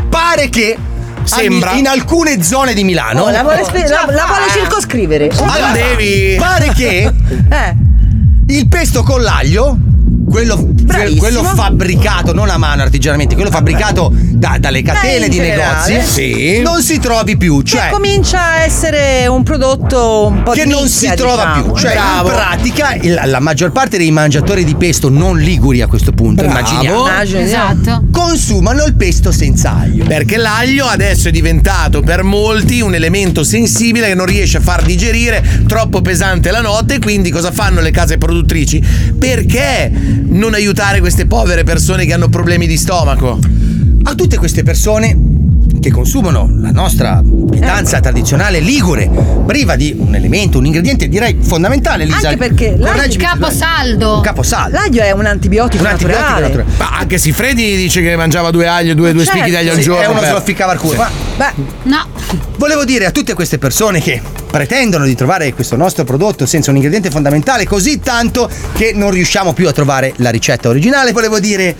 Speaker 3: Pare che
Speaker 2: sembra
Speaker 3: In alcune zone di Milano.
Speaker 16: Oh, la vuole, spe- la- la vuole circoscrivere.
Speaker 3: Allora, Pare che
Speaker 16: Eh.
Speaker 3: il pesto con l'aglio, quello, quello fabbricato, non a mano artigianamente, quello fabbricato da- dalle catene
Speaker 16: in
Speaker 3: di
Speaker 16: generale.
Speaker 3: negozi,
Speaker 16: Sì.
Speaker 3: non si trovi più. Cioè,
Speaker 16: Comincia a essere un prodotto un po'
Speaker 3: che
Speaker 16: di
Speaker 3: non si
Speaker 16: nicchia,
Speaker 3: trova
Speaker 16: diciamo.
Speaker 3: più. Cioè,
Speaker 16: Bravo.
Speaker 3: in pratica, il- la maggior parte dei mangiatori di pesto non liguri a questo punto,
Speaker 2: Bravo.
Speaker 3: immaginiamo.
Speaker 2: Esatto.
Speaker 3: Consumano il pesto senza aglio.
Speaker 2: Perché l'aglio adesso è diventato per molti un elemento sensibile che non riesce a far digerire troppo pesante la notte. Quindi, cosa fanno le case produttrici? Perché non aiutare queste povere persone che hanno problemi di stomaco?
Speaker 3: A tutte queste persone che consumano la nostra pietanza
Speaker 16: Ecco.
Speaker 3: tradizionale ligure, priva di un elemento, un ingrediente direi fondamentale, Lisa.
Speaker 16: Anche perché l'aglio
Speaker 3: Correggimi se sbaglio.
Speaker 16: caposaldo.
Speaker 3: Caposaldo.
Speaker 16: L'aglio è un antibiotico
Speaker 3: Un antibiotico
Speaker 16: naturale.
Speaker 3: naturale.
Speaker 2: Ma anche Sifredi dice che mangiava due aglio, due, due
Speaker 3: Certo.
Speaker 2: spicchi di aglio al
Speaker 3: Sì,
Speaker 2: giorno.
Speaker 3: è uno
Speaker 2: per-
Speaker 3: sofficavarculo.
Speaker 2: Sì.
Speaker 3: Ma-
Speaker 7: No.
Speaker 3: Volevo dire a tutte queste persone che pretendono di trovare questo nostro prodotto senza un ingrediente fondamentale così tanto che non riusciamo più a trovare la ricetta originale, volevo dire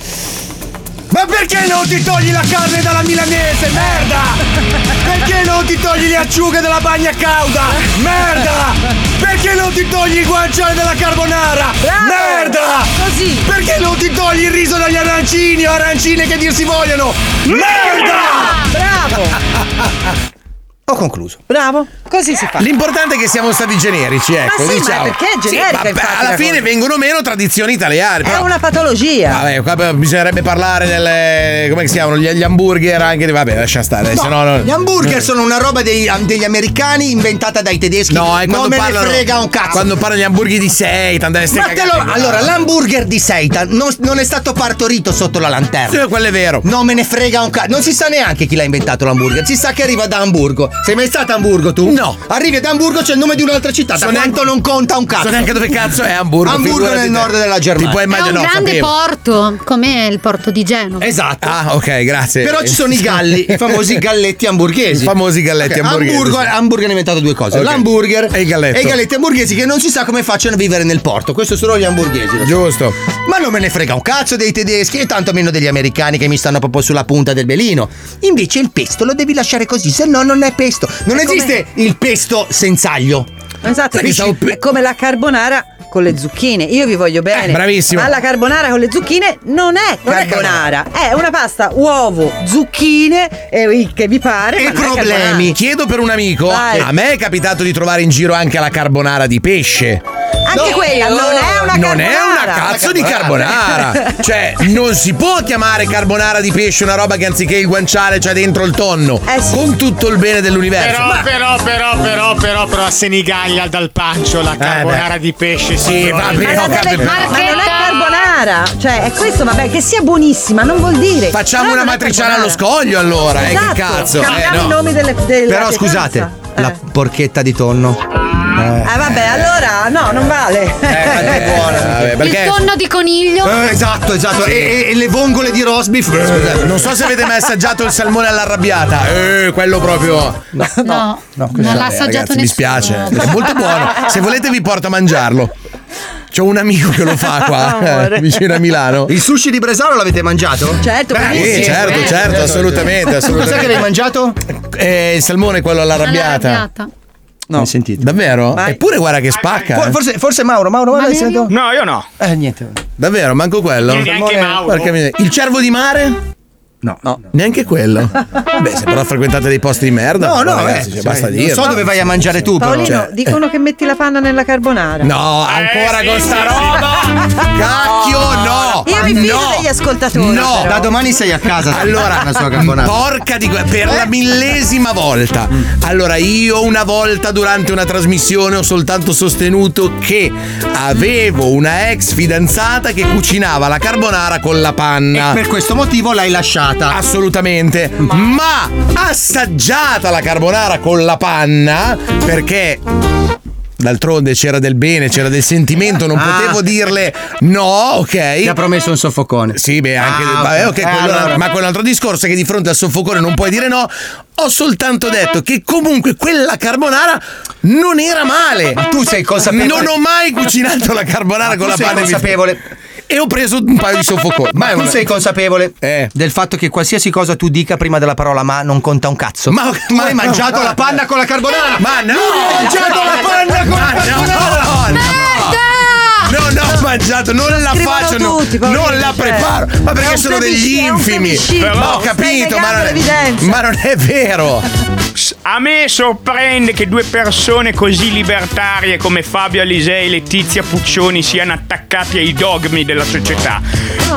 Speaker 3: ma perché non ti togli la carne dalla milanese, merda? Perché non ti togli le acciughe dalla bagna cauda? Merda! Perché non ti togli il guanciale dalla carbonara? Merda!
Speaker 16: Così!
Speaker 3: Perché non ti togli il riso dagli arancini o arancine che dir si vogliono? Merda!
Speaker 16: Bravo!
Speaker 3: Ho concluso.
Speaker 16: Bravo, così si fa.
Speaker 2: L'importante è che siamo stati generici, ecco.
Speaker 16: sì, ma
Speaker 2: diciamo.
Speaker 16: perché è
Speaker 2: Sì,
Speaker 16: generica,
Speaker 2: vabbè,
Speaker 16: infatti, la
Speaker 2: alla fine
Speaker 16: cosa.
Speaker 2: vengono meno tradizioni italiane.
Speaker 16: È
Speaker 2: però-
Speaker 16: una patologia.
Speaker 2: Vabbè, qua beh, bisognerebbe parlare delle. come si chiamano? Gli, gli hamburger anche. Vabbè, lascia stare. se no, no-
Speaker 3: Gli hamburger sono una roba dei- degli americani inventata dai tedeschi.
Speaker 2: No, è
Speaker 3: non
Speaker 2: quando
Speaker 3: me
Speaker 2: parlano-
Speaker 3: ne frega un cazzo.
Speaker 2: Quando parlano di hamburger di seitan, delle ste
Speaker 3: Ma te
Speaker 2: cagate
Speaker 3: lo-
Speaker 2: qua.
Speaker 3: allora, l'hamburger di Seitan non, non è stato partorito sotto la lanterna.
Speaker 2: Sì, quello è vero.
Speaker 3: Non me ne frega un cazzo. Non si sa neanche chi l'ha inventato l'hamburger. Si sa che arriva da Hamburgo. Sei mai stata a Hamburgo tu? No. Arrivi ad Hamburgo c'è il nome di un'altra città. Da
Speaker 2: So
Speaker 3: quanto non conta un cazzo.
Speaker 2: so neanche dove cazzo è Hamburgo,
Speaker 3: Hamburgo
Speaker 2: figurati
Speaker 3: nel
Speaker 2: te.
Speaker 3: nord della Germania.
Speaker 2: Ti puoi
Speaker 7: È un
Speaker 2: immaginare- no,
Speaker 7: grande
Speaker 2: sapevo.
Speaker 7: porto, come il porto di Genova.
Speaker 3: Esatto.
Speaker 2: Ah, ok, grazie.
Speaker 3: Però ci sono i galli, i famosi galletti hamburghesi.
Speaker 2: I famosi galletti
Speaker 3: Ok,
Speaker 2: hamburghesi,
Speaker 3: Hamburgo,
Speaker 2: sì.
Speaker 3: Hamburgo ha inventato due cose:
Speaker 2: Ok.
Speaker 3: l'hamburger
Speaker 2: E il galletto.
Speaker 3: e i galletti hamburghesi che non si sa come facciano a vivere nel porto. Questo solo gli hamburghesi. lo so.
Speaker 2: Giusto.
Speaker 3: Ma non me ne frega un cazzo dei tedeschi e tanto meno degli americani che mi stanno proprio sulla punta del belino. Invece il pesto lo devi lasciare così, se no non è pesto. Non esiste il pesto senza aglio.
Speaker 16: Esatto,
Speaker 3: Sai che
Speaker 16: capisci?
Speaker 3: stavo pe-
Speaker 16: è come la carbonara con le zucchine. Io vi voglio bene.
Speaker 3: bravissimo.
Speaker 16: Ma la carbonara con le zucchine non è carbonara. È, una pasta uovo, zucchine e il che vi pare. ma
Speaker 2: E
Speaker 16: non è carbonara.
Speaker 2: problemi. Chiedo per un amico.
Speaker 16: Vai.
Speaker 2: A me è capitato di trovare in giro anche la carbonara di pesce.
Speaker 16: Anche quella non è una
Speaker 2: non
Speaker 16: carbonara.
Speaker 2: è una cazzo di carbonara. cioè, non si può chiamare carbonara di pesce una roba che anziché il guanciale c'è dentro il tonno. Con tutto il bene dell'universo.
Speaker 17: Però,
Speaker 2: Ma-
Speaker 17: però, però, però, però, però, a Senigallia dal pancio la carbonara di pesce. Sì,
Speaker 2: Eh, va
Speaker 16: Ma non, deve- ma non è carbonara. Cioè, è questo, vabbè, che sia buonissima, non vuol dire.
Speaker 2: Facciamo una matriciana allo scoglio allora, eh, che
Speaker 16: Esatto.
Speaker 2: cazzo,
Speaker 16: Cambiamo
Speaker 2: eh, no.
Speaker 16: i nomi delle, Eh. delle
Speaker 3: Però
Speaker 16: delle
Speaker 3: scusate,
Speaker 16: pietanze.
Speaker 3: la porchetta di tonno.
Speaker 16: Ah, vabbè, allora no, non vale.
Speaker 7: Eh,
Speaker 2: Eh,
Speaker 3: vabbè,
Speaker 7: Il tonno di coniglio.
Speaker 3: Eh, esatto, esatto.
Speaker 2: Sì. Eh.
Speaker 3: E, e- e le vongole di Rosbif.
Speaker 2: Scusate, non so se avete mai assaggiato il salmone all'arrabbiata. Eh, quello proprio. No,
Speaker 7: No, non l'ha assaggiato
Speaker 2: ragazzi, Mi
Speaker 7: nessuno.
Speaker 2: spiace. È molto buono. Se volete vi porto a mangiarlo. C'ho un amico che lo fa qua,
Speaker 3: Amore.
Speaker 2: eh, vicino a Milano.
Speaker 3: Il sushi di Bresano l'avete mangiato?
Speaker 16: Certo,
Speaker 2: Beh, sì,
Speaker 3: benissimo.
Speaker 2: certo,
Speaker 3: Eh,
Speaker 2: certo,
Speaker 3: certo.
Speaker 2: assolutamente, assolutamente.
Speaker 3: Cos'è che l'hai mangiato?
Speaker 2: Eh, il salmone quello all'arrabbiata.
Speaker 3: No, mi sentite.
Speaker 2: Davvero? Eppure guarda che spacca. eh.
Speaker 3: Forse, forse Mauro, Mauro, Mauro, hai sentito?
Speaker 17: No, io no.
Speaker 3: Eh, niente.
Speaker 2: Davvero, manco quello.
Speaker 3: E neanche Mauro.
Speaker 2: Porca miseria. Il cervo di mare?
Speaker 3: No.
Speaker 2: Neanche quello. Beh, se però frequentate dei posti di merda.
Speaker 3: No, no,
Speaker 2: ragazzi, cioè,
Speaker 3: eh, sai,
Speaker 2: basta
Speaker 3: non
Speaker 2: dire.
Speaker 3: so dove vai a mangiare tu, però. eh.
Speaker 16: Paolino,
Speaker 2: Cioè,
Speaker 16: dicono che metti la panna nella carbonara.
Speaker 2: No, ancora
Speaker 11: Eh,
Speaker 2: con sta roba. Cacchio,
Speaker 11: Oh.
Speaker 2: no.
Speaker 16: Io mi fido
Speaker 2: No.
Speaker 16: degli ascoltatori.
Speaker 2: No.
Speaker 16: però.
Speaker 3: Da domani sei a casa.
Speaker 2: Allora,
Speaker 3: la sua carbonara.
Speaker 2: porca di que- per la millesima volta.
Speaker 3: Mm.
Speaker 2: Allora, io una volta durante una trasmissione ho soltanto sostenuto che avevo una ex fidanzata che cucinava la carbonara con la panna.
Speaker 3: E per questo motivo l'hai lasciata.
Speaker 2: Assolutamente. Ma assaggiata la carbonara con la panna perché D'altronde c'era del bene, c'era del sentimento, non
Speaker 3: Ah.
Speaker 2: potevo dirle no, ok.
Speaker 3: Ti ha promesso un soffocone.
Speaker 2: Sì, beh, anche.
Speaker 3: Ah,
Speaker 2: vabbè, ok,
Speaker 3: eh,
Speaker 2: quello-
Speaker 3: allora.
Speaker 2: Ma quell'altro discorso è che di fronte al soffocone non puoi dire no. Ho soltanto detto che comunque quella carbonara non era male.
Speaker 3: Ma tu sei consapevole.
Speaker 2: Non ho mai cucinato la carbonara
Speaker 3: Ma
Speaker 2: con
Speaker 3: tu
Speaker 2: la
Speaker 3: sei
Speaker 2: panna e mi-
Speaker 3: consapevole.
Speaker 2: E ho preso un paio di soffoconi.
Speaker 3: Ma tu
Speaker 2: una-
Speaker 3: sei consapevole del fatto che qualsiasi cosa tu dica prima della parola ma non conta un cazzo. Ma, hai mangiato la panna con la carbonara?
Speaker 2: Ma no!
Speaker 3: Non hai mangiato la
Speaker 2: Ah,
Speaker 3: panna con la carbonara!
Speaker 2: No, no, no, no, ho mangiato, non la
Speaker 3: scrivono
Speaker 2: faccio, no,
Speaker 3: tutti, Paolino,
Speaker 2: non la
Speaker 3: cioè.
Speaker 2: preparo. Ma
Speaker 3: È
Speaker 2: perché
Speaker 3: un
Speaker 2: sono degli
Speaker 3: femmici- è un
Speaker 2: infimi?
Speaker 3: femmicinio.
Speaker 2: Ma ho
Speaker 3: Stai
Speaker 2: capito, ma
Speaker 3: negando
Speaker 2: non, è,
Speaker 3: l'evidenza.
Speaker 2: ma non è vero.
Speaker 11: A me sorprende che due persone così libertarie come Fabio Alisei e Letizia Puccioni siano attaccati ai dogmi della società.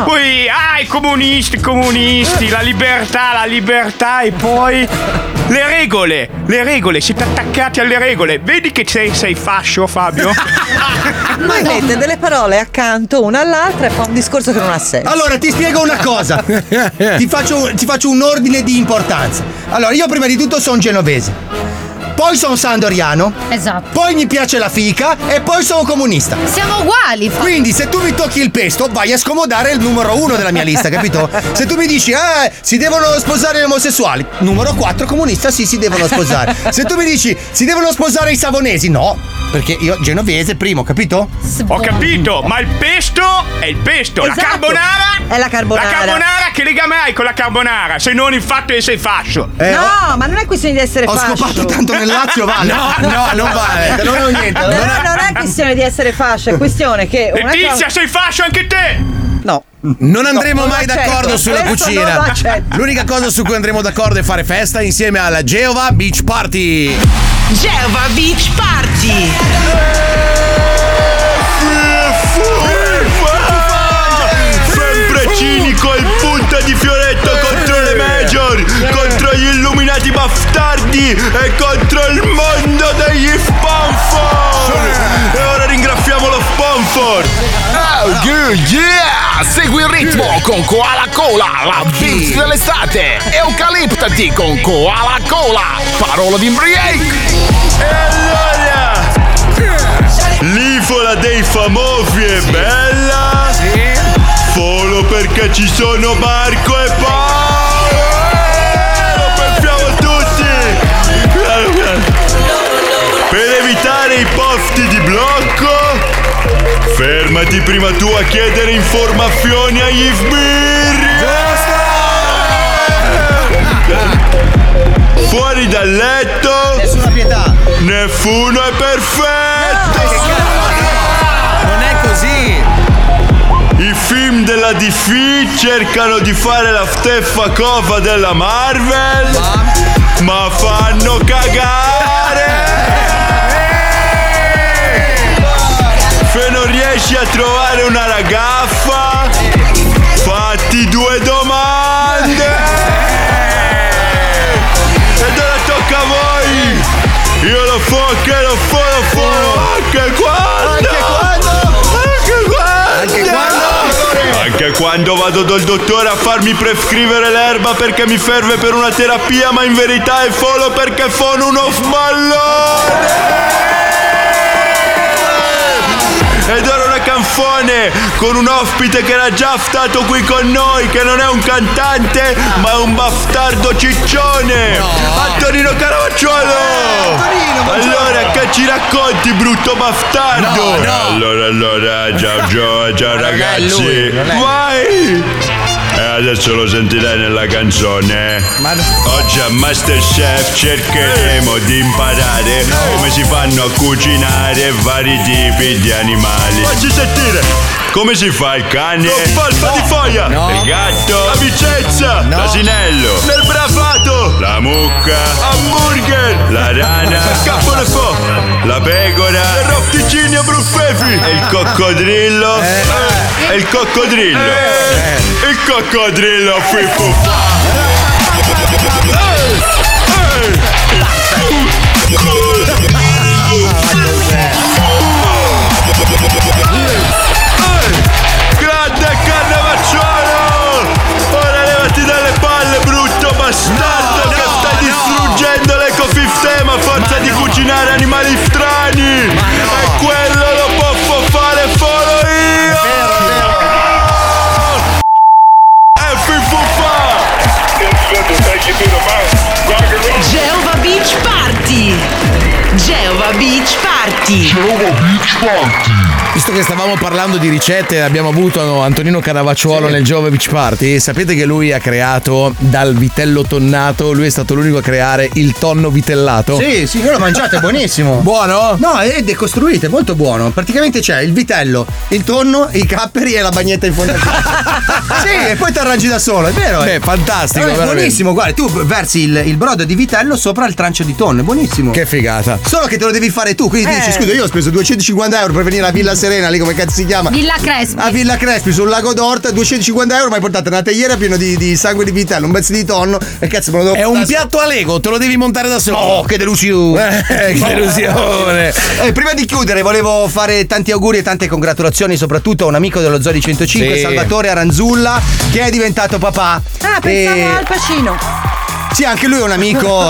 Speaker 11: Poi, ah, i comunisti, i comunisti, la libertà, la libertà e poi le regole, le regole, siete attaccati alle regole. Vedi che sei, sei fascio, Fabio?
Speaker 16: Lui mette delle parole accanto una all'altra e fa un discorso che non ha senso.
Speaker 3: Allora ti spiego una cosa, ti, faccio, ti faccio un ordine di importanza. Allora io prima di tutto sono genovese, poi sono sandoriano,
Speaker 7: Esatto.
Speaker 3: poi mi piace la fica e poi sono comunista.
Speaker 7: Siamo uguali. fa-
Speaker 3: Quindi se tu mi tocchi il pesto vai a scomodare il numero uno della mia lista, capito? Se tu mi dici eh si devono sposare gli omosessuali, numero 4 comunista sì si devono sposare. Se tu mi dici si devono sposare i savonesi, no, perché io genovese primo, capito?
Speaker 11: Ho capito, ma il pesto è il pesto, la
Speaker 3: Esatto.
Speaker 11: carbonara
Speaker 16: È la carbonara.
Speaker 11: La carbonara che lega mai con la carbonara, se non il fatto che sei fascio.
Speaker 4: eh,
Speaker 16: no, ma non è questione di essere
Speaker 11: ho
Speaker 16: fascio.
Speaker 11: scopato tanto nel Lazio, vale.
Speaker 2: No, no, non vale.
Speaker 11: Non ho niente,
Speaker 16: No,
Speaker 11: non
Speaker 16: no,
Speaker 11: è-
Speaker 16: non è questione di essere fascio, è questione che. una
Speaker 11: Letizia,
Speaker 16: cosa-
Speaker 11: sei fascio anche te!
Speaker 16: No.
Speaker 2: Non andremo
Speaker 16: non lo
Speaker 2: mai
Speaker 16: accetto.
Speaker 2: d'accordo sulla
Speaker 16: Questo non lo
Speaker 2: cucina.
Speaker 16: accetto.
Speaker 2: L'unica cosa su cui andremo d'accordo è fare festa insieme alla Geova Beach Party.
Speaker 4: Geova Beach Party.
Speaker 11: Sempre cinico e punta di fioretto contro le major, contro gli illuminati bastardi e contro il mondo degli sponsor! E ora ringrazziamo lo sponsor! Oh, good, yeah!
Speaker 23: segui il ritmo con Koala Cola, la beat dell'estate. Eucaliptati con Koala Cola, parola di break.
Speaker 25: L'isola dei famosi è bella solo perché ci sono Marco e Paolo. Pensiamo tutti. Piano, piano. Per evitare i posti di blocco, fermati prima tu a chiedere informazioni agli sbirri. Eh. Fuori dal letto, nessuna pietà. Nessuno è perfetto. non è così. I film della DC cercano di fare la stessa cosa della Marvel, ma fanno cagare. Se non riesci a trovare una ragazza, fatti due domande. Ed ora tocca a voi. Io lo fo, che lo fo, lo fo, anche quando. Anche quando. Anche quando. Anche quando. vado dal dottore a farmi prescrivere l'erba perché mi serve per una terapia, ma in verità è solo perché sono uno smallone. Ed ora una canzone con un ospite che era già stato qui con noi, che non è un cantante, ma è un bastardo ciccione. Antonino Caravacciolo! allora, che ci racconti, brutto
Speaker 33: Ah,
Speaker 25: bastardo? Allora, allora, ciao, ciao, ciao ragazzi.
Speaker 33: lui, non è.
Speaker 25: Vai! E adesso lo sentirai nella canzone. Oggi a Masterchef cercheremo di imparare come si fanno a cucinare vari tipi di animali. Facci sentire! Come si fa il cane? Con polpa di foglia! Il gatto! La vicenza! L'asinello! Nel bravato! La mucca! Hamburger! La rana! Cappolefo! La pecora! Il rotticinio bruffefi! E il coccodrillo! E il coccodrillo! Il coccodrillo fifufa! Grande carnavacciolo! Ora levati dalle palle, brutto bastardo che stai distruggendo l'ecosistema a forza di cucinare animali strani! E quello lo posso fare solo io! E
Speaker 4: Geova Beach Party. Geova Beach Party.
Speaker 2: Visto che stavamo parlando di ricette, abbiamo avuto Antonino Caravacciuolo nel Giove Beach Party. Sapete che lui ha creato dal vitello tonnato, lui è stato l'unico a creare il tonno vitellato.
Speaker 3: Sì, sì, voi lo mangiate, Cioè, è buonissimo.
Speaker 2: Buono?
Speaker 3: No, è decostruito, è molto buono. Praticamente c'è il vitello, il tonno, i capperi e la bagnetta in fondo. al piatto. sì, e poi ti arrangi da solo, è vero?
Speaker 2: Sì, è fantastico,
Speaker 3: Allora, è
Speaker 2: veramente.
Speaker 3: buonissimo, guarda, tu versi il, il brodo di vitello sopra il trancio di tonno, è buonissimo. Che
Speaker 2: figata.
Speaker 3: Solo che te lo devi fare tu, quindi
Speaker 7: Eh.
Speaker 3: dici, scusa, io ho speso 250 euro per venire a Villa Serena, lì come cazzo si chiama?
Speaker 7: Villa Crespi.
Speaker 3: A Villa Crespi, sul lago d'Orta, 250 euro, mi hai portato una teiera piena di, di sangue di vitello, un pezzo di tonno, e cazzo me lo devo
Speaker 2: È un piatto a Lego, te lo devi montare da solo.
Speaker 3: Oh, che delusione!
Speaker 2: Eh,
Speaker 16: Oh.
Speaker 2: che delusione.
Speaker 3: Eh, prima di chiudere, volevo fare tanti auguri e tante congratulazioni, soprattutto a un amico dello Zoli 105,
Speaker 2: Sì.
Speaker 3: Salvatore Aranzulla, che è diventato papà.
Speaker 16: Ah, pensavo
Speaker 3: E-
Speaker 16: al Pacino.
Speaker 3: Sì, anche lui è un amico,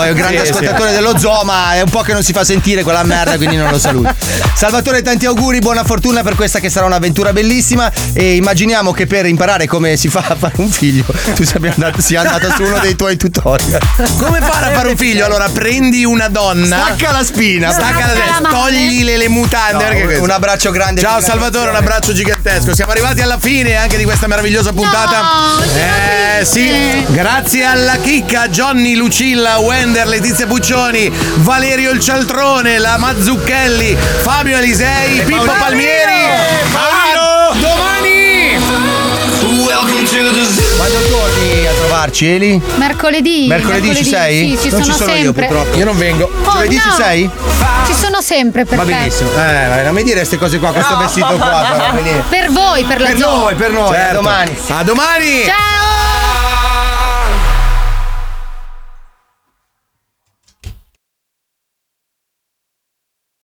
Speaker 3: è un grande
Speaker 16: Sì, sì.
Speaker 3: ascoltatore dello zoo, ma è un po' che non si fa sentire quella merda, quindi non lo saluto. Salvatore, tanti auguri, buona fortuna per questa che sarà un'avventura bellissima. E immaginiamo che per imparare come si fa a fare un figlio, tu sia andato, sia andato su uno dei tuoi tutorial.
Speaker 2: Come fare a fare un figlio? Allora prendi una donna.
Speaker 3: Stacca la spina.
Speaker 2: Stacca la testa. Togli le, le mutande.
Speaker 3: No,
Speaker 2: perché
Speaker 3: un-
Speaker 2: questo-
Speaker 3: un abbraccio grande,
Speaker 2: Ciao
Speaker 3: grazie.
Speaker 2: Salvatore, un abbraccio gigantesco. Siamo arrivati alla fine anche di questa meravigliosa puntata. eh sì. Grazie alla chicca, Johnny, Lucilla, Wender, Letizia Puccioni, Valerio il Cialtrone, la Mazzucchelli, Fabio Alisei, Pippo
Speaker 12: Paolino.
Speaker 2: Palmieri. Ah, A domani!
Speaker 3: Quando torni a trovarci, Eli?
Speaker 7: Mercoledì.
Speaker 3: Mercoledì ci sei?
Speaker 7: Sì, ci
Speaker 3: Non
Speaker 7: sono,
Speaker 3: ci sono io,
Speaker 7: sempre.
Speaker 3: purtroppo. Io non vengo.
Speaker 7: Oh,
Speaker 3: Giovedì ci
Speaker 7: no.
Speaker 3: sei?
Speaker 7: Ci sono sempre per
Speaker 3: Va
Speaker 7: te.
Speaker 3: benissimo. Eh, vai, non mi dire queste cose qua, questo vestito qua. però, va bene.
Speaker 7: Per voi, per la
Speaker 3: Per
Speaker 7: zona.
Speaker 3: noi, per noi, Certo. a domani.
Speaker 2: A domani!
Speaker 7: Ciao!